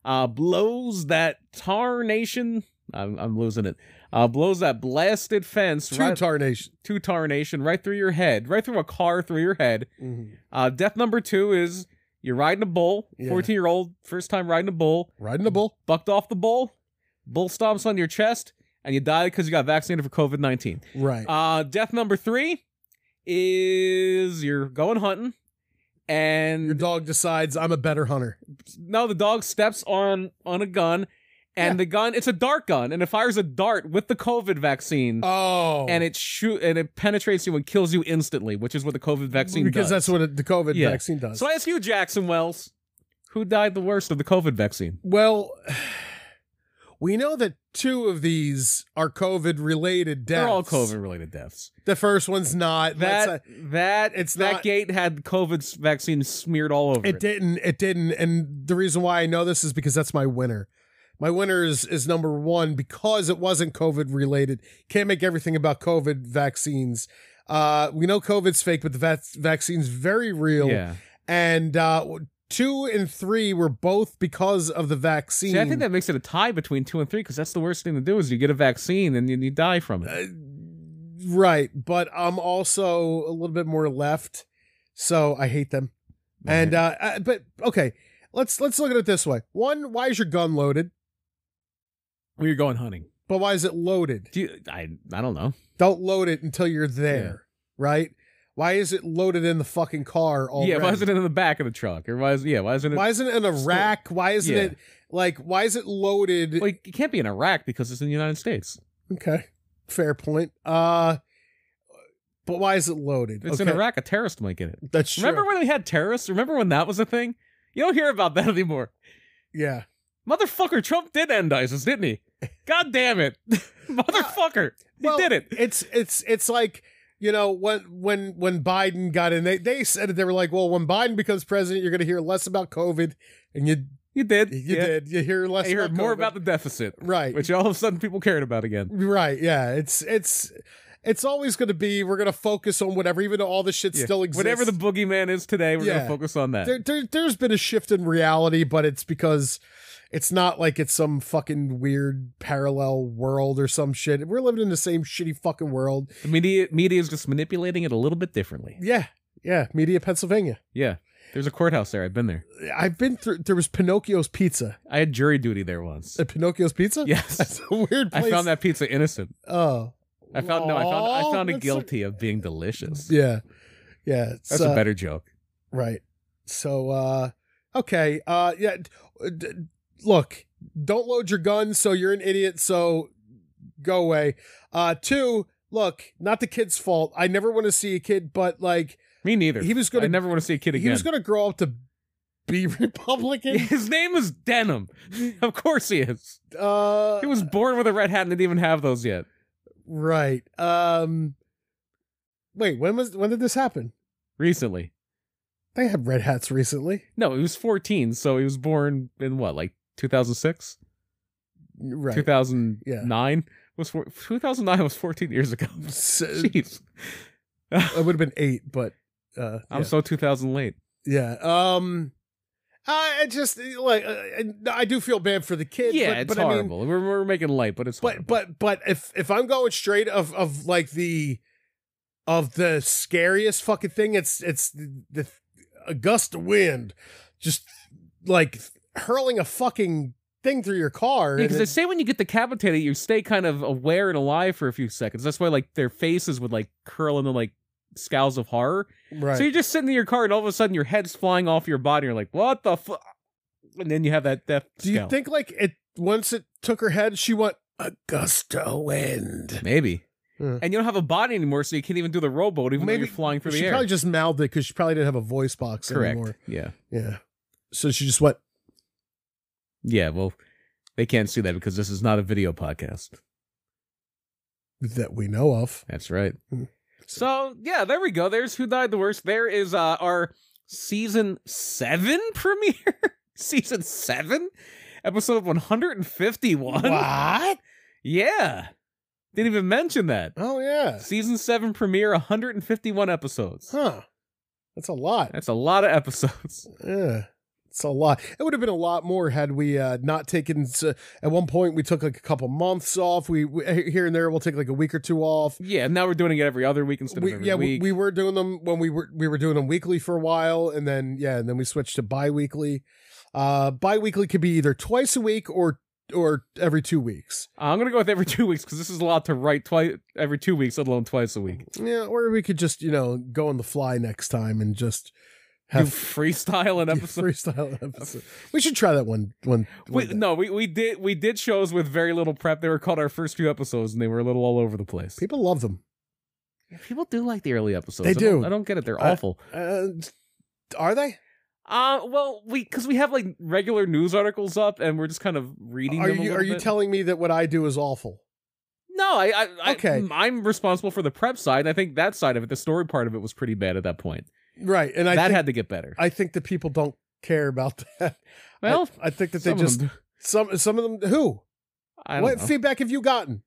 [SPEAKER 2] uh, blows that tarnation. I'm, I'm losing it. Uh, blows that blasted fence
[SPEAKER 3] Two
[SPEAKER 2] right
[SPEAKER 3] tarnation.
[SPEAKER 2] to tarnation right through your head, right through a car through your head. Uh, death number two is you're riding a bull.
[SPEAKER 3] Yeah.
[SPEAKER 2] Fourteen year old, first time riding a bull,
[SPEAKER 3] Riding a bull.
[SPEAKER 2] bucked off the bull, bull stomps on your chest, and you die because you got vaccinated for COVID nineteen.
[SPEAKER 3] Right.
[SPEAKER 2] Uh, death number three is you're going hunting, and
[SPEAKER 3] Your dog decides I'm a better hunter.
[SPEAKER 2] no, the dog steps on on a gun, and
[SPEAKER 3] Yeah.
[SPEAKER 2] the gun it's a dart gun, and it fires a dart with the COVID vaccine,
[SPEAKER 3] Oh.
[SPEAKER 2] and it shoot and it penetrates you and kills you instantly, which is what the COVID vaccine
[SPEAKER 3] because
[SPEAKER 2] does.
[SPEAKER 3] that's what it, the COVID
[SPEAKER 2] Yeah.
[SPEAKER 3] vaccine does.
[SPEAKER 2] so I ask you, Jackson Wells, who died the worst of the COVID vaccine?
[SPEAKER 3] well, we know that two of these are COVID related deaths.
[SPEAKER 2] They're all COVID related deaths.
[SPEAKER 3] The first one's not. That's
[SPEAKER 2] That that
[SPEAKER 3] it's
[SPEAKER 2] that
[SPEAKER 3] not-
[SPEAKER 2] gate had COVID s- vaccine smeared all over
[SPEAKER 3] a- it didn't. It didn't. And the reason why I know this is because that's my winner. My winner is, is number one because it wasn't COVID related. Can't make everything about COVID vaccines. Uh, we know COVID's fake, but the vac- vaccine's very real.
[SPEAKER 2] Yeah,
[SPEAKER 3] and uh, two and three were both because of the vaccine.
[SPEAKER 2] See, I think that makes it a tie between two and three because that's the worst thing to do is you get a vaccine and you, you die from it.
[SPEAKER 3] Uh, right, but I'm also a little bit more left, so I hate them. And uh, uh, but okay, let's let's look at it this way. One, why is your gun loaded?
[SPEAKER 2] we were going hunting.
[SPEAKER 3] But why is it loaded?
[SPEAKER 2] Do you, I I don't know.
[SPEAKER 3] Don't load it until you're there, right? Why is it loaded in the fucking car? Already?
[SPEAKER 2] Yeah, why isn't it in the back of the truck or why is yeah why isn't it?
[SPEAKER 3] Why isn't it in a
[SPEAKER 2] Still-
[SPEAKER 3] rack? Why isn't
[SPEAKER 2] Yeah.
[SPEAKER 3] it like? Why is it loaded?
[SPEAKER 2] Well, it can't be in Iraq because it's in the United States.
[SPEAKER 3] Okay. Fair point. Uh but why is it loaded?
[SPEAKER 2] If it's in
[SPEAKER 3] Okay,
[SPEAKER 2] Iraq, a terrorist might get it.
[SPEAKER 3] That's true.
[SPEAKER 2] Remember when they had terrorists? Remember when that was a thing? You don't hear about that anymore.
[SPEAKER 3] yeah.
[SPEAKER 2] Motherfucker, Trump did end ISIS, didn't he? God damn it, motherfucker, he
[SPEAKER 3] Well,
[SPEAKER 2] did it.
[SPEAKER 3] It's it's it's like you know when when when Biden got in, they they said it. They were like, well, when Biden becomes president, you're going to hear less about COVID, and you
[SPEAKER 2] You did.
[SPEAKER 3] you
[SPEAKER 2] yeah.
[SPEAKER 3] did. You hear less.
[SPEAKER 2] And you heard
[SPEAKER 3] about
[SPEAKER 2] more
[SPEAKER 3] COVID.
[SPEAKER 2] about the deficit,
[SPEAKER 3] right,
[SPEAKER 2] which all of a sudden people cared about again.
[SPEAKER 3] right. Yeah, it's it's it's always going to be. We're going to focus on whatever, even though all this shit
[SPEAKER 2] Yeah.
[SPEAKER 3] still exists.
[SPEAKER 2] Whatever the boogeyman is today, we're
[SPEAKER 3] Yeah.
[SPEAKER 2] gonna focus on that.
[SPEAKER 3] there, there, there's been a shift in reality, but it's because it's not like it's some fucking weird parallel world or some shit. We're living in the same shitty fucking world.
[SPEAKER 2] The media media is just manipulating it a little bit differently.
[SPEAKER 3] Yeah, yeah. Media, Pennsylvania.
[SPEAKER 2] Yeah. There's a courthouse there. I've been there.
[SPEAKER 3] I've been through. There was Pinocchio's Pizza.
[SPEAKER 2] I had jury duty there once.
[SPEAKER 3] At Pinocchio's Pizza.
[SPEAKER 2] Yes.
[SPEAKER 3] that's a weird place.
[SPEAKER 2] I found that pizza innocent.
[SPEAKER 3] Oh,
[SPEAKER 2] I found no, I found I
[SPEAKER 3] Aw,
[SPEAKER 2] found it
[SPEAKER 3] that's
[SPEAKER 2] guilty of being delicious.
[SPEAKER 3] Yeah, yeah. It's,
[SPEAKER 2] That's
[SPEAKER 3] uh,
[SPEAKER 2] a better joke.
[SPEAKER 3] Right. So, uh, okay. Uh, yeah. d- d- uh, look, don't load your gun, so you're an idiot, so go away. Uh, two, look, not the kid's fault. I never want to see a kid, but like
[SPEAKER 2] Me neither.
[SPEAKER 3] He was gonna-
[SPEAKER 2] I never want to see a kid
[SPEAKER 3] he
[SPEAKER 2] again.
[SPEAKER 3] was going to grow up to be Republican.
[SPEAKER 2] His name is Denim. Of course he is.
[SPEAKER 3] uh,
[SPEAKER 2] He was born with a red hat and didn't even have those yet.
[SPEAKER 3] right. Um, wait, when was when did this happen?
[SPEAKER 2] Recently,
[SPEAKER 3] They had red hats recently,
[SPEAKER 2] no, he was 14, so he was born in what, like 2006,
[SPEAKER 3] right?
[SPEAKER 2] 2009 was four 2009 was 14 years ago.
[SPEAKER 3] So,
[SPEAKER 2] Jeez,
[SPEAKER 3] it would have been eight, but uh,
[SPEAKER 2] I'm
[SPEAKER 3] yeah.
[SPEAKER 2] so 2000 late.
[SPEAKER 3] Yeah. Um. I I just eh, like I, I do feel bad for the kid.
[SPEAKER 2] yeah,
[SPEAKER 3] but,
[SPEAKER 2] it's
[SPEAKER 3] but I mean,
[SPEAKER 2] horrible. we're, we're making light, but it's horrible.
[SPEAKER 3] but but but if if I'm going straight of of like the of the scariest fucking thing, it's it's the, the a gust of wind, just like hurling a fucking thing through your car. and
[SPEAKER 2] because they
[SPEAKER 3] it-
[SPEAKER 2] say when you get decapitated, you stay kind of aware and alive for a few seconds. That's why like their faces would like curl into like scowls of horror.
[SPEAKER 3] right.
[SPEAKER 2] So you're just sitting in your car, and all of a sudden your head's flying off your body. And you're like, "What the fuck?" And then you have that death.
[SPEAKER 3] do you
[SPEAKER 2] scowl.
[SPEAKER 3] think like it once it took her head, she went a gust of wind.
[SPEAKER 2] maybe?
[SPEAKER 3] Yeah.
[SPEAKER 2] And you don't have a body anymore, so you can't even do the rowboat, even
[SPEAKER 3] Maybe
[SPEAKER 2] though you're flying through
[SPEAKER 3] she
[SPEAKER 2] the air.
[SPEAKER 3] probably just mouthed it because she probably didn't have a voice box
[SPEAKER 2] Correct.
[SPEAKER 3] anymore.
[SPEAKER 2] Yeah.
[SPEAKER 3] Yeah. So she just went.
[SPEAKER 2] Yeah. Well, they can't see that because this is not a video podcast.
[SPEAKER 3] that we know of.
[SPEAKER 2] That's right.
[SPEAKER 3] Hmm.
[SPEAKER 2] So yeah, there we go. There's who died the worst. There is uh, our season seven premiere. season seven, episode 151.
[SPEAKER 3] What?
[SPEAKER 2] Yeah, didn't even mention that.
[SPEAKER 3] Oh yeah.
[SPEAKER 2] Season seven premiere, 151 episodes.
[SPEAKER 3] Huh. That's a lot.
[SPEAKER 2] That's a lot of episodes.
[SPEAKER 3] Yeah. It's a lot. It would have been a lot more had we uh, not taken. s- at one point, we took like a couple months off. We, we here and there, we'll take like a week or two off.
[SPEAKER 2] Yeah, now we're doing it every other week instead
[SPEAKER 3] We,
[SPEAKER 2] of every
[SPEAKER 3] yeah, we,
[SPEAKER 2] week.
[SPEAKER 3] we were doing them when we were we were doing them weekly for a while, and then yeah, and then we switched to bi-weekly. Uh, bi-weekly could be either twice a week or or every two weeks.
[SPEAKER 2] I'm gonna go with every two weeks because this is a lot to write twice every two weeks, let alone twice a week.
[SPEAKER 3] Yeah, or we could just you know go on the fly next time and just
[SPEAKER 2] Do
[SPEAKER 3] have
[SPEAKER 2] freestyle an
[SPEAKER 3] Yeah,
[SPEAKER 2] episode.
[SPEAKER 3] freestyle episode. We should try that one. One. one
[SPEAKER 2] Wait,
[SPEAKER 3] day.
[SPEAKER 2] no, we, we did we did shows with very little prep. They were called our first few episodes, and they were a little all over the place.
[SPEAKER 3] People love them.
[SPEAKER 2] Yeah, people do like the early episodes.
[SPEAKER 3] They
[SPEAKER 2] I don't-
[SPEAKER 3] do.
[SPEAKER 2] I don't get it. They're
[SPEAKER 3] I-
[SPEAKER 2] awful.
[SPEAKER 3] Uh, are they?
[SPEAKER 2] Uh, well, we because we have like regular news articles up, and we're just kind of reading.
[SPEAKER 3] Are
[SPEAKER 2] them a
[SPEAKER 3] you
[SPEAKER 2] little
[SPEAKER 3] are you
[SPEAKER 2] bit.
[SPEAKER 3] telling me that what I do is awful?
[SPEAKER 2] No, I, I, I
[SPEAKER 3] Okay.
[SPEAKER 2] okay. I'm responsible for the prep side. and I think that side of it, the story part of it, was pretty bad at that point.
[SPEAKER 3] Right, and I
[SPEAKER 2] that
[SPEAKER 3] think,
[SPEAKER 2] had to get better.
[SPEAKER 3] I think that people don't care about that. I-
[SPEAKER 2] well,
[SPEAKER 3] I, think that
[SPEAKER 2] some
[SPEAKER 3] they
[SPEAKER 2] of
[SPEAKER 3] just
[SPEAKER 2] them do.
[SPEAKER 3] some some of them who
[SPEAKER 2] I don't
[SPEAKER 3] what
[SPEAKER 2] know. Oh.
[SPEAKER 3] feedback have you gotten?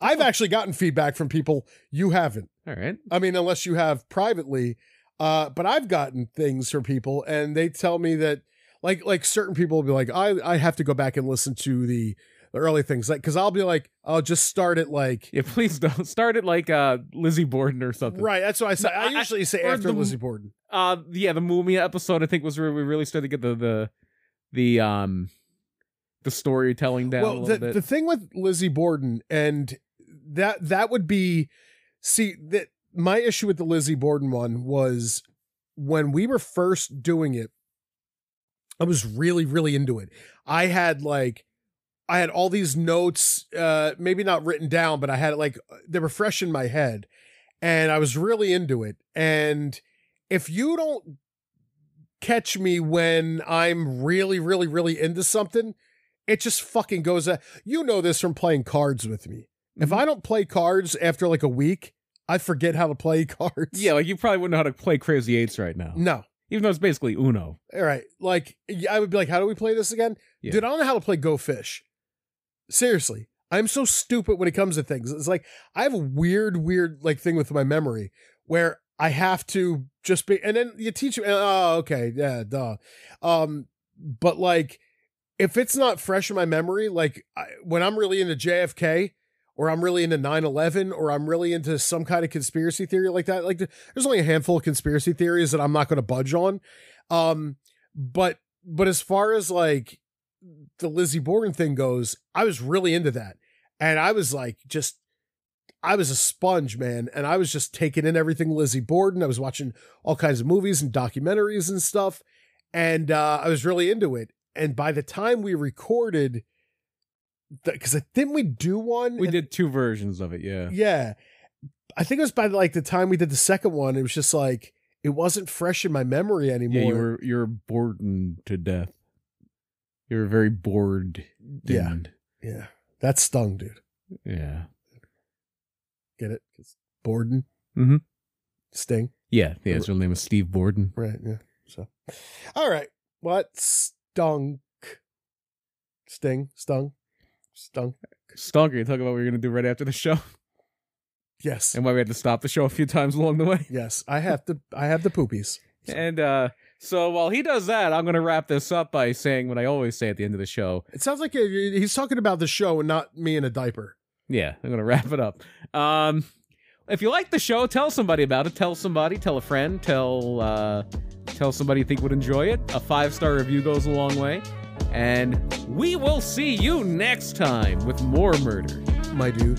[SPEAKER 3] I've actually gotten feedback from people you haven't.
[SPEAKER 2] All right.
[SPEAKER 3] I mean, unless you have privately. Uh, but I've gotten things from people, and they tell me that, like, like certain people will be like, I, I have to go back and listen to the early things, like, because I'll be like, I'll just start at like,
[SPEAKER 2] Yeah, please don't start it like uh, Lizzie Borden or something.
[SPEAKER 3] right. That's what I say.
[SPEAKER 2] No,
[SPEAKER 3] I
[SPEAKER 2] I-
[SPEAKER 3] usually say
[SPEAKER 2] or
[SPEAKER 3] after
[SPEAKER 2] the-
[SPEAKER 3] Lizzie Borden.
[SPEAKER 2] uh yeah the mumia episode i think was where we really started to get the the the um the storytelling down a
[SPEAKER 3] Well,
[SPEAKER 2] little
[SPEAKER 3] the,
[SPEAKER 2] bit
[SPEAKER 3] the thing with Lizzie Borden, and that that would be, see, that my issue with the Lizzie Borden one was when we were first doing it, I was really, really into it. I had like, I had all these notes, uh, maybe not written down, but I had like, they were fresh in my head and I was really into it. And if you don't catch me when I'm really, really, really into something, it just fucking goes. a- You know this from playing cards with me. If
[SPEAKER 2] Mhm.
[SPEAKER 3] I don't play cards after like a week, I forget how to play cards.
[SPEAKER 2] yeah like you probably wouldn't know how to play crazy eights right now
[SPEAKER 3] No.
[SPEAKER 2] even though it's basically uno
[SPEAKER 3] All right. Like yeah, I would be like, how do we play this again?
[SPEAKER 2] Yeah.
[SPEAKER 3] Dude, I don't know how to play Go Fish. Seriously. I'm so stupid when it comes to things. It's like I have a weird, weird like thing with my memory where I have to just be and then you teach me oh, okay, yeah, duh. Um, but like if it's not fresh in my memory, like I, when I'm really into JFK or I'm really into 9/11 or I'm really into some kind of conspiracy theory like that, like there's only a handful of conspiracy theories that I'm not going to budge on. Um, but but as far as like the Lizzie Borden thing goes, I was really into that, and I was like just. I was a sponge, man, and I was just taking in everything Lizzie Borden. I was watching all kinds of movies and documentaries and stuff, and uh, I was really into it. and by the time we recorded, because didn't we do one?
[SPEAKER 2] We
[SPEAKER 3] And-
[SPEAKER 2] did two versions of it, yeah.
[SPEAKER 3] Yeah, I think it was by like the time we did the second one. It was just like it wasn't fresh in my memory anymore.
[SPEAKER 2] Yeah, you were you were bored to death. You were very bored.
[SPEAKER 3] yeah, yeah. That stung, dude.
[SPEAKER 2] Yeah.
[SPEAKER 3] Get it? 'Cause Borden.
[SPEAKER 2] Mhm.
[SPEAKER 3] Sting.
[SPEAKER 2] Yeah, yeah, his real name is Steve Borden.
[SPEAKER 3] Right. Yeah. So, all right. What stunk? Sting. Stung. Stung.
[SPEAKER 2] Stalker, you talk about what we are gonna do right after the show
[SPEAKER 3] Yes.
[SPEAKER 2] and why we had to stop the show a few times along the way.
[SPEAKER 3] Yes. I have the I have the poopies.
[SPEAKER 2] And uh so while he does that, I'm gonna wrap this up by saying what I always say at the end of the show.
[SPEAKER 3] It sounds like uh, he's
[SPEAKER 4] talking about the show and not me in a diaper.
[SPEAKER 2] Yeah, I'm gonna wrap it up. Um if you like the show, tell somebody about it. Tell somebody, tell a friend, tell uh tell somebody you think would enjoy it. A five-star review goes a long way. And we will see you next time with more murder.
[SPEAKER 3] my dude.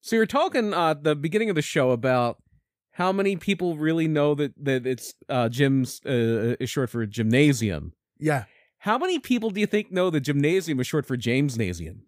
[SPEAKER 2] So you're talking uh, at the beginning of the show about how many people really know that that it's uh, Jim's uh, is short for gymnasium.
[SPEAKER 3] Yeah.
[SPEAKER 2] How many people do you think know that gymnasium is short for James Nasium?